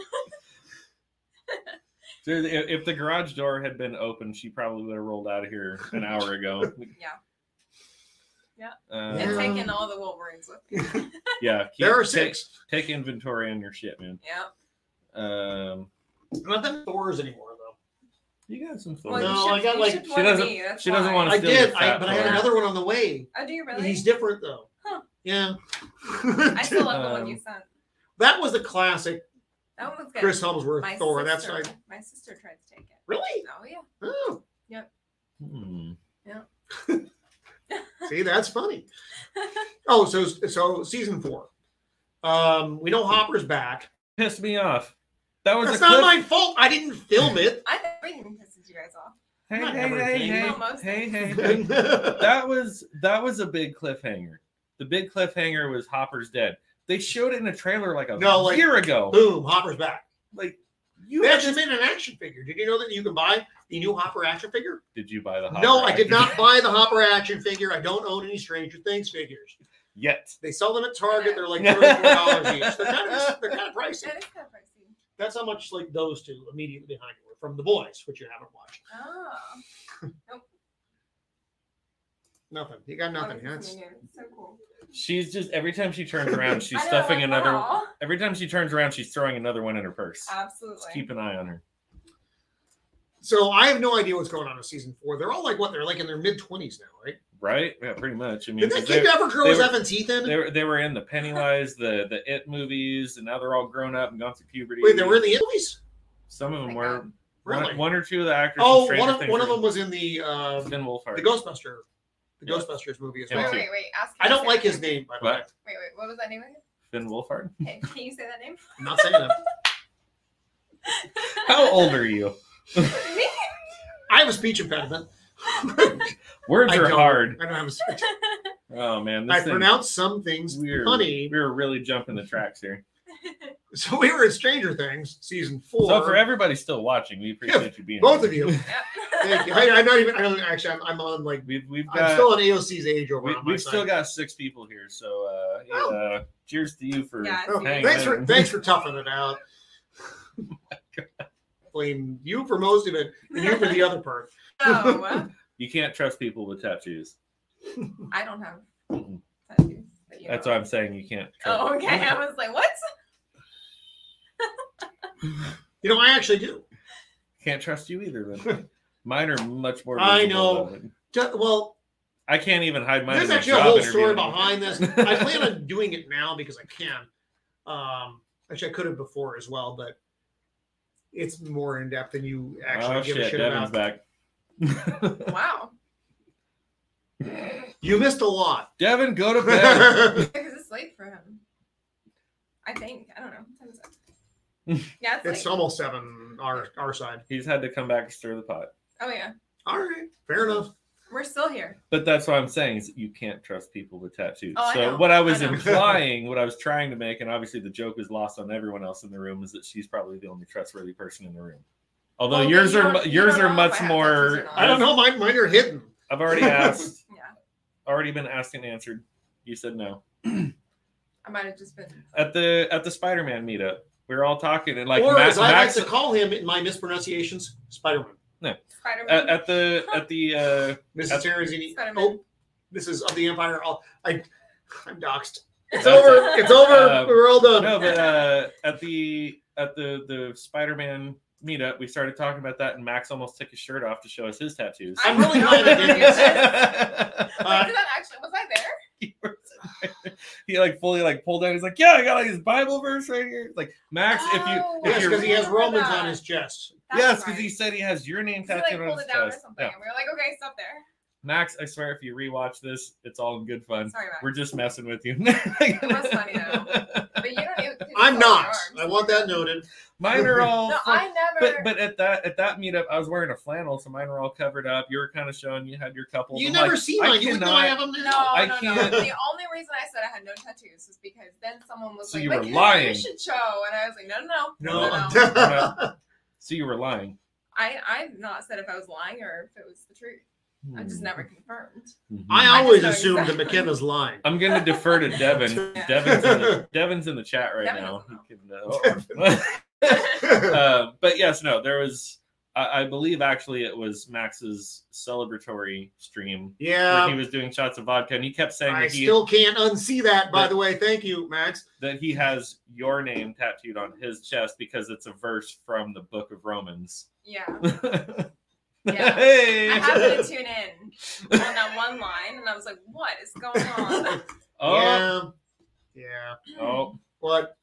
So If if the garage
<laughs>
door had been open, she probably would have rolled out of here an hour ago.
Yeah. Yeah.
Uh,
And taking all the Wolverines with me.
yeah. keep-
There are
take-
six.
Take, inventory on your shit, man.
Yeah.
Um,
Not them Thors anymore though.
you got some
Well,
thoughts.
No,
you should-
I got,
you
like-
should
She
want
doesn't-
me, that's
she doesn't
why.
wanna
I
still
did,
the
I,
fat
but I had
Thor.
another one on the way.
Oh, do you really?
He's different though.
Huh.
Yeah. <laughs>
I still
<laughs>
love the one you
Um,
sent.
that was the classic
That one was good.
Chris Helmsworth
my
Thor. That's
Sister,
right.
My sister tried to take it.
Really?
Oh yeah. <laughs>
Oh,
Hmm.
see, that's funny. oh, so so season four. Um, we know Hopper's back.
Pissed me off. That was
That's
a clip.
not my fault. I didn't
<laughs>
film it.
I think everything pisses you guys off.
Hey,
Not
hey, hey,
everything.
hey,
Almost.
hey, hey, hey. That was that was a big cliffhanger. The big cliffhanger was Hopper's dead. They showed it in a trailer like a
No, like-
year ago.
Boom, Hopper's back.
Like you
You
had
actually made an action figure. Did you know that you can buy the new Hopper action figure?
Did you buy the Hopper?
no, I did
action
not
figure?
buy the Hopper action figure. I don't own any Stranger Things figures.
yet.
They sell them at Target. They're like thirty-four dollars each. They're kind of they're kind of pricey.
That is kind of pricey.
That's how much like those two immediately behind you were from The Boys, which you haven't watched.
Oh.
Nothing. You got nothing.
Oh, this
That's
is new. so cool.
She's just every time she
<laughs>
turns around, she's
I know,
stuffing
like,
another.
wow.
Every time she turns around, she's throwing another one in her purse.
Absolutely.
Just keep an eye on her.
so. I have no idea what's going on in season four. They're all like what they're like in their mid twenties now, right?
Right? Yeah, pretty much. I mean,
Did that
'cause
kid ever grow
they
his
were-
effing teeth in?
they, were, they were in the Pennywise, the the It movies, and now they're all grown up and gone through puberty.
Wait, they were in the movies.
Some of them
Oh my
were.
God.
Really?
One, one or two of the actors.
oh,
from Stranger
one of
Things
one of
were-
them was in the uh,
Finn Wolfhard.
the Ghostbuster, the
Yeah.
Ghostbusters movie as
Him
well.
Wait,
too.
wait, wait. Ask
I
him
don't
to
like
say
his
that
name, by the
What?
way.
Wait, wait. What was that name again?
Finn Wolfhard.
<laughs>
Hey, can you say that name?
I'm not saying that.
How old are you?
<laughs> Me?
I have a speech impediment.
Words
I
are
don't.
hard.
I don't have a speech.
Oh man, this
I
thing-
pronounce some things
we're,
funny.
We were really jumping the tracks here.
So we were in Stranger Things season four.
so for everybody still watching, we appreciate you being
both
here.
of you.
Yep.
Thank you. I, I'm not even. I don't actually. I'm, I'm on like.
We've we've
I'm
got
still on AOC's age over
Uh, we,
on my
we've
side.
still got six people here. So uh, yeah,
Oh.
uh, cheers to you for
Yeah,
Oh,
hanging
thanks for
in.
thanks for toughing it out. <laughs> Blame you for most of it, and you for the other part.
so, uh,
You can't trust people with tattoos.
I don't have
Mm-hmm.
Mm-mm.
tattoos. But you
That's
know.
why I'm saying you can't. Trust
Oh, okay. I
Mm-hmm.
was like, what?
You know, I actually do.
Can't trust you either.
<laughs>
Then mine are much more.
I
visible
know.
than-
Ju- well,
I can't even hide mine.
there's
in a
actually a
job
whole
interview
story
anymore.
behind this. I plan on doing it now because I can. Um, actually, I could have before as well, but it's more in depth than you actually
oh
give a
shit,
shit
Devin's
about.
back.
Wow.
You missed a lot.
Devin, go
<laughs>
to bed.
That's
Because it's late for him. I think. I don't know. What time is it?
<laughs>
Yeah, it's, late.
almost seven. Our our side.
He's had to come back and stir the pot.
oh, yeah.
All right, fair enough.
We're still here.
But that's what I'm saying is you can't trust people with tattoos.
Oh, I
so
know.
what I was
I know. <laughs>
implying, what I was trying to make, and obviously the joke is lost on everyone else in the room, is that she's probably the only trustworthy person in the room. Although
Well,
yours
you
are
don't-
mu-
you
yours
don't
are
know if I
much
have tattoos or
more.
not.
I don't know. Mine mine are hidden.
I've
<laughs>
already asked,
Yeah.
already been asked and answered. You said no
I might have just been.
at the at the Spider-Man meetup. We were all talking and like
or
Ma-
as I
Max
like to call him in my mispronunciations, Spider-Man.
Spider
at,
Man. <laughs>
at the at the uh,
Mrs.
That's-
Terrazini.
Spider-Man.
Oh, this is of the Empire. I'll, I, I'm doxxed. It's over. It's over.
Uh,
We're all
<laughs>
done.
no, but uh, at the at the the Spider-Man meetup, we started talking about that, and Max almost took his shirt off to show us his tattoos.
I'm really glad I did this.
Wait, <laughs>
Uh,
did that actually? Was I there?
<laughs> he like fully like pulled down. He's like, "Yeah, I got like this Bible verse right here." Like Max,
Oh,
if you
yes,
if
because
you're
he has
Remember
Romans
that.
on his chest.
That's
yes, because
right.
he said he has your name
So they
tattooed on
pulled
his
it down or
chest.
something.
Yeah.
And we were like, okay, stop there.
Max, I swear, if you rewatch this, it's all in good fun.
Sorry, Max.
We're just messing with you. <laughs>
was funny, though. But you don't even.
I'm not. I
I
want that noted.
Mine are all.
no,
fuck-
I never.
but but at that at that meetup, I was wearing a flannel, so mine were all covered up. You were kind of showing you had your couple.
You
I'm
never
like,
see
I
mine. You wouldn't know I
cannot-
have them
no,
now.
I
no, no.
can't-
The only reason I said I had no tattoos is because then someone was
So
like,
you
"But
were
Kendra,
lying.
You should show, and I was like, no, no, no, no,
No.
no.
<laughs> So you were lying.
I I've not said if I was lying or if it was the truth. I
Hmm.
just never confirmed.
Mhm.
<laughs> I
I
always
know
assume that
exactly.
McKenna's lying.
I'm gonna defer to
<laughs>
Devin.
Yeah.
Devin's in the, Devin's in the chat right
Devin
now.
doesn't
<laughs> He can, uh, uh, but yes, no, there was I, I believe actually it was Max's celebratory stream where he
Yeah,
was doing shots of vodka, and he kept saying
I
that he,
still can't unsee that. By
Yeah.
the way, thank you, Max.
that he has your name tattooed on his chest because it's a verse from the Book of Romans. <laughs>
Yeah. Yeah. I
hey, <laughs>
happened to tune in on that one line, and I was like, "What is going on?"
oh,
Yeah,
<laughs>
yeah.
oh,
What?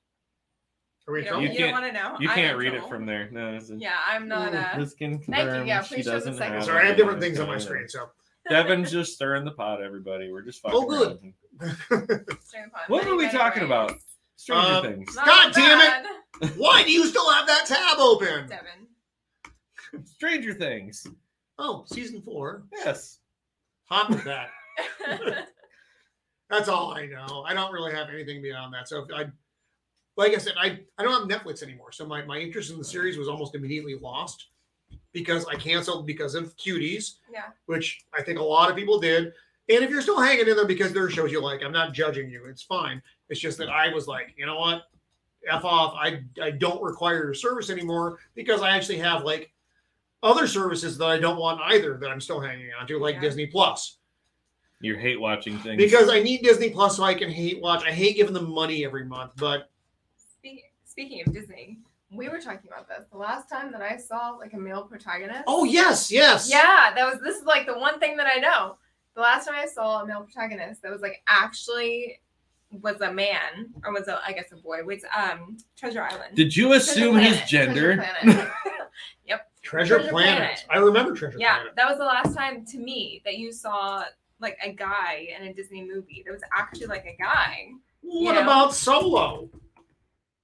Are we
You, know,
You
you,
filming?
don't
can't-
want to know.
you
I'm
can't
in
read it
trouble.
from there. No, it's a,
Yeah, I'm not uh, a.
This can
Thank you, yeah,
she
please show the
doesn't
second
have
Sorry, I have
it.
different things on my
Yeah.
screen. So
Devin's just stirring the pot, everybody. We're just fucking.
Oh, good.
around.
Steering pod.
What were we
Anyway,
talking about? Stranger
Um,
Things.
not
God damn it.
bad,
why do you still have that tab open?
<laughs> Devin.
Stranger Things.
Oh, season four.
Yes.
Hot with that. That's all I know. I don't really have anything beyond that. So if I, like I said, I, I don't have Netflix anymore. So my, my interest in the series was almost immediately lost because I canceled because of cuties,
Yeah.
which I think a lot of people did. And if you're still hanging in there because there are shows you like, I'm not judging you. It's fine. It's just that I was like, you know what? F off. I, I don't require your service anymore because I actually have like other services that I don't want either that I'm still hanging on to, like
Yeah.
Disney Plus
You hate watching things.
because I need Disney Plus so I can hate watch. I hate giving them money every month, but
Speaking, speaking of Disney, we were talking about this the last time that I saw like a male protagonist.
oh yes, yes,
Yeah, that was. This is like the one thing that I know. The last time I saw a male protagonist that was like actually was a man or was a I guess a boy was um Treasure Island.
Did you
Treasure
assume his
Planet,
gender?
Treasure Planet.
Treasure,
Treasure
Planet.
Planet.
I remember Treasure
yeah,
Planet.
that was the last time to me that you saw like a guy in a Disney movie that was actually like a guy.
What
Yeah.
about Solo?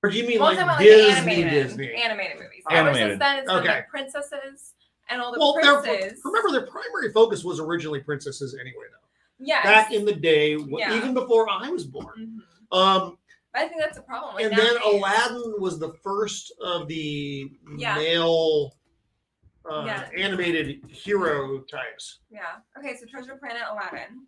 Or do you mean
Well, I'm
like,
talking about,
Disney?
the animated,
Disney.
animated movies. Ever
Animated.
since then, it's been
Okay.
like princesses and all the
well, their,
princes.
remember their primary focus was originally princesses anyway, though.
yes.
Back in the day, wh-
Yeah.
even before I was born.
Mhm.
Um,
I think that's a problem. Like
and then
nowadays-
Aladdin was the first of the
Yeah.
male uh,
Yeah.
animated hero types.
Yeah. Okay, so Treasure Planet Aladdin.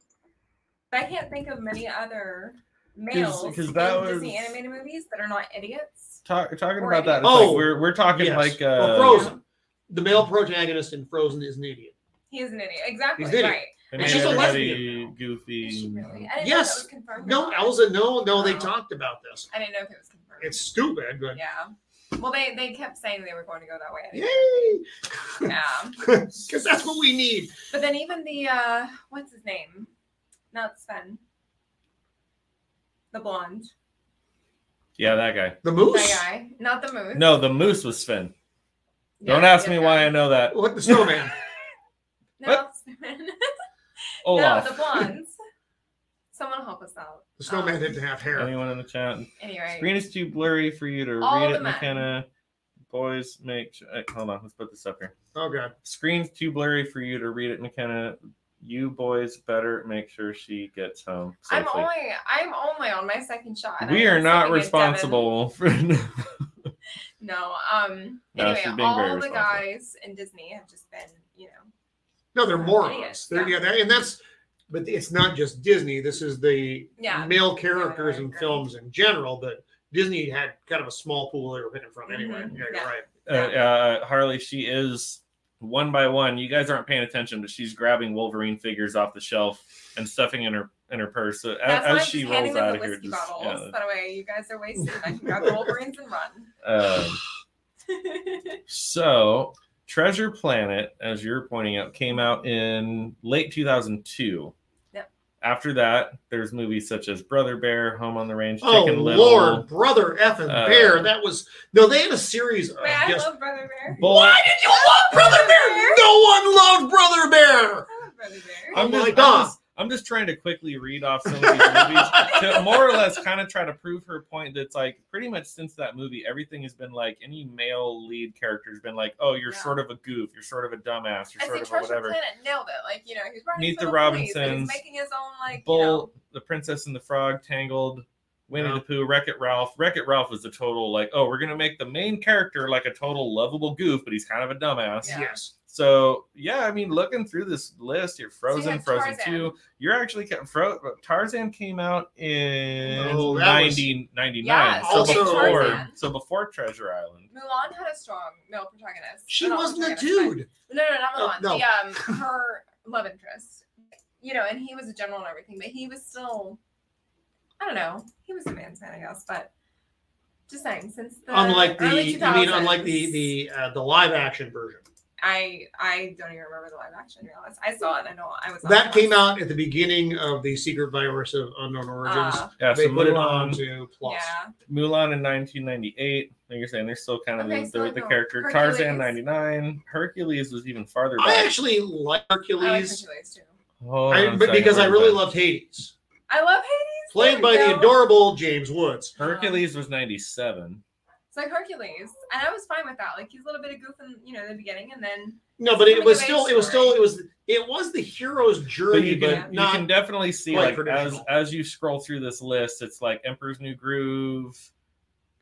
But I can't think of many other males
'Cause- 'cause that
in Disney
was-
animated movies that are not idiots.
Talk, talking
Or
about that. It's
Oh,
like we're we're talking
yes.
like uh,
Well, Frozen. The male protagonist in Frozen is an idiot.
He is an idiot. Exactly.
He's an idiot.
Right.
They
And
made
she's a
everybody
lesbian.
Goofy.
Is she
and-
really? I didn't know if
Yes.
that was confirmed.
No,
I was.
Elsa, no, no, they
No.
talked about this.
I didn't know if it was confirmed.
It's stupid, but
yeah. Well, they they kept saying they were going to go that way.
yay! <laughs>
Yeah.
Because that's what we need.
But then even the uh what's his name? Not Sven. The blonde.
Yeah, that guy.
The
That
moose?
guy. Not the moose.
No, the moose was Sven.
Yeah,
Don't ask
the
me
good
why I
guy.
know that.
What the snowman?
<laughs> No, Sven.
Olaf.
No, the blondes. Someone help us out.
The snowman
Um,
didn't have hair.
Anyone in the chat?
Anyway.
Screen is too blurry for you to
All
read
the
it,
men.
McKenna. Boys, make. Sh- uh, hold on, let's put this up here.
Oh god.
Screen's too blurry for you to read it, McKenna. You boys better make sure she gets home safely.
I'm only I'm only on my second shot. and
we
I'm
are not
sitting at
responsible <laughs> for.
Devin. No. Um.
No,
Anyway,
she's being very
all the
responsible.
guys in Disney have just been, you know,
No, they're morons.
Idiots,
They're, yeah,
yeah.
that- and that's, but it's not just Disney. This is the
Yeah.
male characters
Yeah, I
in
agree.
films in general, but Disney had kind of a small pool they were picking from anyway.
Mhm,
Yeah, you're
yeah.
right.
uh, uh, Harley, she is one by one. You guys aren't paying attention, but she's grabbing Wolverine figures off the shelf and stuffing in her in her purse. So as,
that's why I'm
as
just
she
handing
rolls
them
out
the
of here,
whiskey
just,
bottles.
yeah,
That way, you guys are wasted. and I can grab the Wolverines and run. <laughs>
um, so Treasure Planet, as you're pointing out, came out in late 2002.
Yep.
After that, there's movies such as Brother Bear, Home on the Range,
Oh
Chicken Little,
Lord, brother F and
Uh,
Bear. That was no, they had a series of
Wait, I
just
love Brother Bear.
Bull-
Why did you love Brother Bear? No one loved Brother Bear.
I love Brother Bear.
I'm
Oh
just,
my God.
I'm just- I'm just trying to quickly read off some of these movies to more or less kind of try to prove her point that's like pretty much since that movie everything has been like any male lead character has been like oh you're
Yeah.
sort of a goof you're sort of a dumbass you're
I
sort
see
of a
Treasure
whatever
Planet nailed it. Like you know, he's running
Meet
for
the
police, and
Robinsons,
He's making his own like
bull
You know,
the princess and the frog tangled winnie
Yeah.
the pooh wreck-it ralph wreck-it ralph was the total like oh we're gonna make the main character like a total lovable goof but he's kind of a dumbass
Yeah.
Yes.
So yeah, I mean, looking through this list, you're Frozen,
had
Frozen
Tarzan.
Two. You're actually ca- Fro- Tarzan came out in
Oh, that was-
90, 99.
Yeah,
so
so
before,
Tarzan.
so before Treasure Island.
Mulan had a strong male protagonist.
She
Or not
wasn't a
protagonist,
dude.
but- No, no, not
Oh,
Mulan.
no. <laughs>
The, um, her love interest. You know, and he was a general and everything, but he was still, I don't know, he was a man's man, I guess. But just saying, since the
Unlike the,
Uh, early
you mean
2000s,
unlike the the uh, the live action version
I I don't even remember the live action. To be honest, I saw it. I know I was on
that
the
came
bus.
out at the beginning of the secret virus of unknown origins.
Uh,
Yeah,
they
so
put it
Mulan,
on to plus.
yeah,
Mulan in 1998. Like you're saying, they're still kind of
Okay,
the,
so
the, the
no.
character. Tarzan
Hercules.
99. Hercules was even farther
I
back.
actually like
I like
Hercules,
Hercules too.
Hold on
I,
a
but
second,
because I
wait a
really
minute.
loved Hades,
I love Hades.
played
There
by
we
the
go.
adorable James Woods.
Hercules was 97.
It's like Hercules, and I was fine with that. Like he's a little bit of goof in you know the beginning, and then
No, but it
Coming
was
of
still,
age
it was
story.
still, it was, it was the hero's
But
journey,
you
but,
can
Yeah.
you
not.
can definitely see
quite
like as
traditional.
as you scroll through this list, it's like Emperor's New Groove.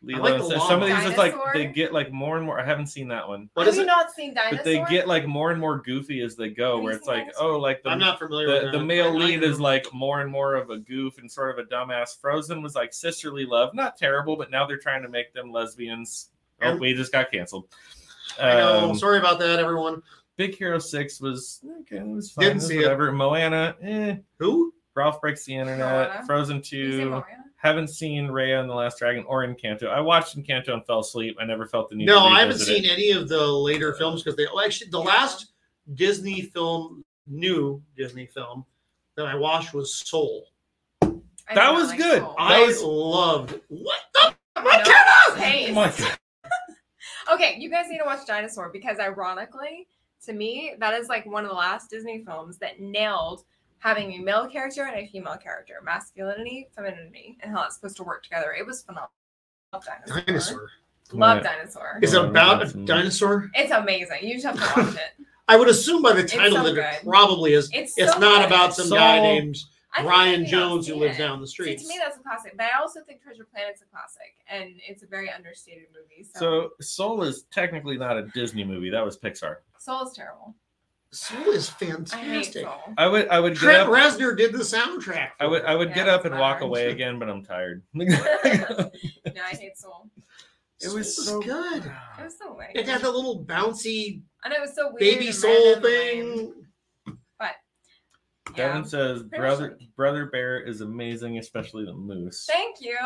Lilo
like
and
the
Stitch.
long
some of these it's like
Dinosaur.
they get like more and more. I haven't seen that one,
what
have
is
you
it?
not seen Dinosaur?
but they get like more and more goofy as they go.
Have
Where
you
it's
seen
like,
Dinosaur?
oh, like the
I'm not familiar
the,
with
the
that.
male
I- I
lead
know.
is like more and more of a goof and sort of a dumbass. Frozen was like sisterly love, not terrible, but now they're trying to make them lesbians. Oh,
Um,
we just got canceled.
I know.
Um,
Sorry about that, everyone.
Big Hero Six was okay, it was fine,
Didn't
it was
see it.
whatever. Moana, eh.
Who?
Ralph breaks the internet.
Moana.
Frozen
You seen
Two.
Moria?
Haven't seen Raya and the Last Dragon or Encanto. I watched Encanto and fell asleep. I never felt the need.
No,
to
I haven't
revisit it.
seen any of the later films because they oh, actually the
Yeah.
last Disney film, new Disney film that I watched was Soul.
I did
That
not
was
like
good.
Soul.
I
I
was-
loved what the
I know. Taste.
Oh my God.
Okay, you guys need to watch Dinosaur because ironically, to me, that is like one of the last Disney films that nailed having a male character and a female character, masculinity, femininity, and how it's supposed to work together. It was phenomenal. Love Dinosaur.
dinosaur.
Love
Yeah.
Dinosaur.
Is it
Yeah,
about a
Oh, that's-
dinosaur?
It's amazing. You just have to watch
<laughs>
it.
I would assume by the title
so
that it
good.
probably is.
It's,
It's
so
not
good.
about some
Soul.
guy named
I think
Ryan
maybe I'll
Jones who
see
lives
it.
down the
See,
street.
to me, that's a classic, but I also think Treasure Planet's a classic, and it's a very understated movie. So,
So Soul is technically not a Disney movie. That was Pixar.
Soul is terrible.
Soul is
I hate
<laughs>
fantastic.
Soul. <laughs>
I would I would get
Trent
up.
Reznor did the soundtrack.
I would I would
Yeah,
get up
that's
and
my
walk
orange.
away again, but I'm tired. <laughs>
No, I hate Soul.
It was
Soul
so
good.
It was so lame.
It had that little bouncy
I know it's so weird.
baby
and
soul
random and lame.
thing.
Yeah.
Devin says
much
brother
like-
brother bear is amazing, especially the moose.
Thank you.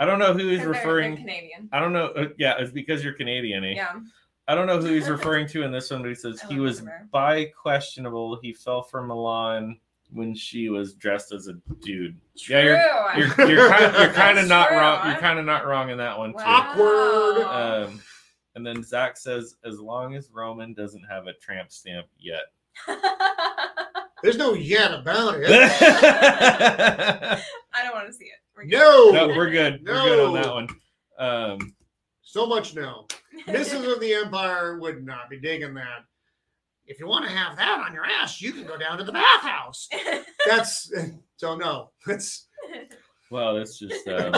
I don't know who he's
'Cause they're- they're
referring.
Canadian.
I don't know. uh, yeah, it's because you're Canadian. Eh?
Yeah. Oh,
I don't know who
<laughs>
he's referring to in this one, but he says
I
he
love
was
Brother Bear.
bi questionable. He fell for Milan when she was dressed as a dude. Yeah, you're-
<laughs>
You're
<laughs>
you're kind of, you're kind of
That's
not
true,
wrong.
I-
You're kind of not wrong in that one too.
Wow.
Awkward.
Um, and then Zach says, as long as Roman doesn't have a tramp stamp yet.
There's no yet
<laughs>
about it.
no,
<laughs> I don't want to see it. We're good.
no,
<laughs>
we're good. We're good on that
No.
one. Um,
so much no. Mrs. of the Empire would not be digging that. If you want to have that on your ass, you can go down to the
<laughs>
bathhouse. That's so no. That's
well, that's just. Um,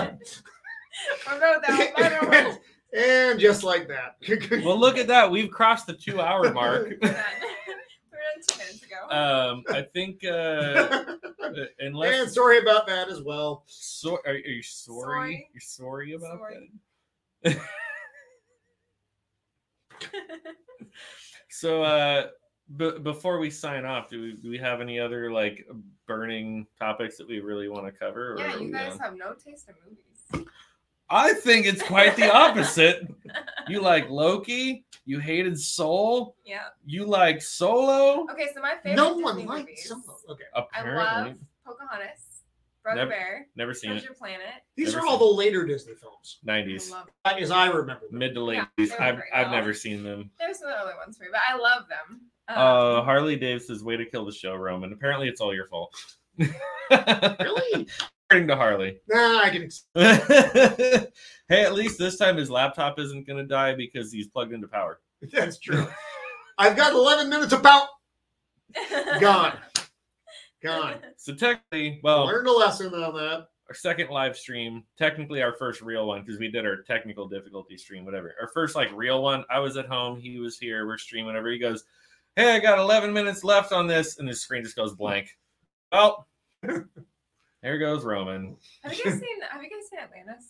I wrote that one.
<laughs>
I wrote
and, just like that. <laughs>
well, look at that. We've crossed the two-hour mark.
that. <laughs> We were done two minutes ago.
Um, I think uh,
<laughs> and
unless
sorry about that as well.
so, are, are you sorry?
Sorry.
You're sorry about
Sorry.
that.
<laughs>
So, uh, b- before we sign off, do we, do we have any other like burning topics that we really want to cover?
yeah,
are
you
we
guys
on?
have no taste in movies.
I think it's quite the
<laughs>
opposite. you like Loki. You hated Soul.
Yeah.
You like Solo.
Okay, so my favorite.
No one
Disney
liked
movies.
some. Okay,
I
Apparently,
love Pocahontas, Brother
Never
Bear,
never seen it.
Treasure Planet.
these
Never
are all the later Disney films,
Nineties,
I love
uh, as I remember.
<laughs>
Them.
mid to late.
Yeah,
80s.
they were
I've
great.
I've never seen them.
There's some other ones for me, but I love them.
Uh,
Um,
Harley Dave says, "Way to kill the show, Roman." Apparently, it's all your fault. <laughs>
Really?
According to Harley. <laughs>
Nah, I can. ex-
hey, at least this time his laptop isn't gonna die because he's plugged into power.
That's true. I've got 11 minutes about
Uh,
<laughs>
gone, gone.
So technically, well,
Learned a lesson on that.
our second live stream, technically our first real one because we did our technical difficulty stream, whatever. Our first like real one. I was at home, he was here, we're streaming. Whatever he goes, hey, I got 11 minutes left on this, and the screen just goes blank.
<laughs>
Well, there goes Roman.
Have you guys seen? Have you guys seen Atlantis?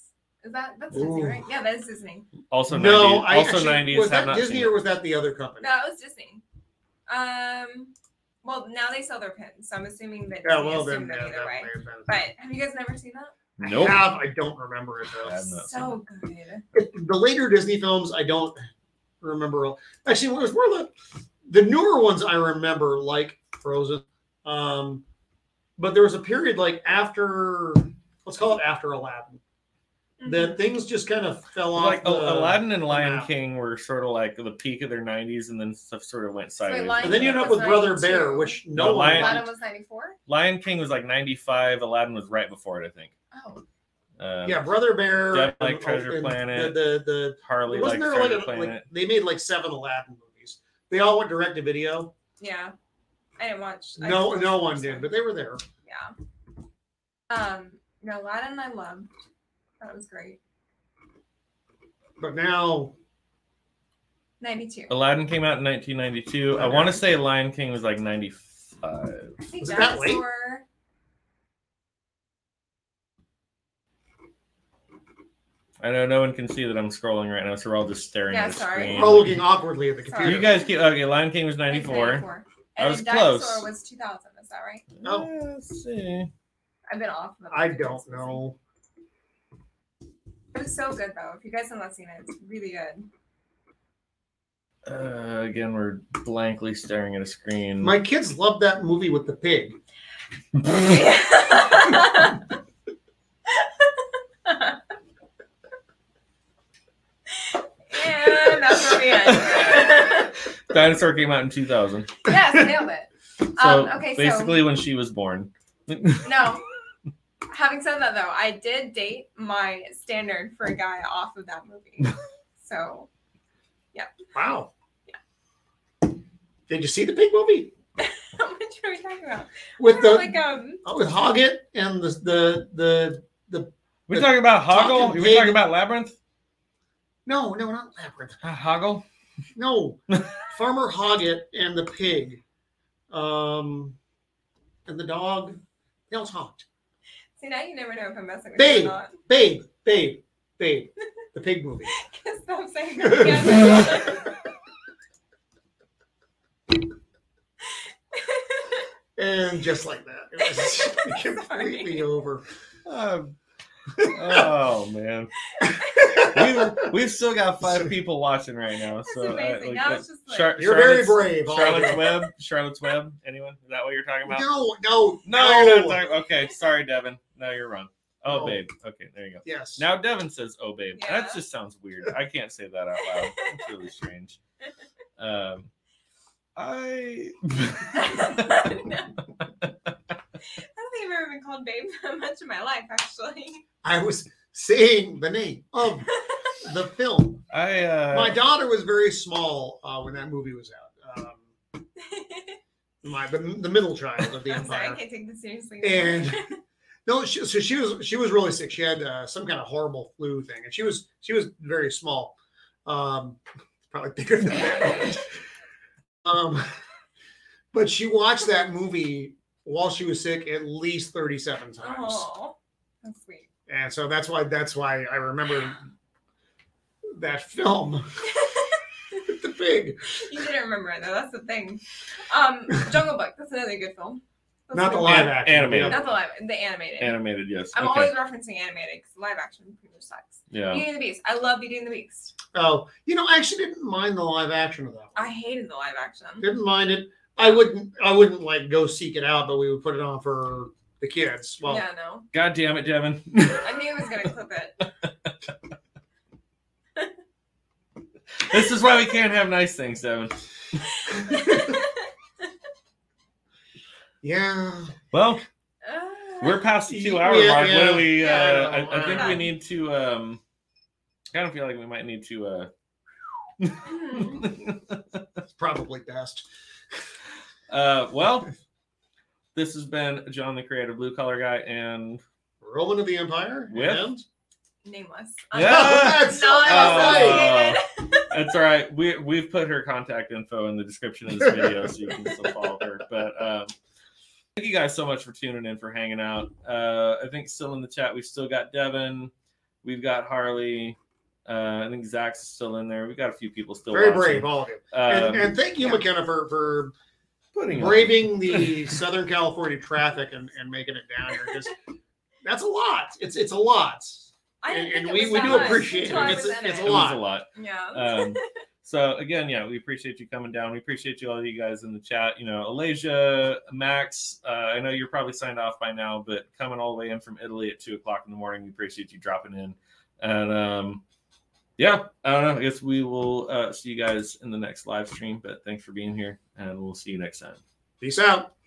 Is that that's Disney,
Ooh.
right? Yeah, that is Disney.
Also, 90s,
no, I
also
actually-
90s.
Was
have
that
not
Disney
seen
or
it.
was that the other company?
No, it was Disney. Um, well, now they sell their pins, so I'm assuming that Disney
Yeah, well then,
assumed
yeah,
them either
that
way.
may have been-
But have you guys never seen that?
Nope.
I have. I don't remember it though.
I've not seen
so good.
the later Disney films, I don't remember. Actually, it was more the the newer ones I remember, like Frozen. Um, but there was a period like after, let's call it after Aladdin,
Mm-hmm.
that things just kind of fell off.
Like
the-
Al- Aladdin and Lion
map.
King were sort of like the peak of their 90s, and then stuff sort of went sideways.
Lion-
and then you end up with Brother Bear, which
No,
no, one
Lion-
Bottom
liked.
was '94.
Lion King was like 95. Aladdin was right before it, I think.
Oh,
Uh,
Yeah, Brother Bear.
Def like Treasure
and
Planet.
The, the, the,
Harley like
wasn't there
Treasure
like, a,
Planet.
like they made like seven Aladdin movies. They all went direct to video.
yeah. I didn't watch. I
No,
just
no
watched
one
the
did,
first
but they were there.
one. Yeah. Um. No, Aladdin I loved. That was great.
But now
'92.
Aladdin came out in 1992. I want to say Lion King was like 95.
I think
Was it that late?
Dinosaur-
I know no one can see that I'm scrolling right now, so we're all just staring
Yeah,
at the
sorry.
screen.
we're all looking awkwardly at the
Sorry.
computer.
You guys keep okay. Lion King was 94.
1994.
I
And
was
then
close.
Dinosaur was 2000. Is that right?
Oh.
Yeah, let's see.
I've been off. the
I
market
don't
since-
know.
It was so good though. If you guys have not seen it, it's really
<laughs>
good.
Uh, again, we're blankly staring at a screen.
My kids loved that movie with the pig.
and that's where
<laughs>
we end.
<laughs> Dinosaur came out in 2000.
yes, nailed it.
So
um, okay,
basically, when she was born.
so no. Having said that though, I did date my standard for a guy off of that movie.
<laughs>
So <laughs>
Wow. Did you see the pig movie
which are we talking about?
with the oh,
like um
with Hoggett and the the the
We're talking about Hoggle.
Talking
We're
pig.
talking about Labyrinth.
no no not labyrinth
Uh, Hoggle. <laughs>
no Farmer Hoggett and the pig, um, and the dog. They all talked.
see now you never know if I'm messing with
Babe.
you or not. <laughs>
Babe, babe, babe. The pig movie.
Because I'm
<laughs>
saying that again.
And just like that,
<laughs>
it was <laughs> completely
Sorry.
over.
Um, oh man, we've, we've still got five people watching right now.
That's
So uh, like,
amazing. Now
uh,
it's just like-
Char-
You're very
Charlotte's-
brave.
Charlotte's
Hoggett.
Web. Charlotte's Web. Anyone? Is that what you're talking about?
No, no,
No, you're not talking. Okay, sorry, Devin. No, you're wrong. Oh,
No.
babe. Okay, there you go.
Yes.
Now Devin says, "Oh, babe."
Yeah.
That just sounds weird. I can't say that out loud. It's really strange. <laughs> Um, I.
<laughs> I don't think I've ever been called babe <laughs> much in my life, actually.
I was saying the name of
<laughs>
the film.
I. Uh,
My daughter was very small uh, when that movie was out. Um,
<laughs>
my the, the middle child of the
I'm sorry, I
empire.
can't take this seriously.
And no, she, so she was she was really sick. She had uh, some kind of horrible flu thing, and she was she was very small. Um, probably bigger than
<laughs>
that. um, but she watched that movie while she was sick at least thirty-seven times.
oh, that's sweet.
and so that's why that's why I remember that film. <laughs> With the pig,
You didn't remember it though. That's the thing. Um, Jungle Book. That's another good film. That's
not the
good.
live action,
Animated.
Not the live. The animated.
animated, yes.
I'm
okay. Oh.
always referencing animated because live action pretty much sucks.
yeah.
Beauty and the Beast. I love Beauty and the Beast.
Oh, you know, I actually didn't mind the live action of that. One.
I hated the live action.
Didn't mind it. I wouldn't. I wouldn't like go seek it out, but we would put it on for the kids. Well,
yeah, no.
God damn it, Devin. <laughs>
I knew he was gonna clip it.
this is why we can't have nice things, Devin.
yeah.
Well,
Uh,
we're past the two hour
Yeah,
mark. What
yeah.
do we? Uh,
Yeah,
I, I think we
yeah.
need to. Um, I kind of feel like we might need to. Uh,
hmm.
<laughs> It's probably best.
uh, well,
<laughs>
this has been John, the creative blue collar guy, and
Roman of the Empire
With? Ah!
and
nameless.
Yeah.
<laughs> That's so
Oh,
Non-associated.
<laughs> That's all right. We we've put her contact info in the description of
<laughs>
this video, so you can still follow her. But um, thank you guys so much for tuning in for hanging out. Uh, I think still in the chat, we've still got Devin, we've got Harley. Uh, I think Zach's still in there. We got a few people still.
Very
watching.
brave, all of you.
Um,
and, and thank you,
yeah.
McKenna, for, for
putting up-
braving the Southern California traffic and, and making it down here. Because that's a lot. It's it's a lot.
I didn't
And-
think
and
it
we-
was
we
that
do
much
appreciate
until
it.
I
It's-
was in
it's a
It
it.
was a lot.
Yeah.
um, so again, yeah, we appreciate you coming down. We appreciate you all you guys in the chat. You know, Alasia, Max, uh, I know you're probably signed off by now, but coming all the way in from Italy at two o'clock in the morning, we appreciate you dropping in. And um, yeah, I don't know. I guess we will uh, see you guys in the next live stream. But thanks for being here, and we'll see you next time.
Peace out.